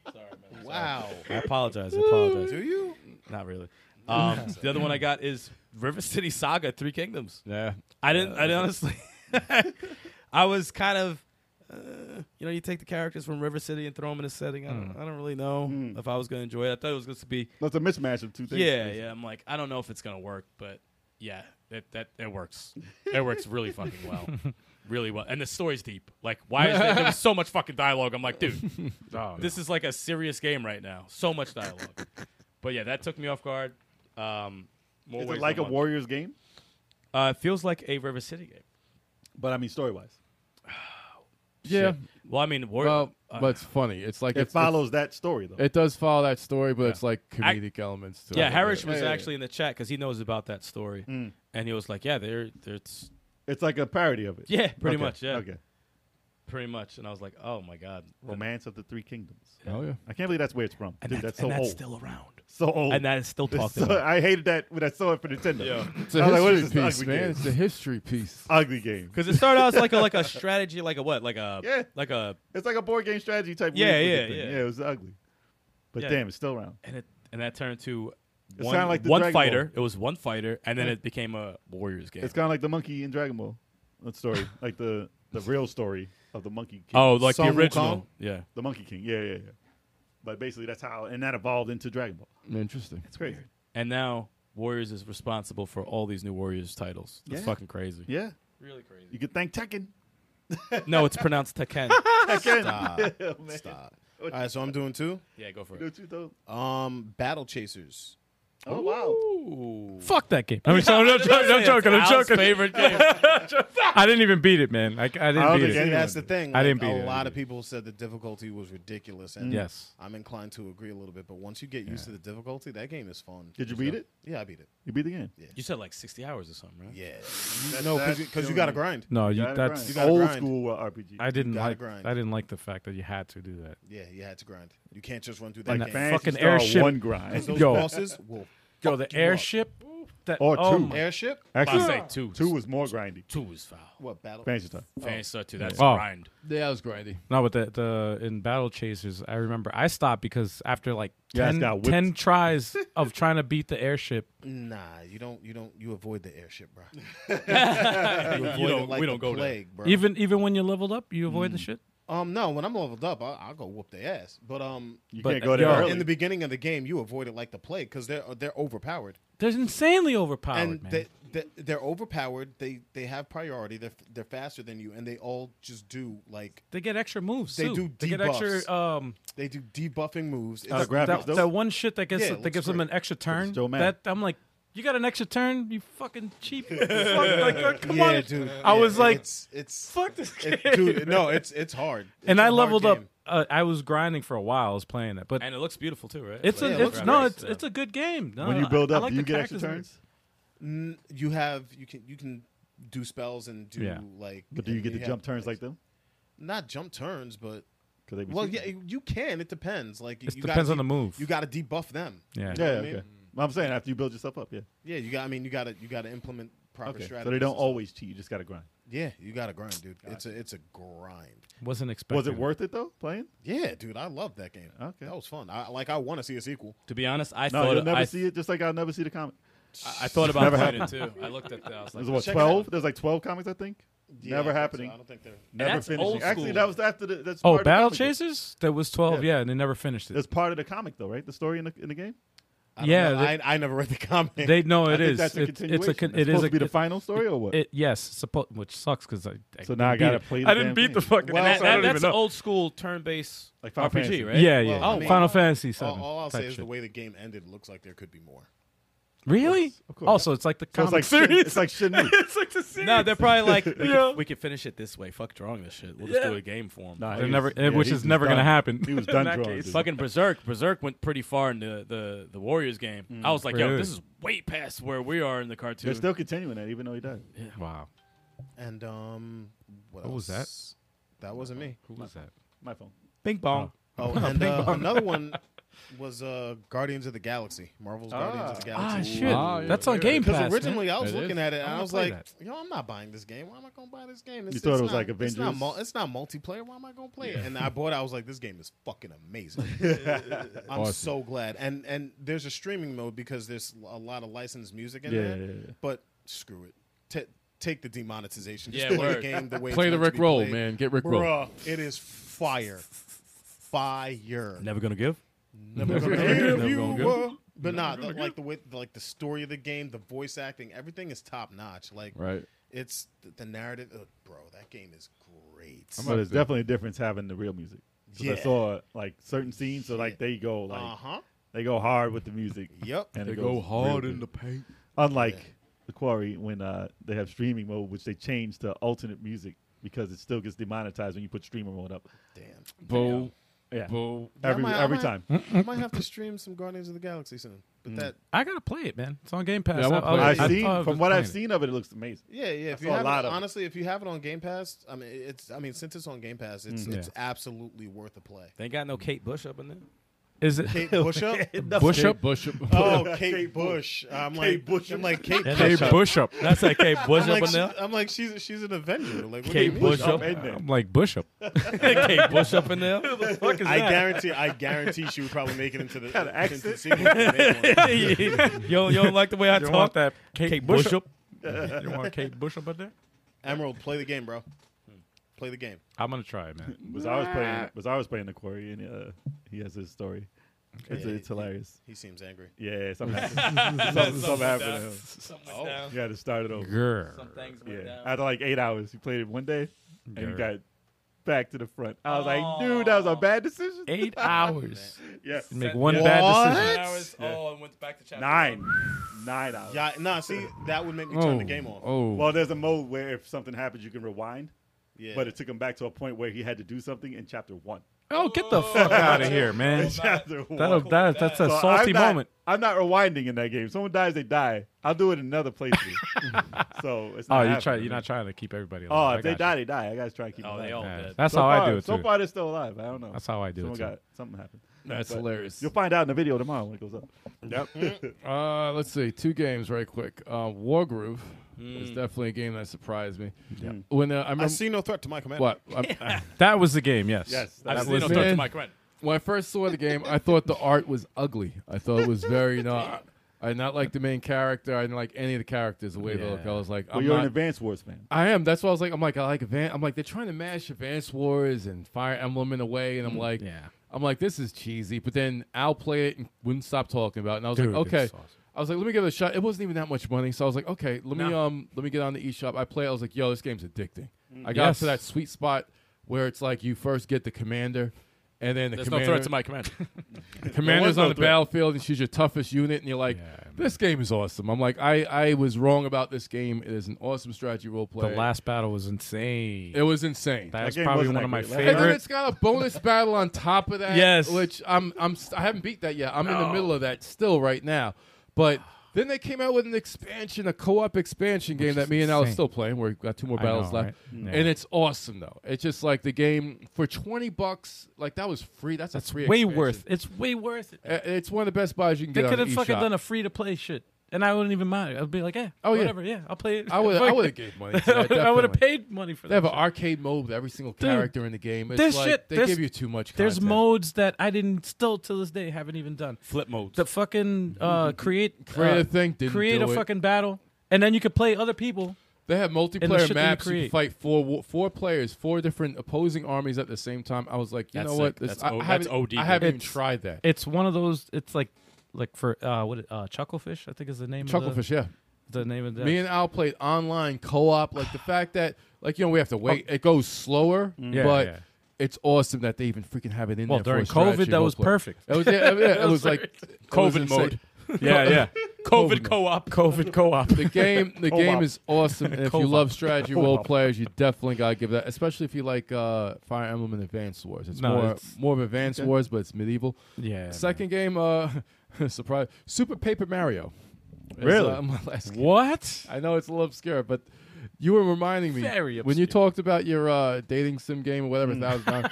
Wow.
I apologize. I apologize. Do you? Not really. Um, the other one I got is River City Saga: Three Kingdoms.
Yeah.
I didn't. I honestly, I was kind of, uh, you know, you take the characters from River City and throw them in a setting. I don't, I don't really know if I was gonna enjoy it. I thought it was going to be.
That's a mismatch of two things.
Yeah, yeah. I'm like, I don't know if it's gonna work, but yeah, it, that it works. It works really fucking well, really well. And the story's deep. Like, why is there, there was so much fucking dialogue? I'm like, dude,
Oh,
this is like a serious game right now. So much dialogue. but yeah, that took me off guard. Um, more
Is
ways
it like a
than one.
Warriors game?
Uh, it feels like a River City game.
But I mean, story wise,
Yeah.
Well, I mean, War-
Well,
uh,
but it's funny. It's like
it
it's, it's-
follows that story though.
It does follow that story, but it's like comedic elements to it.
yeah, Harris was
Yeah, Mm. yeah,
actually in the chat because he knows about that story, and he was like, "Yeah, they're, they're it's,
it's like a parody of it.
yeah, pretty
Okay,
much, yeah,
Okay.
pretty much." And I was like, "Oh my god,
Romance of the Three Kingdoms.
Oh yeah.
I can't believe that's where it's from. Dude, that's, so
and that's
old.
still around,
so old.
and that is still
It's
talked
so-
about.
I hated that when I saw it for Nintendo.
It's a
I was like,
history
what is this
piece,
ugly
man.
game?
It's a history piece.
Ugly game.
Because it started out as like a like a strategy, like a what, like a
Yeah.
like a,
It's like a board game strategy type.
Yeah,
weird looking
yeah,
thing.
yeah.
Yeah, it was ugly. But
Yeah.
damn, it's still around.
and it and that turned to
It
one
sounded like the
one
Dragon Ball.
fighter. It was one fighter, and then it became a Warriors game.
It's kind of like the monkey in Dragon Ball. That story, like the the real story of the monkey. King.
oh, like
Sun
the original,
Wukong?
yeah.
the Monkey King. Yeah, yeah, yeah. But basically, that's how, and that evolved into Dragon Ball.
Mm, Interesting.
It's crazy.
And now Warriors is responsible for all these new Warriors titles. It's
Yeah.
fucking crazy.
Yeah,
Really crazy.
you could thank Tekken.
No, it's pronounced Tekken.
Tekken.
Stop.
man.
Stop. All right, so I'm doing two.
yeah, go for
Go
it.
to those.
Um, Battle Chasers.
Oh wow.
Fuck that game. I mean, so, no, joke- no, joking. I'm
Al's
joking.
favorite game.
I didn't even beat it, man. I, I didn't
I don't
beat
think
it.
any-
And that's the thing.
I
like,
didn't beat
a
it, I
lot
didn't
of people said the difficulty was ridiculous, and
Yes.
I'm inclined to agree a little bit. But once you get used to the difficulty, that game is fun.
Did you beat it?
Yeah, I beat it.
You beat the game.
You said like 60 hours or something, right?
Yeah, You- no,
that's
because
doing
you got to
it.
grind.
No, you,
Gotta
that's
grind.
gotta
old
grind.
school uh, RPG.
I didn't
gotta
like.
grind.
I didn't like the fact that you had to do that.
Yeah, you had to grind. You can't just run through that
And
game.
that fucking
Star
airship-
one
Because
grind.
those
Yo.
bosses will
Yo, the
you up.
airship. that
Or
oh
two.
my-
Airship?
Actually,
say two.
two was more grindy.
Two was foul.
What battle?
Fantasy time.
Fantasy Star two. That's
Oh.
grind.
Yeah, I was grindy.
No, with the, the in Battle Chasers, I remember I stopped because after like
Your ass
10,
got whipped.
10 tries of trying to beat the airship,
Nah, you don't. You don't. You avoid the airship, bro. you
You
avoid
don't-
it like
we don't
the
go there.
plague, bro.
even even when you leveled up, you avoid the shit.
um, no, when I'm leveled up, I, I'll go whoop the ass. But um,
You
But,
can't go there
yo,
early.
in the beginning of the game, you avoid it like the plague because they're they're overpowered.
They're insanely overpowered,
and
man.
they, they they're overpowered. They they have priority. They're they're faster than you, and they all just do like
they get extra moves.
They
too.
do
They get extra.
debuffs.
Um,
they do debuffing moves.
Oh,
It's,
Uh, graphics,
that,
though?
that one shit that gets
Yeah, it
that
looks
gives them
great.
an extra turn.
Joe Madden.
That I'm like, you got an extra turn? You fucking cheap. Fuck, like, come
yeah,
on,
dude.
I
yeah,
was like,
it's it's
fuck this game.
it- dude. No, it's it's hard. It's
and
a
I
hard
leveled up.
game.
Uh, I was grinding for a while. I was playing it, but
And it looks beautiful too, right?
it's
yeah,
a
it looks
it's, no,
great.
it's it's a good game. No,
when you
I-
build
I
up,
like
do you
the
get extra
characters in it.
turns?
N- You have you can you can do spells and do
Yeah.
like.
But do you
and
get the
have-
jump turns like them?
Not jump turns, but
'Cause they be
well, yeah,
cheating.
you can. It depends. Like
It
you
depends
gotta
on the
de-
move.
You got to debuff them.
yeah.
Yeah,
know what I
okay.
mean?
Well, I'm saying after you build yourself up, yeah.
Yeah, you got. I mean, you got to you got to implement proper
Okay.
strategies.
So they don't
and stuff.
always cheat. You just got to grind.
Yeah, you got to grind, dude. it's a it's a grind.
Wasn't expecting.
Was it worth it though? Playing?
Yeah, dude, I love that game.
Okay.
that was fun. I like. I want to see a sequel.
to be honest, I
No,
thought
you'll never
I,
see it. Just like I'll never see the comic.
I, I thought about
Never
playing it too. I looked at that. I was like,
There's what
check it out.
twelve? There's like twelve comics, I think.
Yeah,
never
I think so.
happening.
I don't think they're.
Never
that's
finishing.
old
Actually,
school.
that was after the. That's part
Oh,
of the
Battle
comic book.
Chasers? That was 12,
Yeah.
yeah, and they never finished it.
That's part of the comic though, right? The story in the in the game.
I don't
Yeah,
know.
they-
I, I never read the comic.
They no,
I
it
think
is.
That's a
It's-
continuation.
it's a con-
It's
it is
supposed
a
to be the
it-
final story or what?
It, yes, suppo- which sucks because I, I
So now I
didn't beat
gotta
it.
play
I
the
didn't
damn
beat the
game.
fucking.
Well,
I
that,
don't
that,
even
that's
know.
old school turn based
Like Final
RPG,
Fantasy.
right?
Yeah,
Well,
yeah.
I mean-
Final Fantasy
all,
Seven.
all I'll
type
say is
shit.
the way the game ended looks like there could be more.
really?
of course.
Also, it's like the
So it's
comic
like Shin-
series.
it's like Shinmu.
it's like the series.
No, they're probably like, we,
Yeah.
could, we could finish it this way. Fuck drawing this shit. We'll just
Yeah.
do a game form.
Nah,
They're
he
never-
was-
eh, which
he
is
was
never gonna
done.
happen.
He was
In
done
that
drawing.
case.
dude.
Fucking Berserk. Berserk went pretty far in the, the, the Warriors game. I was like, yo,
Really?
this is way past where we are in the
They're
cartoon.
Mm. still continuing that, even though he died.
wow.
And um, what,
What was that?
else? That wasn't me.
Who was that?
My phone.
Bing bong.
Oh, and uh, another one was uh, Guardians of the Galaxy. Marvel's Guardians of the Galaxy.
Ah, shit.
Ah, yeah.
That's on Game Pass.
Because originally I was
It
looking
is.
at it and
I'm
I,
gonna
was
play
like, yo, I'm not buying this game. Why am I going to buy this game? It's,
thought it
it's
was
not-
like
It's not,
Avengers?
mul- it's not multiplayer. Why am I going to play it? And I bought it. I was like, this game is fucking amazing. I'm
Awesome.
so glad. And and there's a streaming mode because there's a lot of licensed music in
Yeah,
there.
yeah, yeah, yeah.
But screw it. Ta take the demonetization. Just
Yeah,
play the
word.
game the way it's
Play the
meant to
Rick
be
roll,
played.
man. Get Rick roll.
Bruh, it is fire. Fire.
Never gonna give.
Never gonna
Never
give
gonna
you
give.
up. But nah, the, like the way, like the story of the game, the voice acting, everything is top notch. Like
Right.
it's the, the narrative, uh, bro. That game is great.
But it's definitely a difference having the real music. 'Cause I
Yeah.
saw like certain scenes, so like they go like
Uh-huh.
Uh huh.
they go hard with the music.
Yep.
and
They
it
go
goes
hard
real
in the
good.
paint.
unlike the quarry when uh, they have streaming mode, which they change to alternate music because it still gets demonetized when you put streamer mode up.
Damn.
Boo.
Yeah,
Boo.
every
I might- I
every
might-
time.
I might have to stream some Guardians of the Galaxy soon. But that,
I gotta play it, man. It's on Game Pass.
Yeah, I wanna play it.
was-
I've
I
seen
thought I was
from what
playing
I've
it.
seen of it, it looks amazing.
yeah, yeah.
I
If you
saw a
have
lot
it,
of it.
honestly, if you have it on Game Pass, I mean, it's. I mean, since it's on Game Pass, it's it's absolutely worth a play.
They ain't got no Kate Bush up in there.
Is it
Kate Bush up.
Bush up?
Bush up.
Oh, Kate, Bush. I'm like, Bush. I'm like Kate.
Hey, Bush up.
That's like Kate Bush
I'm
up
like,
in there.
she- I'm like, she's she's an Avenger. Like, what do you
Kate
mean?
Bush
Up
up.
in there.
I'm like Bush up.
Kate Bush up in there.
I guarantee, I guarantee she would probably make it into the,
Got an
into the
accent?
sequel. They
you, you don't like the way I
You
talk?
don't want that Kate,
Kate
Bush,
Bush
up. you don't want Kate Bush up in there?
won't. Emerald, play the game, bro. Play the game.
I'm gonna try it, man.
Was I was playing was I was playing the quarry and uh, he has his story. It's,
Yeah,
it's
yeah.
hilarious.
He seems angry.
Yeah, something happened. something, something happened to him. You had to start it over.
Girl.
Yeah. After like eight hours, you played it one day and you
Grr.
got back to the front. I was like, dude, that was a bad decision.
Eight hours.
Yeah.
You make one
What?
bad decision.
Hours. Oh, and went back to chapter
Nine. Nine hours.
Yeah, nah. See, that would make me turn the game off.
Oh.
Well, there's a mode where if something happens, you can rewind.
yeah.
But it took him back to a point where he had to do something in chapter one.
Oh, get the fuck out of here, man.
Chapter
That'll,
one.
that, that's a
So
salty
I'm not,
moment.
I'm not rewinding in that game. Someone dies, they die. I'll do it in another playthrough. so it's not
Oh, you
happening.
try, you're not trying to keep everybody
Oh,
alive.
if
I
they
got
die, they die. I gotta try and keep.
Oh,
them
they
alive.
all
you. Yeah,
did.
That's
so
how
far,
I do it,
So
too.
far, they're still alive. I don't know.
That's how I do it,
Someone
too.
got something happened.
That's hilarious.
You'll find out in the video tomorrow when it goes up.
Mm-hmm.
Uh, let's see, two games right quick. Uh, Wargroove is definitely a game that surprised me. When uh, I remember
I see no threat to my command.
what I-
That was the game, yes.
Yes,
I've
that was-
seen no
was-
threat to
Man.
my credit.
when I first saw the game, I thought the art was ugly. I thought it was very not. I did not like the main character. I didn't like any of the characters the way they look. I was like,
well,
I'm
you're
not,
an Advance Wars fan.
I am. That's why I was like, I'm like, I like Advan I'm like, they're trying to mash Advance Wars and Fire Emblem in a way, and I'm like,
yeah.
I'm like, this is cheesy. But then Al played it and wouldn't stop talking about it. And I was
Dude,
like, okay.
it's awesome.
I was like, let me give it a shot. It wasn't even that much money, so I was like, okay, let me um, let me get on the eShop. I play. it. I was like, yo, this game's addicting.
Mm.
I got
Yes.
to that sweet spot where it's like you first get the commander, and then the
There's
commander,
no threat to my command.
commander's on the battlefield and she's your toughest unit and you're like this game is awesome i'm like i i was wrong about this game it is an awesome strategy role
The
play
last battle was insane.
it was insane
That's
game
probably
wasn't
one
that
of my
great.
and then
favorite.
it's got a bonus battle on top of that
Yes.
which i'm i'm st- i haven't beat that yet i'm in the middle of that still right now but then they came out with an expansion, a co-op expansion game that
is
me and Al are
insane.
still playing. We've got two more
I know,
battles left,
right? Yeah.
and it's awesome though. It's just like the game for twenty bucks. Like that was free. That's, a free.
Way
expansion.
worth. It's way worth it.
Uh, It's one of the best buys you can
They
get.
could
on
have fucking
eShop.
done a free to play shit, and I wouldn't even mind. I'd be like, yeah,
Oh, yeah.
whatever, yeah, I'll play it.
I would I
Fuck.
would have gave money. To that,
I would have
definitely.
paid money for
They
that.
have an arcade mode with every single character in the game. It's
there's
like
shit-
they
there's-
give you too much.
There's
content.
modes that I didn't still to this day haven't even done.
Flip modes.
The fucking uh, create
Create
uh,
a thing, Mm-hmm. didn't
create
do
a
it.
fucking battle, and then you could play other people.
They have
shit that
multiplayer
you
maps. You can
create.
fight four wa- four players, four different opposing armies at the same time. I was like, you
That's
know what?
sick.
This,
That's
I,
O-
I
that's
haven't,
OD.
I haven't even
It's-
tried that.
It's one of those. It's like like for uh, what uh, Chucklefish I think is the name.
Chucklefish, yeah.
Of the, the name of that.
Me and Al played online co-op. Like the fact that, like you know, we have to wait.
Oh.
It goes slower,
Yeah,
but
yeah.
it's awesome that they even freaking have it in
well
there. for
during
a strategy
COVID that
role
was
play.
perfect.
It was, yeah, yeah, it was like it was
COVID
insane.
mode. yeah, yeah. COVID co-op.
COVID co-op.
The game, the game is awesome. And if you
Co-op.
love strategy role players, you definitely gotta give that. Especially if you like uh, Fire Emblem and Advanced Wars. It's
No,
more
it's-
more of Advanced Wars, but it's medieval.
yeah.
Second game, uh, surprise, Super Paper Mario. It's,
Really?
uh, my last game.
What?
I know it's a little obscure, but you were reminding me
Very
when you
obscure. Mm.
talked about your uh, dating sim game or whatever. Thousand Island,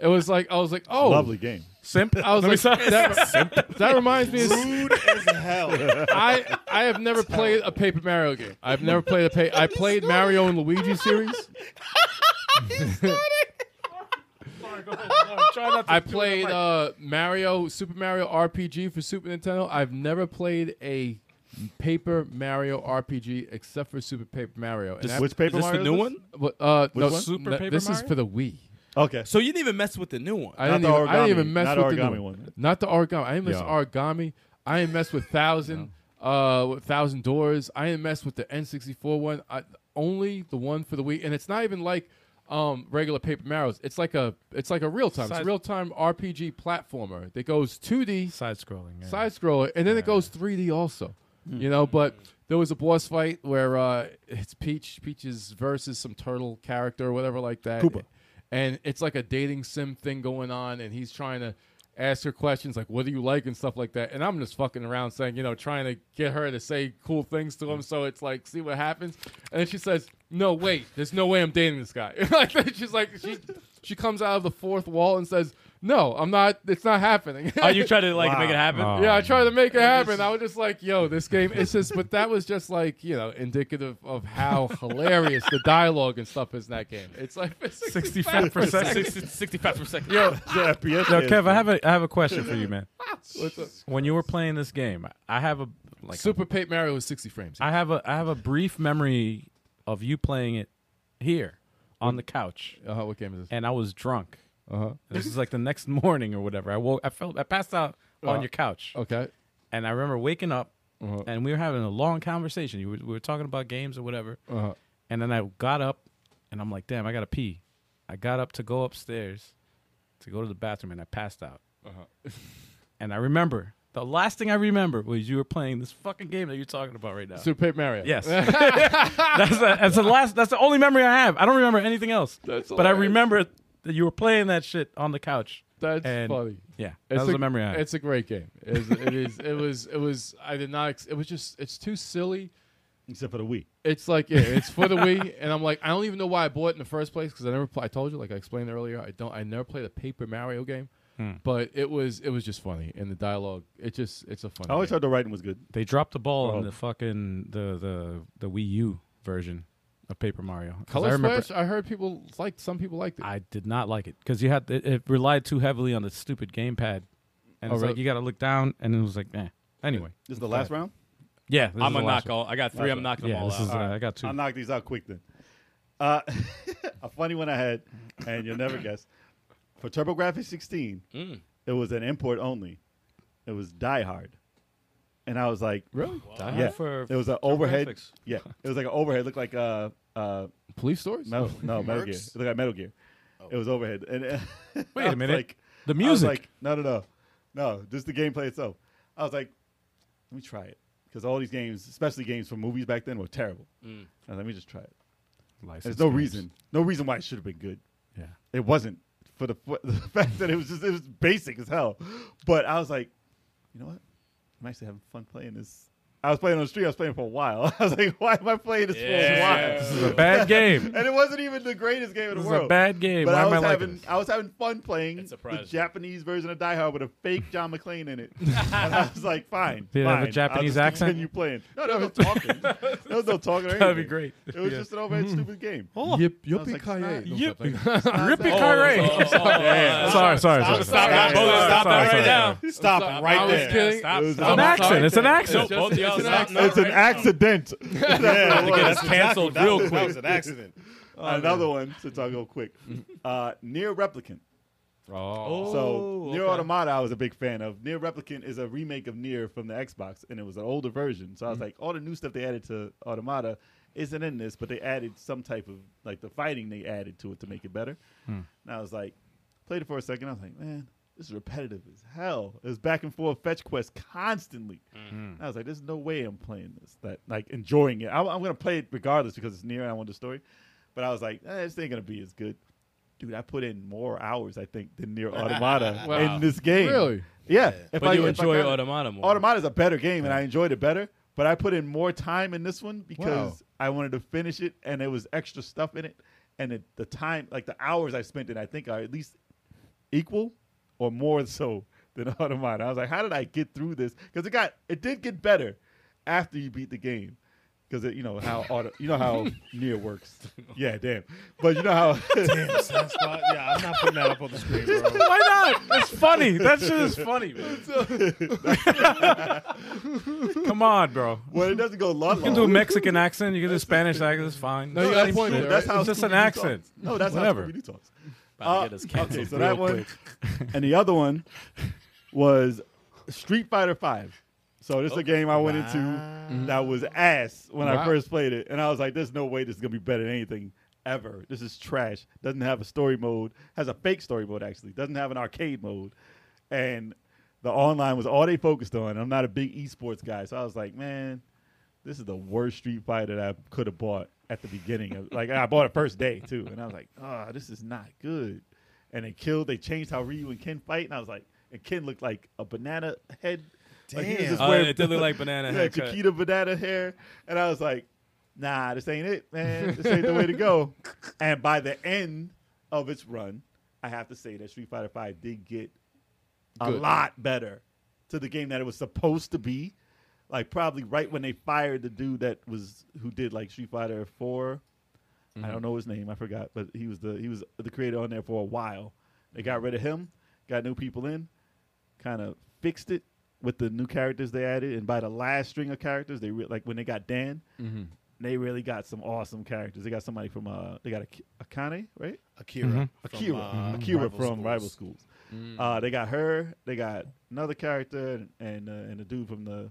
it was like I was like, oh,
Lovely game.
Simp.
I was like, that, that reminds me. Of,
Rude as hell.
I I have never played a Paper Mario game. I've never played a pa- I played Mario and Luigi series. I played uh, Mario Super Mario RPG for Super Nintendo. I've never played a Paper Mario RPG except for Super Paper Mario. And that-
Which paper
is this the
Mario
new
this?
one?
but, uh, no,
one?
Super
no,
Paper
this is
Mario?
for the Wii.
Okay.
So you didn't even mess with the new one.
I
Not
didn't,
the
even, I didn't
origami-
even mess
not
with the
origami
new
one.
Not the origami. I didn't mess
Yeah.
with origami. I didn't mess with thousand, uh, with thousand doors. I didn't mess with the N sixty four one. I, only the one for the Wii, and it's not even like um, regular Paper Mario's. It's like a it's like a real time. It's a
Side-
real time RPG platformer that goes two D
Side scrolling. Yeah.
side scroller, and then it goes 3D also. You know, but there was a boss fight where uh, it's Peach, Peaches versus some turtle character or whatever like that.
Koopa.
And it's like a dating sim thing going on, and he's trying to ask her questions like, "What do you like?" and stuff like that. And I'm just fucking around saying, you know, trying to get her to say cool things to him. So it's like, see what happens. And then she says, "No, wait, there's no way I'm dating this guy." like she's like, she she comes out of the fourth wall and says, "No, I'm not. It's not happening."
Are you trying to like make it happen?
Oh.
Yeah, I tried to make it happen. I was just like, yo, this game, it's just, but that was just like, you know, indicative of how hilarious the dialogue and stuff is in that game. It's like,
65 percent.
60 65 per second.
Yeah, FPS
Yo,
game.
Kev, I have a I have a question for you, man. When you were playing this game, I have a like
Super Paper Mario was 60 frames.
I have a I have a brief memory of you playing it here on the couch,
Uh, what game is this?
and I was drunk.
Uh-huh.
This is like the next morning or whatever. I woke, I felt, I passed out on
Uh,
your couch,
Okay.
and I remember waking up,
Uh-huh.
and we were having a long conversation. You were, we were talking about games or whatever,
Uh-huh.
and then I got up, and I'm like, damn, I gotta pee. I got up to go upstairs, to go to the bathroom, and I passed out.
Uh-huh.
and I remember the last thing I remember was you were playing this fucking game that you're talking about right now.
Super Paper Mario.
Yes. that's, the, that's the last. That's the only memory I have. I don't remember anything else. but I remember that you were playing that shit on the couch.
That's
And-
funny.
Yeah, that
It's
was
a,
the memory I had.
It's a great game. It is, it is. It was. It was. I did not. Ex- it was just. It's too silly.
Except for the Wii.
It's like yeah, it's for the Wii, and I'm like, I don't even know why I bought it in the first place because I never. Play, I told you, like I explained earlier, I don't. I never played a Paper Mario game. But it was it was just funny, and the dialogue it just it's a funny.
I always
game.
thought the writing was good.
They dropped the ball on
Oh.
the fucking the the the Wii U version of Paper Mario. 'Cause
Color
I remember
Splash. I heard people liked some people liked it.
I did not like it because you had it, it relied too heavily on the stupid gamepad, and it's
Oh, really?
like you got to look down, and it was like, eh. Anyway,
This is the last round.
yeah,
I'm
this is
gonna
the last
knock all. I got three. I'm knocking
one. Yeah,
them all
this
out.
is uh, I got 2
I'll knock these out quick then. Uh, a funny one I had, and you'll never guess. For TurboGrafx 16,
Mm.
it was an import only. It was Die Hard, and I was like,
really
yeah. it was an overhead. Yeah, it was like an overhead. Looked like uh uh
police stories.
metal no Metal Gear.
Mercs?
It looked like Metal Gear. It was overhead. And uh,
Oh. Wait
I
a
was
minute.
Like,
the
I was
music.
like, no, no, no, no, just the gameplay itself. I was like, let me try it because all these games, especially games from movies back then, were terrible.
Mm.
I was like, let me just try it. There's no reason, no reason why it should have been good.
Yeah.
It wasn't for the, for the fact that it was just it was basic as hell. But I was like, you know what? I'm actually having fun playing this. I was playing on the street. I was playing for a while. I was like, why am I playing this for a while?
Bad game.
And it wasn't even the greatest game in
This
the
is a
world.
bad game.
But
Why
I
am
was
I liking
having
this?
I was having fun playing the
surprised me.
Japanese version of Die Hard with a fake John McClane in it. and I was like, fine.
Did it
fine.
have a Japanese
I'll just
accent?
Continue playing. No, there was no talking. there was no talking.
That'd
Or
be
anything.
great.
It was just an overhead stupid game.
Yip,
I was
yippee ki
like, snot.
yay.
Rippy
Oh, oh, oh, oh,
Sorry, sorry, sorry.
Stop that! Stop that
Sorry, sorry,
right now!
Stop
I
it right
was
there.
kidding.
Stop!
It was-
It's
I'm
an accent. It's an accent.
Both of y'all
It's an
stop.
accent.
It's an accident. That's what it was.
That's canceled
That
real
was- That was
quick.
an accident.
Another one since I'll go quick. Uh, Near Replicant.
Oh,
So Near Automata, I was a big fan of. Near Replicant is a remake of Near from the Xbox, and it was an older version. So I was like, all the new stuff they added to Automata isn't in this, but they added some type of like the fighting they added to it to make it better. And I was like, played it for a second. I was like, man, this is repetitive as hell. It was back and forth fetch quest constantly.
Mm-hmm.
And I was like, there's no way I'm playing this, that like enjoying it. I, am gonna play it regardless because it's Near and I want the story. But I was like, eh, this ain't gonna be as good. Dude, I put in more hours, I think, than Near Automata
Wow.
in this game.
Really?
Yeah. If
But you
if
enjoy
got it-
Automata more.
Automata is a better game, and I enjoyed it better. But I put in more time in this one because
Wow.
I wanted to finish it, and there was extra stuff in it, and it, the time, like the hours I spent in, I think are at least equal or more so than Automata. I was like, how did I get through this? Because it got, it did get better after you beat the game. Because you know how auto, you know how near works. Yeah, damn. But you know how
Damn, Sun Spot. Yeah, I'm not putting that up on the screen, bro.
Why not? It's funny. That shit is funny, man. Come on, bro.
well, it doesn't go long.
You can do a Mexican accent. You can do a Spanish accent. It's fine.
No, you got a point there. That's
That's how
It's just an
Scooby-Doo
accent.
Talks. No, that's
Whatever.
how Scooby-Doo talks.
About to
Uh,
get us
okay,
canceled
so that
real
one,
quick.
and the other one was Street Fighter Five. So this is a game I went into that was ass when I
Wow.
first played it, and I was like, "There's no way this is gonna be better than anything ever. This is trash. Doesn't have a story mode. Has a fake story mode actually. Doesn't have an arcade mode, and the online was all they focused on. I'm not a big esports guy, so I was like, man, this is the worst Street Fighter that I could have bought at the beginning. Of, like I bought it first day too, and I was like, oh, this is not good. And they killed. They changed how Ryu and Ken fight, and I was like, and Ken looked like a banana head. Like, he was
Damn.
just
Uh,
wearing-
it did look like banana
yeah,
haircut.
Chiquita banana hair, and I was like, nah, this ain't it, man. This ain't the way to go. And by the end of its run, I have to say that Street Fighter Five did get a
Good.
lot better to the game that it was supposed to be. Like probably right when they fired the dude that was who did like Street Fighter 4
Mm-hmm.
I don't know his name, I forgot, but he was the he was the creator on there for a while. They got rid of him, got new people in, kind of fixed it with the new characters they added, and by the last string of characters, they re- like when they got Dan,
Mm-hmm.
they really got some awesome characters. They got somebody from uh, they got a Akane, right?
Akira. from,
Mm-hmm. Akira,
uh,
Akira
Rival Mm.
from
Schools.
Rival Schools. Uh, they got her. They got another character and and, uh, and a dude from the.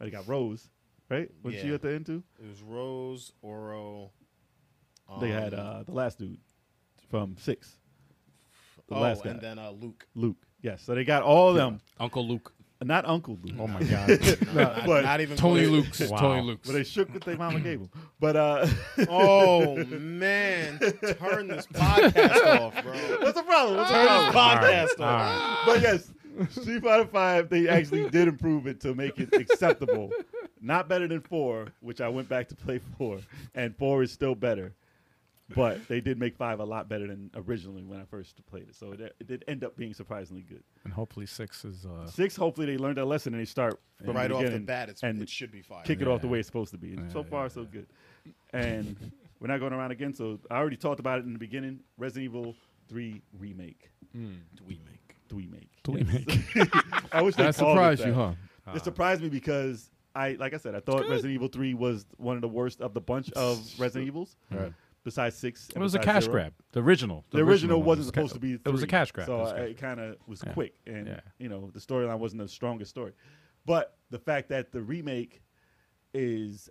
They got Rose, right? Was she
Yeah.
at the end too?
It was Rose, Oro. Um,
they had uh, the last dude from Six, the
oh,
last guy,
and then uh, Luke.
Luke. Yes, so they got all of them.
Uncle Luke.
Not Uncle Luke.
Oh my god.
Not,
but-
not even
Tony
close.
Luke's. Tony Luke's.
But they shook what they mama gave them. But uh,
Oh man, turn this podcast off, bro.
what's the problem? What's the
Turn
problem?
this podcast
All
off.
right.
but yes, Street Fighter Five, they actually did improve it to make it acceptable. Not better than four, which I went back to play four, and four is still better. but they did make five a lot better than originally when I first played it. So it, it did end up being surprisingly good.
and hopefully six is uh,
Six, hopefully they learned their lesson and they start from
right
the
off the
beginning
bat, it's,
and
it should be fire.
kick it off the
Yeah.
way it's supposed to be. And so
Yeah,
far,
yeah,
so good. And we're not going around again. So I already talked about it in the beginning. Resident Evil Three remake. Three make. Three make. I wish they
That
called it
surprised you,
that.
huh?
It surprised me because I, like I said, I thought Resident Evil Three was one of the worst of the bunch of Resident Evils,
Right.
besides six.
it
and
was a
besides
cash
zero.
grab. The original.
The, original,
one
wasn't
was ca-
supposed to be.
It was a
three,
cash grab.
so
It was a
I-
cash
it kind of was
Yeah.
quick, and
Yeah.
you know the storyline wasn't the strongest story, but the fact that the remake is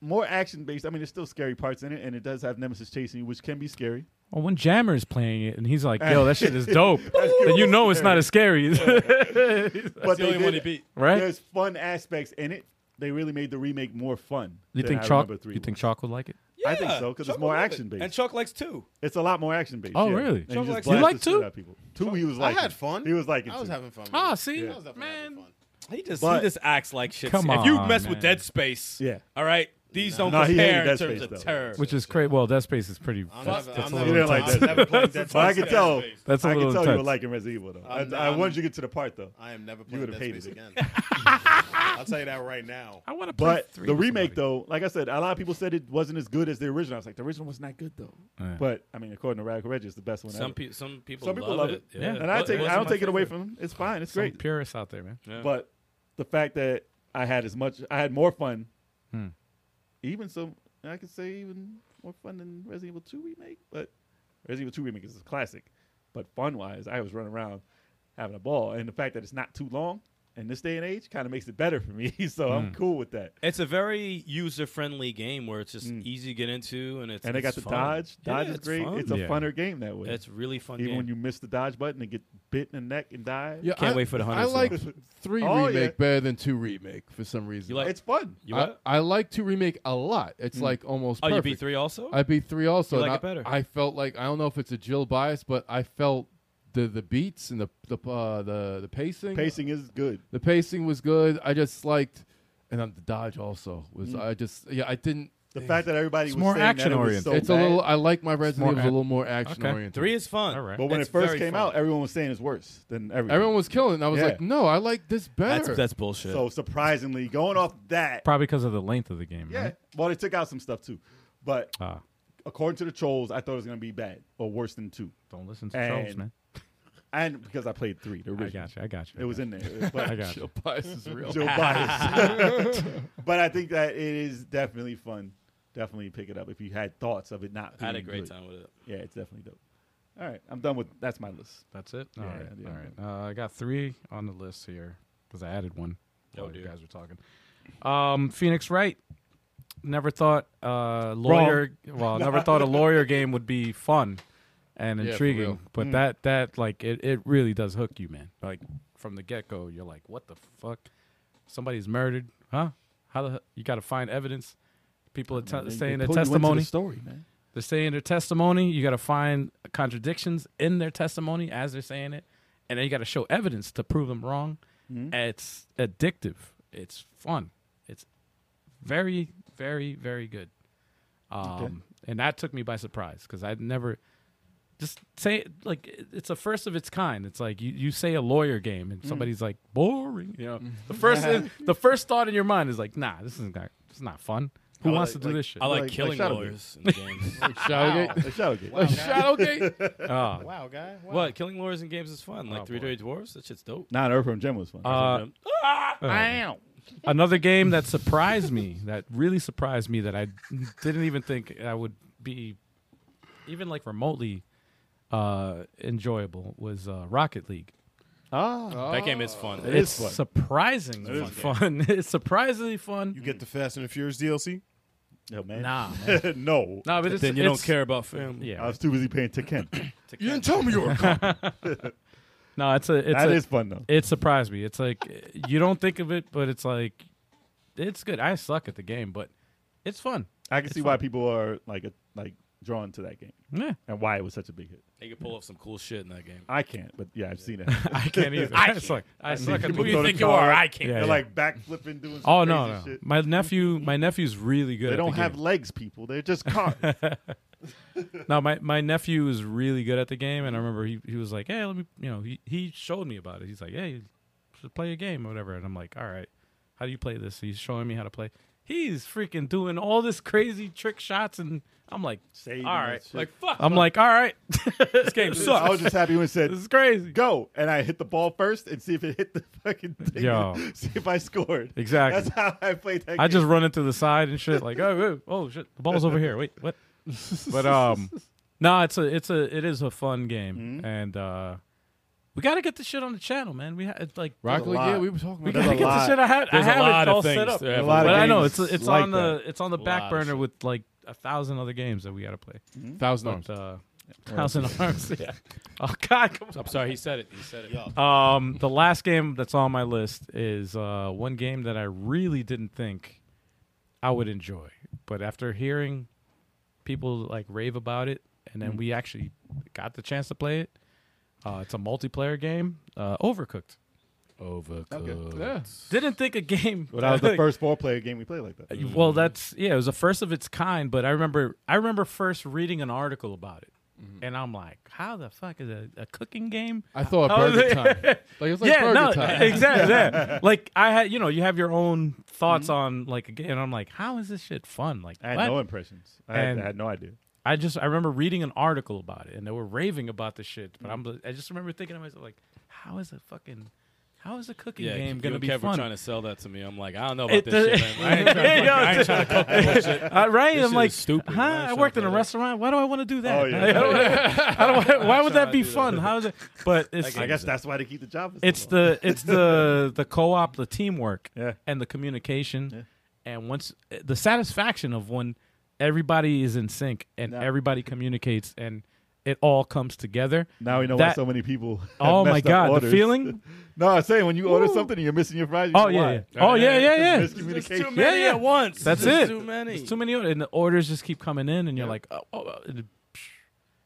more action based. I mean, there's still scary parts in it, and it does have Nemesis chasing you, which can be scary.
Well, oh, when Jammer's playing it and he's like, "Yo, that shit is dope," then you know it's not as scary,
but
the only
did-
one he beat.
right?
There's fun aspects in it. They really made the remake more fun.
you
than
think
I
Chalk?
remember three
You think
was.
Chalk would like it?
I think so because it's more action based.
And Chuck likes two.
It's a lot more action based.
Oh,
yeah.
really?
And
Chuck
just
likes-
blast
You like
the shit
two?
out of people. Two, he was
I
like,
had fun.
He was like,
I was having fun. with
Ah,
it.
see,
I was definitely
man,
having fun.
He just
But-
he just acts like shit.
Come
If you
on,
mess
man.
with Dead Space,
Yeah.
all right, these don't
No, he hated
compare in
Dead
terms
Space,
of
though.
terror.
which is great. Well, Dead Space is pretty.
I'm
That's,
never,
that's
I'm
a
never,
You
little
didn't
I'm
like
intense.
that.
never playing Dead
But I
Space
can
again.
tell.
That's a
I
little
can tell you
intense.
like Resident Evil though. I,
I'm-
I
I'm-
wanted you to get to the part though.
I am never playing
would've
Dead
hated
Space
it.
again. I'll tell you that right now.
I want to play
But the remake though, like I said, a lot of people said it wasn't as good as the original. I was like, the original was not good though.
Yeah.
But I mean, according to Radical Reggie, it's the best one.
some
ever.
people some people
Some people
love,
love
it.
it. Yeah.
and I
What-
take
what's
I don't
my
take it away
favorite?
from him. It's fine. It's great.
purists out there, man.
Yeah.
But the fact that I had as much, I had more fun.
Hmm.
Even some, I could say even more fun than Resident Evil 2 remake, but Resident Evil 2 remake is a classic. But fun wise, I was running around having a ball, and the fact that it's not too long in this day and age kind of makes it better for me. so
Hmm.
I'm cool with that.
It's a very user friendly game where it's just
Mm.
easy to get into and it's
And they got
it's
the
fun.
dodge.
Yeah,
Dodge is
it's
great.
fun.
It's a
Yeah.
funner game that way.
It's really fun.
even
game.
when you miss the dodge button and get bit in the neck and die.
Yeah,
Can't
I-
wait for the
I
hundred
like
song.
three
Oh,
remake
yeah.
better than two remake for some reason.
You like-
It's fun.
You
I,
what?
I like two remake a lot. It's like almost.
oh, you
perfect.
beat three also.
I beat three also.
You
and
like it
I,
better.
I felt like I don't know if it's a Jill bias, but I felt the the beats and the the uh, the the pacing.
Pacing is good.
The pacing was good. I just liked, and um, the dodge also was.
Mm.
I just yeah, I didn't.
The fact that everybody
It's
was
more
saying that it was
action-oriented.
so
it's a
bad.
little. I like my
more
Resident Evil
ac-
a little more action oriented.
Three is fun.
All right.
But when
It's
it first
very
came
fun.
out, everyone was saying it's worse than everything.
Everyone was killing. and I was
Yeah.
like, no, I like this better.
That's that's bullshit.
So surprisingly, going off that,
Probably because of the length of the game.
yeah.
Right?
Well, they took out some stuff too, but
Ah,
according to the trolls, I thought it was going to be bad or worse than two,
don't listen to trolls,
And-
man.
and because I played three, the
I
original,
got you. I got you.
it was in there. But
I got you.
Jill bias is real.
Joe bias. but I think that it is definitely fun. Definitely pick it up if you had thoughts of it not.
I had a
being
great
good.
time with it.
Yeah, it's definitely dope. All right, I'm done with that's my list.
That's it. All
Yeah,
right,
yeah.
all right. Uh, I got three on the list here because I added one
Oh,
while you
dear.
guys were talking. Um, Phoenix Wright. Never thought uh, lawyer. Well, never thought a lawyer game would be fun and
Yeah, for
intriguing.
real.
But that that like it, it really does hook you, man. Like from the get go, you're like, what the fuck? Somebody's murdered, huh? How the hell- you got to find evidence? People are te- saying their testimony.
story, man.
They're saying their testimony. You got to find contradictions in their testimony as they're saying it, and then you got to show evidence to prove them wrong.
Mm-hmm.
It's addictive. It's fun. It's very, very, very good. Um, And that took me by surprise because I'd never just say like it- it's a first of its kind. It's like you, you say a lawyer game
Mm.
and somebody's like boring. You know, the first the first thought in your mind is like, nah, this isn't this is not fun. Who
I
wants
like-
to do
like-
this shit?
I like,
like
killing
Shadowgate.
lawyers in games.
Shadowgate.
Shadowgate.
Wow, guy.
Shadowgate.
Oh,
Wow, guy. Wow.
what? Killing lawyers in games is fun. Like
Oh,
Three
boy.
Day Dwarves. That shit's dope.
Not Earthworm Jim was fun.
Uh, oh. Another game that surprised me, that really surprised me, that I didn't even think I would be even like remotely uh, enjoyable was uh, Rocket League.
ah,
That game is fun.
it
It's
is fun.
surprisingly fun. it's surprisingly fun.
You get the Fast and the Furious DLC?
no, man.
Nah, man.
no.
nah, but it's,
then you don't
it's-
care about family.
Yeah,
I was too busy paying to Ken.
You didn't tell me you were a cop.
no, it's a it's
That
a,
is fun though.
It surprised me. It's like you don't think of it, but it's like it's good. I suck at the game, but it's fun.
I can see why people are like a, like drawn to that game
Yeah,
and why it was such a big hit.
They could pull off some cool shit in that game.
I can't, but yeah, I've seen it.
I can't either. I, suck. I suck at the
People
game.
throw the
think you
car
are?
up.
I can't.
Yeah,
They're
yeah.
like backflipping, doing. Some
Oh
crazy
no, no.
Shit.
My nephew, my nephew's really good.
They
at
don't
the
have
game.
legs, people. They're just cars.
now my, my nephew is really good at the game, and I remember he, he was like, "Hey, let me," you know, he, he showed me about it. He's like, "Hey, just play a game or whatever," and I'm like, "All right, how do you play this?" He's showing me how to play. He's freaking doing all this crazy trick shots, and I'm like,
Saving
"All
that
right,"
shit.
like fuck. I'm like, "All right, this game
I
sucks.
was just happy when it said
This is crazy."
go, and I hit the ball first and see if it hit the fucking thing.
Yo.
See if I scored.
Exactly.
That's how I played that.
I
game.
just run into the side and shit. Like, oh, oh, oh, shit, the ball's over here. Wait, what? But um, no, it's a, it's a, it is a fun game,
Mm-hmm.
and uh, we got to get the shit on the channel, man. We ha- it's like
Rocket League,
lot.
yeah, we were talking
we
about
There's
got
a
to get the
lot.
shit. I had, I
There's a
have
lot
it
of
all
things
set up,
to have
A lot
but
of
I know it's,
games
it's
like
on
that.
the, it's on the
A
back
lot of
burner
shit.
with like a thousand other games that we got to play.
that. Thousand Arms.
But, uh, thousand arms. Yeah. Oh God, come
I'm sorry, he said it. He said it.
um, the last game that's on my list is uh, one game that I really didn't think I would enjoy, but after hearing people like rave about it, and then we actually got the chance to play it. Uh, it's a multiplayer game, uh, Overcooked.
Okay.
Yeah.
Didn't think a game.
But that was the first four player game we played like that.
Well, that's yeah, it was the first of its kind. But I remember, I remember first reading an article about it, and I'm like, how the fuck is a, a cooking game?
I thought
How is
Burger
it-
Time. Like it's like Burger Time.
exactly. Yeah. Like I had, you know, you have your own thoughts
Mm-hmm.
on like, a game, and I'm like, how is this shit fun? Like,
I had
what?
no impressions. I had,
And-
I had no idea.
I just I remember reading an article about it, and they were raving about the shit. But
Mm-hmm.
I'm, I just remember thinking to myself, like, how is a fucking, how is a cooking
Yeah,
game
you
gonna
and
be
Kev were
fun?
trying to sell that to me. I'm like, I don't know about
It
this
does-
shit. Man. I ain't trying to, fucking- I ain't trying to cook that bullshit.
Uh, right?
This shit
I'm
is
like,
stupid. Why
huh?
should
I
I
worked in a
play that?
restaurant. Why do I want to do that?
Oh, yeah.
I don't- I don't- why would
should I
that be
do that?
fun? How is it? But it's
I guess that's why they keep the job. for so
it's
long.
the it's the the co-op, the teamwork,
Yeah.
and the communication, and once the satisfaction of when everybody is in sync and
No.
everybody communicates and it all comes together.
now we know why
that-
so many people. have
Oh my
messed up
God, the
orders.
feeling?
no, I'm saying when you order something and you're missing your fries. You
Oh
know
yeah,
why.
yeah. oh yeah, yeah, yeah.
Miscommunication.
Yeah, yeah.
at once.
That's
There's
it.
Too many.
It's too many, orders, and the orders just keep coming in, and you're like, oh, oh, oh, it-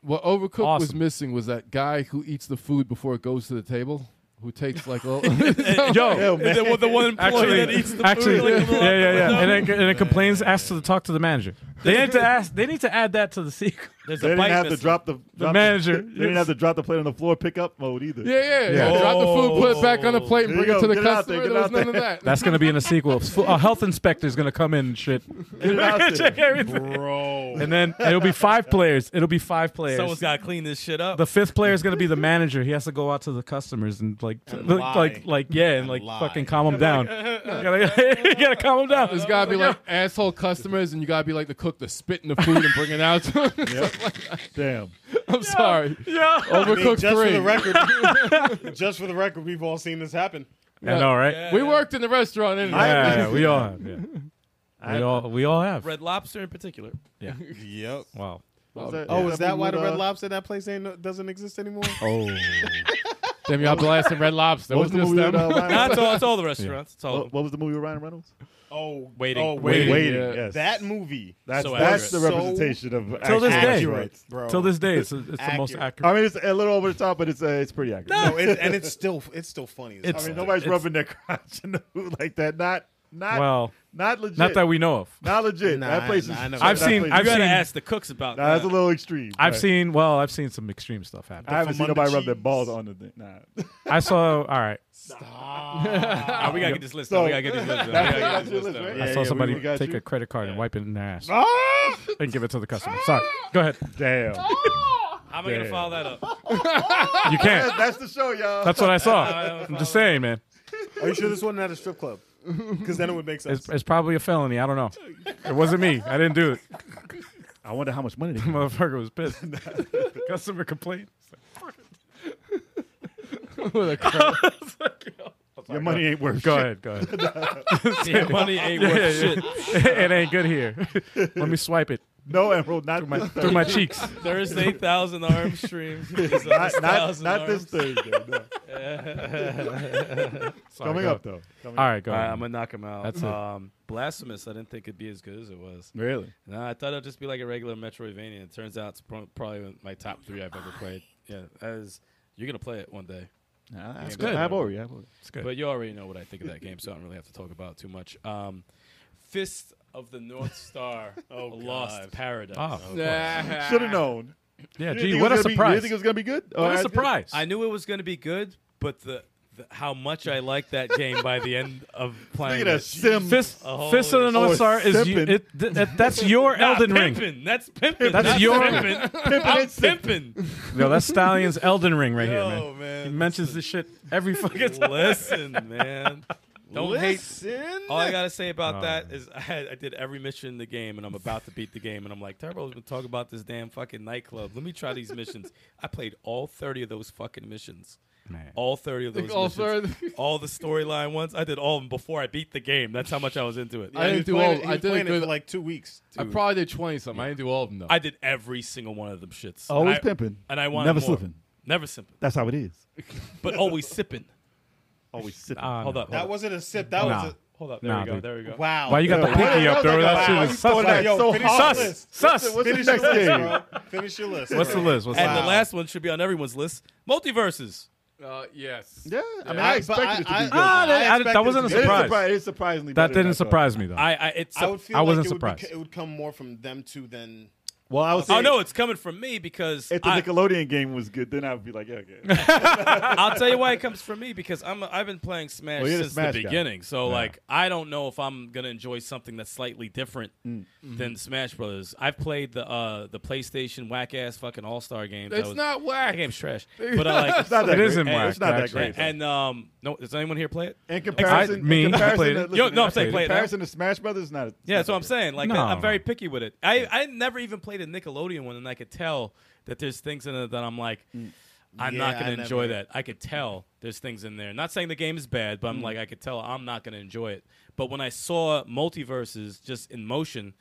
What Overcooked was
Awesome.
missing was that guy who eats the food before it goes to the table, who takes like a
yo.
Yeah, man.
the, the one employee
Actually,
that eats the
actually,
food. like,
yeah, yeah, yeah, and then, and then complains, asks to talk to the manager. They need to ask. They need to add that to the sequel.
There's
They
a
didn't
bite
have to
missing.
drop the, drop
manager.
They didn't have to drop the plate on the floor pickup mode either.
Yeah, yeah, yeah. Drop the food, put it back on the plate, and
There
bring it
you
to the
go. Get it out
customer.
there,
There,
get it
was
out
none of
there.
that.
That's gonna be in a sequel. A health inspector's gonna come in and shit.
Get it out there.
Check everything.
Bro.
And then it'll be five players. It'll be five players.
Someone's got to clean this shit up.
the fifth player is gonna be the manager. He has to go out to the customers and like, like,
lie.
like, like, yeah, and,
And
like,
lie.
fucking calm them down. you, gotta, you gotta calm them down.
There's gotta be like asshole customers, and you gotta be like the cook to spit in the food and bring it out. to 'em.
Damn.
I'm sorry,
yeah.
I mean,
Overcooked
just for
three.
the record, just for the record, we've all seen this happen.
I know, right?
we worked in the restaurant, and
I-
Yeah, we all have. Yeah. We all we all have.
Red Lobster in particular.
Yep.
Wow.
What was that?
Oh, is that why the
What,
Red
uh,
Lobster that place ain't doesn't exist anymore?
Oh,
damn, y'all blasting Red Lobster.
What was
What's
the
this
movie with, uh,
them?
Nah,
Ryan Reynolds?
it's, all, it's all the restaurants. It's all.
What what was the movie with Ryan Reynolds?
Oh,
Waiting.
Oh,
Waiting.
waiting.
Waiting.
yeah.
Yes.
That movie.
That's
So
that's
accurate.
the
So
representation of
Till this
actual
day.
rights.
bro.
till this day, it's, it's the most
Accurate.
accurate.
I mean, it's a little over the top, but it's uh, it's pretty accurate.
No, it, and it's still it's still funny. As
It's-
I mean,
hell.
nobody's
It's-
rubbing their crotch in the food like that. Not not
Well,
not legit.
not that we know of.
not legit.
Nah,
that place is.
nah, I know.
I've
that
seen-
place
I've
you got
is-
to
seen-
ask the cooks about
Nah, that's a
that.
little extreme.
I've
Right.
seen well, I've seen some extreme stuff happen.
I haven't seen
From under
nobody rub their
cheese.
balls on the thing. Nah.
I saw. All right,
Ah, we got to get this list.
So-
out. we got to get this list. out. We gotta get
That's
this
your
list
list,
out.
right?
I saw
Yeah, yeah, we-
somebody
we got
take
you.
a credit card and wipe it in their ass
Ah!
and give it to the customer. Sorry, go ahead.
Damn.
How am I going
Yeah.
to follow that up?
You can't.
That- That's the show, y'all.
That's what I saw. I'm just saying, man.
Are you sure this wasn't at a strip club? Because then it would make sense.
It's, it's probably a felony. I don't know. It wasn't me. I didn't do it.
I wonder how much money they got.
Motherfucker was pissed. Customer complaint.
Your money ain't worth
Go
shit.
ahead. Go ahead.
Yeah, money ain't worth
Yeah,
shit.
yeah. it ain't good here. Let me swipe it
No, Emerald, not my
through my cheeks.
Thursday, thousand arm stream.
not, not,
thousand
not
arms.
this Thursday. No.
Sorry,
Coming
go ahead.
up though. Coming
All right, go.
All right,
ahead.
I'm gonna knock him out.
That's it.
um, Blasphemous. I didn't think it'd be as good as it was.
Really?
No, I thought it'd just be like a regular Metroidvania. It turns out it's pro- probably my top three I've ever played. Yeah, that is. You're gonna play it one day,
That's
good.
I have Ori. I have Ori.
It's good.
but you already know what I think of that game, so I don't really have to talk about it too much. Um, Fist
of the North Star, oh, Lost Paradise.
Oh,
Should have known.
yeah.
You didn't think
Gee,
it
what a
was gonna be- you Oh, didn't
surprise!
think it was gonna be good? Or
what a
as good?
surprise!
I knew it was going to be good, but the, the how much I liked that game by the end of
Look
playing
at that
it.
sim.
Fist,
Oh,
Fist of the North
oh,
Star is you,
sipping.
it, th- that- that's your
Nah,
Elden Ring.
pimpin'. That's pimping.
That's
not
your-
pimping. I'm pimping.
No, that's Stallion's Elden Ring right here, man.
Oh man.
He mentions this shit every fucking time.
Listen, man. Don't
Sin?
hate. All I gotta say about
Uh.
that is I, had, I did every mission in the game, and I'm about to beat the game, and I'm like, Turbo's been talking about this damn fucking nightclub. Let me try these missions. I played all 30 of those fucking missions. All 30 of those.
all
missions.
30.
All the storyline ones. I did all of them before I beat the game. That's how much I was into it.
I didn't do all.
playing it, he
I
was
did a
playing it
good.
for like two weeks.
I probably did twenty something. I didn't do all of them though.
I did every single one of them shits. And
Always
I-
pimping.
And I wanted
Never
more.
slipping.
Never sipping.
That's how it is.
But always sipping.
Always sipping.
Ah,
Hold
no.
up.
That wasn't a sip. That
Nah.
was
Hold up. There
Nah,
we go.
dude.
There we go.
a wow.
Why you got the pinky up, bro? That shit is
Wow,
sus.
you throwing
Yo,
that so
finish
hard.
your
Sus.
list.
Sus.
What's
Finish
the next
your list,
game?
bro. Finish your list.
What's the
bro.
list? What's the
And
list?
the last one should be on everyone's list. Multiverses.
uh, yes.
Yeah, I mean,
I-
I,
but
expected
I-
it to be
I-
good.
Ah, that- I-
expected
that wasn't a
to
It is
surprise.
surpri- It is surprisingly
That
better than
didn't
I thought.
surprise me though.
I, I it's
I would feel
I
like
wasn't
it would, be,
surprised.
it would come more from them two than
Well, I was
Oh no, it's coming from me because
if the
I,
Nickelodeon game was good, then I would be like, yeah, okay.
I'll tell you why it comes from me because I'm a, I've been playing Smash
Well, you're the
since
Smash
the
guy.
beginning. So like I don't know if I'm gonna enjoy something that's slightly different
Mm.
than Smash Brothers. I've played the uh the PlayStation whack ass fucking All Star games. That
It's
was-
not
that
whack.
game's trash. But I like
It's not that
It
great.
is in whack,
It's not that
actually.
great.
and um no does anyone here play it?
In comparison,
me, I
in comparison
played
to,
it.
listen,
Yo, no,
in
I'm saying play it now.
comparison to Smash Brothers, it's not. it's
Yeah,
not
that's what I'm
that great.
saying. Like
No,
I'm
no.
very picky with it. I I never even played a Nickelodeon one, and I could tell that there's things in it that I'm like, I'm
Mm. Yeah,
not going
I
to enjoy
never-
that. I could tell there's things in there. Not saying the game is bad,
Mm.
but I'm like, I could tell I'm not going to enjoy it. But when I saw multiverses just in motion,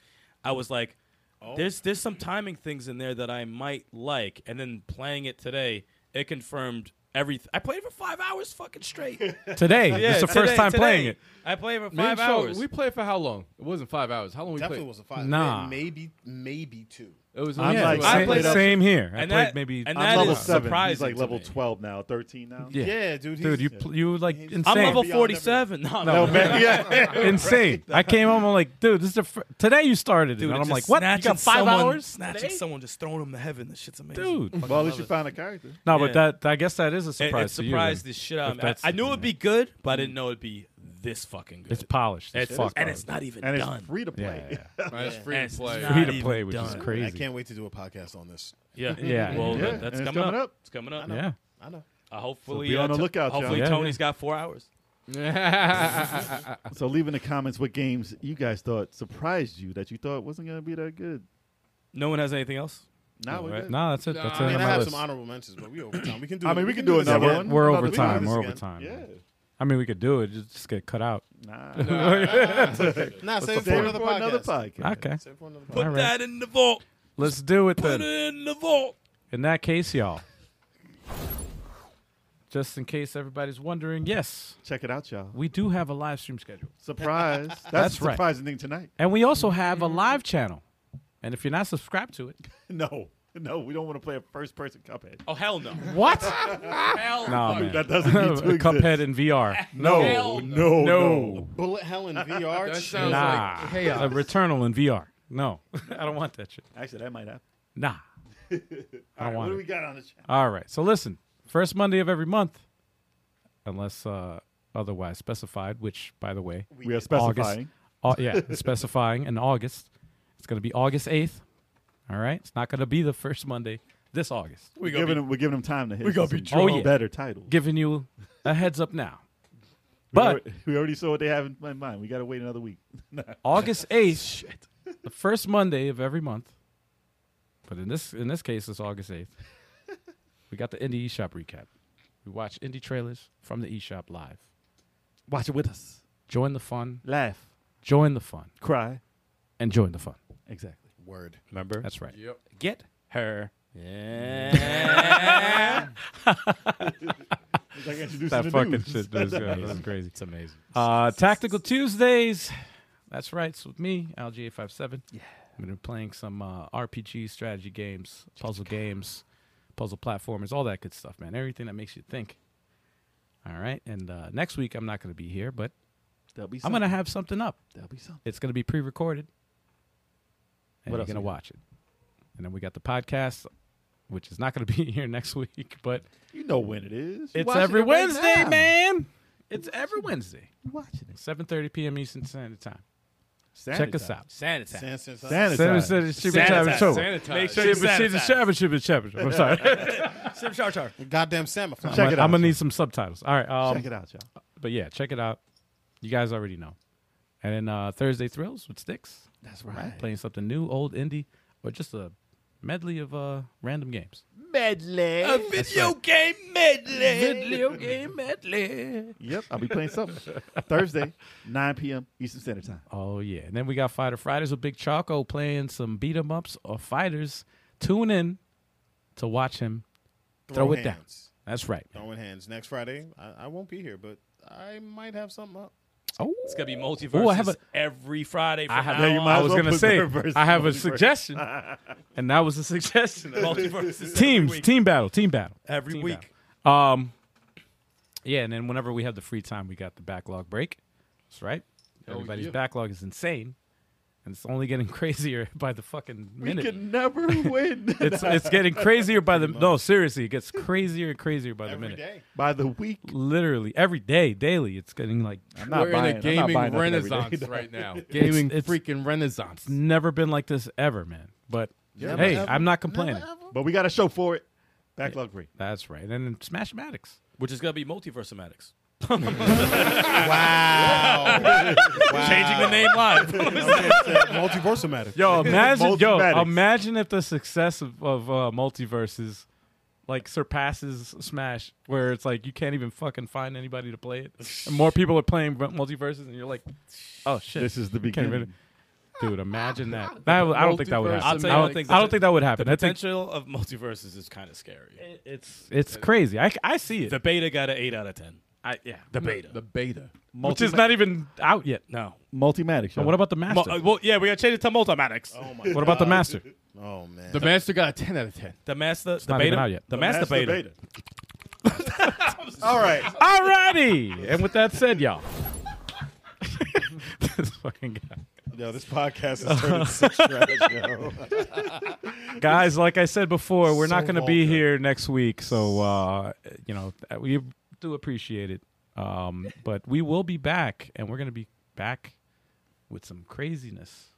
I was like,
Oh.
there's there's some timing things in there that I might like. And then playing it today, it confirmed everything. I played it for five hours fucking straight.
Today, it's the first
today-
time playing
today.
it.
I played it for
Me and
five
Sean,
hours.
We played for how long? It wasn't five hours. How long we
definitely
played?
was a five.
Nah.
Maybe maybe two.
It was.
I'm
only
Yeah,
like,
two
I
same,
hours.
played up-
same here. I
and
played
that-
maybe.
and
I'm
that
level
is
seven. He's
surprising
like
to
level
me.
12 now, 13 now.
Yeah.
Yeah, dude. He's,
dude, you pl- you were, like insane.
I'm level
Beyond everything.
47. No, I'm
Oh,
level
man, yeah.
insane. I came home. I'm like, dude, this is the fr- today you started it,
Dude,
and
it
I'm
just
like, what? You
snatching
got five
someone-
hours?
Snatching
today?
someone, just throwing them to heaven. This shit's amazing.
dude.
well, at least you found a character.
No, but
Yeah.
that I guess that is a
It,
surprise.
it
to you,
surprised
then.
the shit out
If
of me.
that's-
I, I knew it'd be good, but I didn't know it'd be this fucking good.
It's polished. It's
It's-
fucked.
and it's not even
And
done.
it's free to play.
Yeah.
Right, it's free
And
to
it's
play.
not
free to
even
play, which is
done.
crazy.
I can't wait to do a podcast on this.
yeah,
Yeah.
Well,
Yeah,
that-
and
that's
it's
coming,
coming
up.
up.
It's coming up.
Yeah.
I know.
Uh, hopefully,
be on
uh,
the
to-
lookout, y'all.
Hopefully,
Yeah,
Tony's got four hours.
So leave in the comments what games you guys thought surprised you that you thought wasn't going to be that good.
No one has anything else.
Now we're
right.
good.
No, that's it. That's
Nah.
I
it.
mean,
on
I
my
have
list.
some honorable mentions, but we over time. We can do.
I mean, we can do
this
another
again.
one.
We're
Another
over
week.
time.
this
We're
again.
over time.
Yeah.
I mean, we could do it. Just just get cut out.
Nah.
Nah, save it for
Save it
another
for another
podcast.
podcast.
Okay.
Save it for another podcast.
Put
All right.
that in the vault.
Let's do it
Put
then.
it in the vault.
In that case, y'all. Just in case everybody's wondering, yes,
Check it out, y'all.
we do have a live stream schedule.
Surprise. That's,
That's
a
right.
surprising thing tonight.
And we also have a live channel. And if you're not subscribed to it,
No. No, we don't want to play a first person cuphead.
Oh hell no.
what? Hell
Oh,
no, Oh, man.
That doesn't need to exist.
Cuphead in VR. No.
No, no,
No.
Bullet Hell in VR.
That
Shit.
sounds
Nah.
like
a
chaos.
Returnal in VR. No. I don't want that shit.
Actually, that might happen.
Nah.
All
want
right, what do
it.
we got on the channel?
All right. So listen, first Monday of every month, unless uh, otherwise specified, which, by the way,
We are
August.
specifying.
Au- yeah, specifying in August. It's going to be August 8th. All right. It's not going to be the first Monday this August.
We're giving, them, we're giving them time to hit. We're
gonna be
drunk. Oh, yeah.
better title.
Giving you a heads up now.
We
But
alre- we already saw what they have in in mind. We got to wait another week.
August 8th, the first Monday of every month. But in this in this case, it's August 8th. we got the indie eShop recap. We watch indie trailers from the eShop live.
Watch it with us.
Join the fun.
Laugh.
Join the fun.
Cry.
And join the fun.
Exactly.
Word.
Remember?
That's right.
Yep.
Get her.
It's like introducing
That
the
fucking
news.
shit is that's crazy.
It's amazing.
Uh, Tactical Tuesdays. That's right. It's with me, LG857. Yeah. I've been playing some uh, RPG strategy games, puzzle games, puzzle platformers, all that good stuff, man. Everything that makes you think. All right. And uh, next week, I'm not going to be here, but
That'll be
I'm
something.
gonna have something up.
That'll be something.
It's gonna be pre-recorded, and
What
you're
else
gonna
we got?
watch it. And then we got the podcast, which is not gonna be here next week, but
You know when it is. You
it's
watching
every
it right
Wednesday,
now.
man. It's every Wednesday,
You watching it.
7:30 p.m. Eastern Standard Time.
Sanitize.
Check us out.
Sanitize.
Sans- sans-
Sanitize.
Sanitize.
Sanitize.
Make sure you sanitize.
Sanitize. I'm sorry.
Sip, char, char.
Goddamn samovar.
I'm
Check it
gonna-
out,
I'm gonna
y'all.
need some subtitles. All right. Um,
Check it out, y'all.
But yeah, check it out. You guys already know. And then uh, Thursday Thrills with Sticks. That's right. Playing something new, old indie, or just a medley of uh, random games.
A video game medley.
Video game medley.
Yep, I'll be playing something Thursday, 9 p.m. Eastern Standard Time.
Oh yeah. And then we got Fighter Fridays with Big Choco playing some beat 'em ups or fighters. Tune in to watch him throw, it down.
hands.
That's right.
Throwing hands. Next Friday, I, I won't be here, but I might have something up.
Oh,
It's gonna be multiverse
Ooh, I have a-
every Friday. From
I have.
now
Yeah, you
on.
might
I
as
was
well
gonna
put
say
multiverse,
I have a
multiverse.
suggestion, and that was a suggestion.
multiverses
Teams,
every week.
team battle, team battle.
Every
Team
week.
battle. Um, yeah, and then whenever we have the free time, we got the backlog break. That's right. Everybody's
yeah.
backlog is insane, and it's only getting crazier by the fucking
We
minute.
can never win
it's it's getting crazier by the no seriously, it gets crazier and crazier by the
Every
minute.
day.
by the week.
Literally every day, daily, it's getting like
I'm
We're in a
I'm not
gaming
buying nothing every
renaissance
day.
right now. Gaming
it's-
freaking renaissance.
never been like this ever, man. But
Never
hey,
ever.
I'm not complaining.
But we got a show for it. Backlog free.
That's right. And then Smashmatics.
which is gonna be multiversomatics.
Wow. wow.
Changing the name live.
Multiversal matter.
Yo, imagine, yo,
Multimatics.
imagine if the success of, of uh, multiverses like surpasses Smash, where it's like you can't even fucking find anybody to play it, and more people are playing multiverses, and you're like, oh shit,
This is the
can't
beginning.
even- Dude, imagine that. that I don't think that would happen.
I'll tell
I
you,
don't
the-
think. I don't think that would
The
happen. I think
potential of multiverses is kind of scary.
it's it's crazy. I, I see it.
The beta got an eight out of ten.
I, yeah,
The beta.
The beta.
which is not even out yet.
no.
Multimatic.
What about the
Mu-
master?
uh, well, yeah, we gotta change it to multimatics.
Oh my
what about the master?
Oh man.
The master got a 10 out of 10.
The master, the
not
beta,
even out yet.
the master beta.
All right.
Alrighty, and with that said, y'all. this fucking guy.
Yo, this podcast is turning such trash, yo.
guys like i said before we're not
So
going to be
vulgar.
here next week so uh you know th- we do appreciate it um but we will be back and we're going to be back with some craziness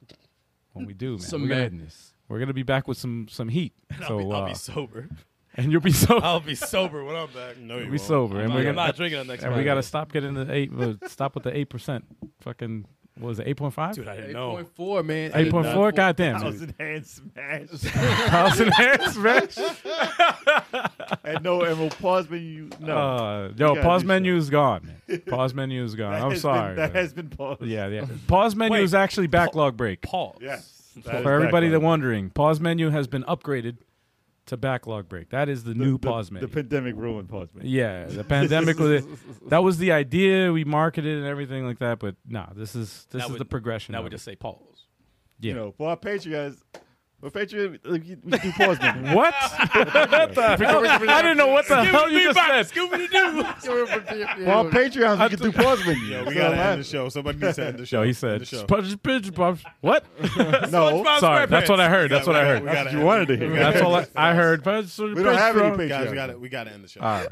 when we do man
Some
we're, gonna,
madness.
we're gonna be back with some some heat so
I'll, be, I'll be
uh,
sober.
and you'll be so
I'll be sober when I'm back.
No,
you'll
you
be sober and
I'm,
we're
not- I'm
gonna
not drinking on next.
and we
Friday.
gotta stop getting the eight uh, stop with the eight percent fucking what was it eight point five
dude. I didn't know.
8.4, man.
eight point four goddamn dude.
Thousand hand smash.
thousand hands man
and no emerald pause menu. No.
Uh, yo,
gotta
pause
do
menu is gone. man. Pause menu is gone.
That
I'm
has
sorry.
Been, that
man.
has been paused.
yeah, yeah. Pause menu
Wait,
is actually backlog break.
Pause.
Yes. that is
For everybody that's
backlog.
wondering, pause menu has been upgraded to backlog break. That is the,
The-
new
the-
pause menu.
The pandemic ruined pause menu.
yeah, the pandemic. was- that was the idea. We marketed and everything like that. But no, this is this
Now
is
we-
the progression.
Now
of
we
it.
just say pause.
yeah.
You know, for our Patreons, for Patreon, like, you- we do pause menu.
what? what the hell? I didn't know what the hell Oh, you just said. Oh,
For our Patreons, we can do pause menu.
Yo,
So
we gotta
laugh.
end the show. Somebody needs to end the show.
Yo, he
End
said.
the show.
"Sponge- bitch, bobs." What?
No,
Sorry, that's what I heard. That's what I
We
heard.
gotta
that's what you
end-
wanted to hear.
That's all I, I heard.
We don't have any Patreons.
Guys, we gotta we gotta end the show.
All right.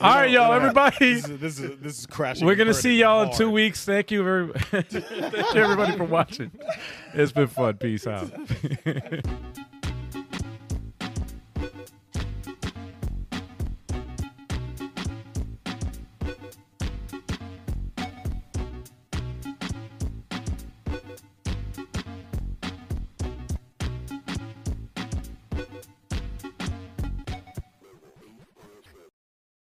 All right, y'all, everybody.
This is this is this is crashing.
We're
and
gonna
burning
see y'all in
hard.
two weeks. Thank you, very, thank you everybody, for watching. It's been fun. Peace out.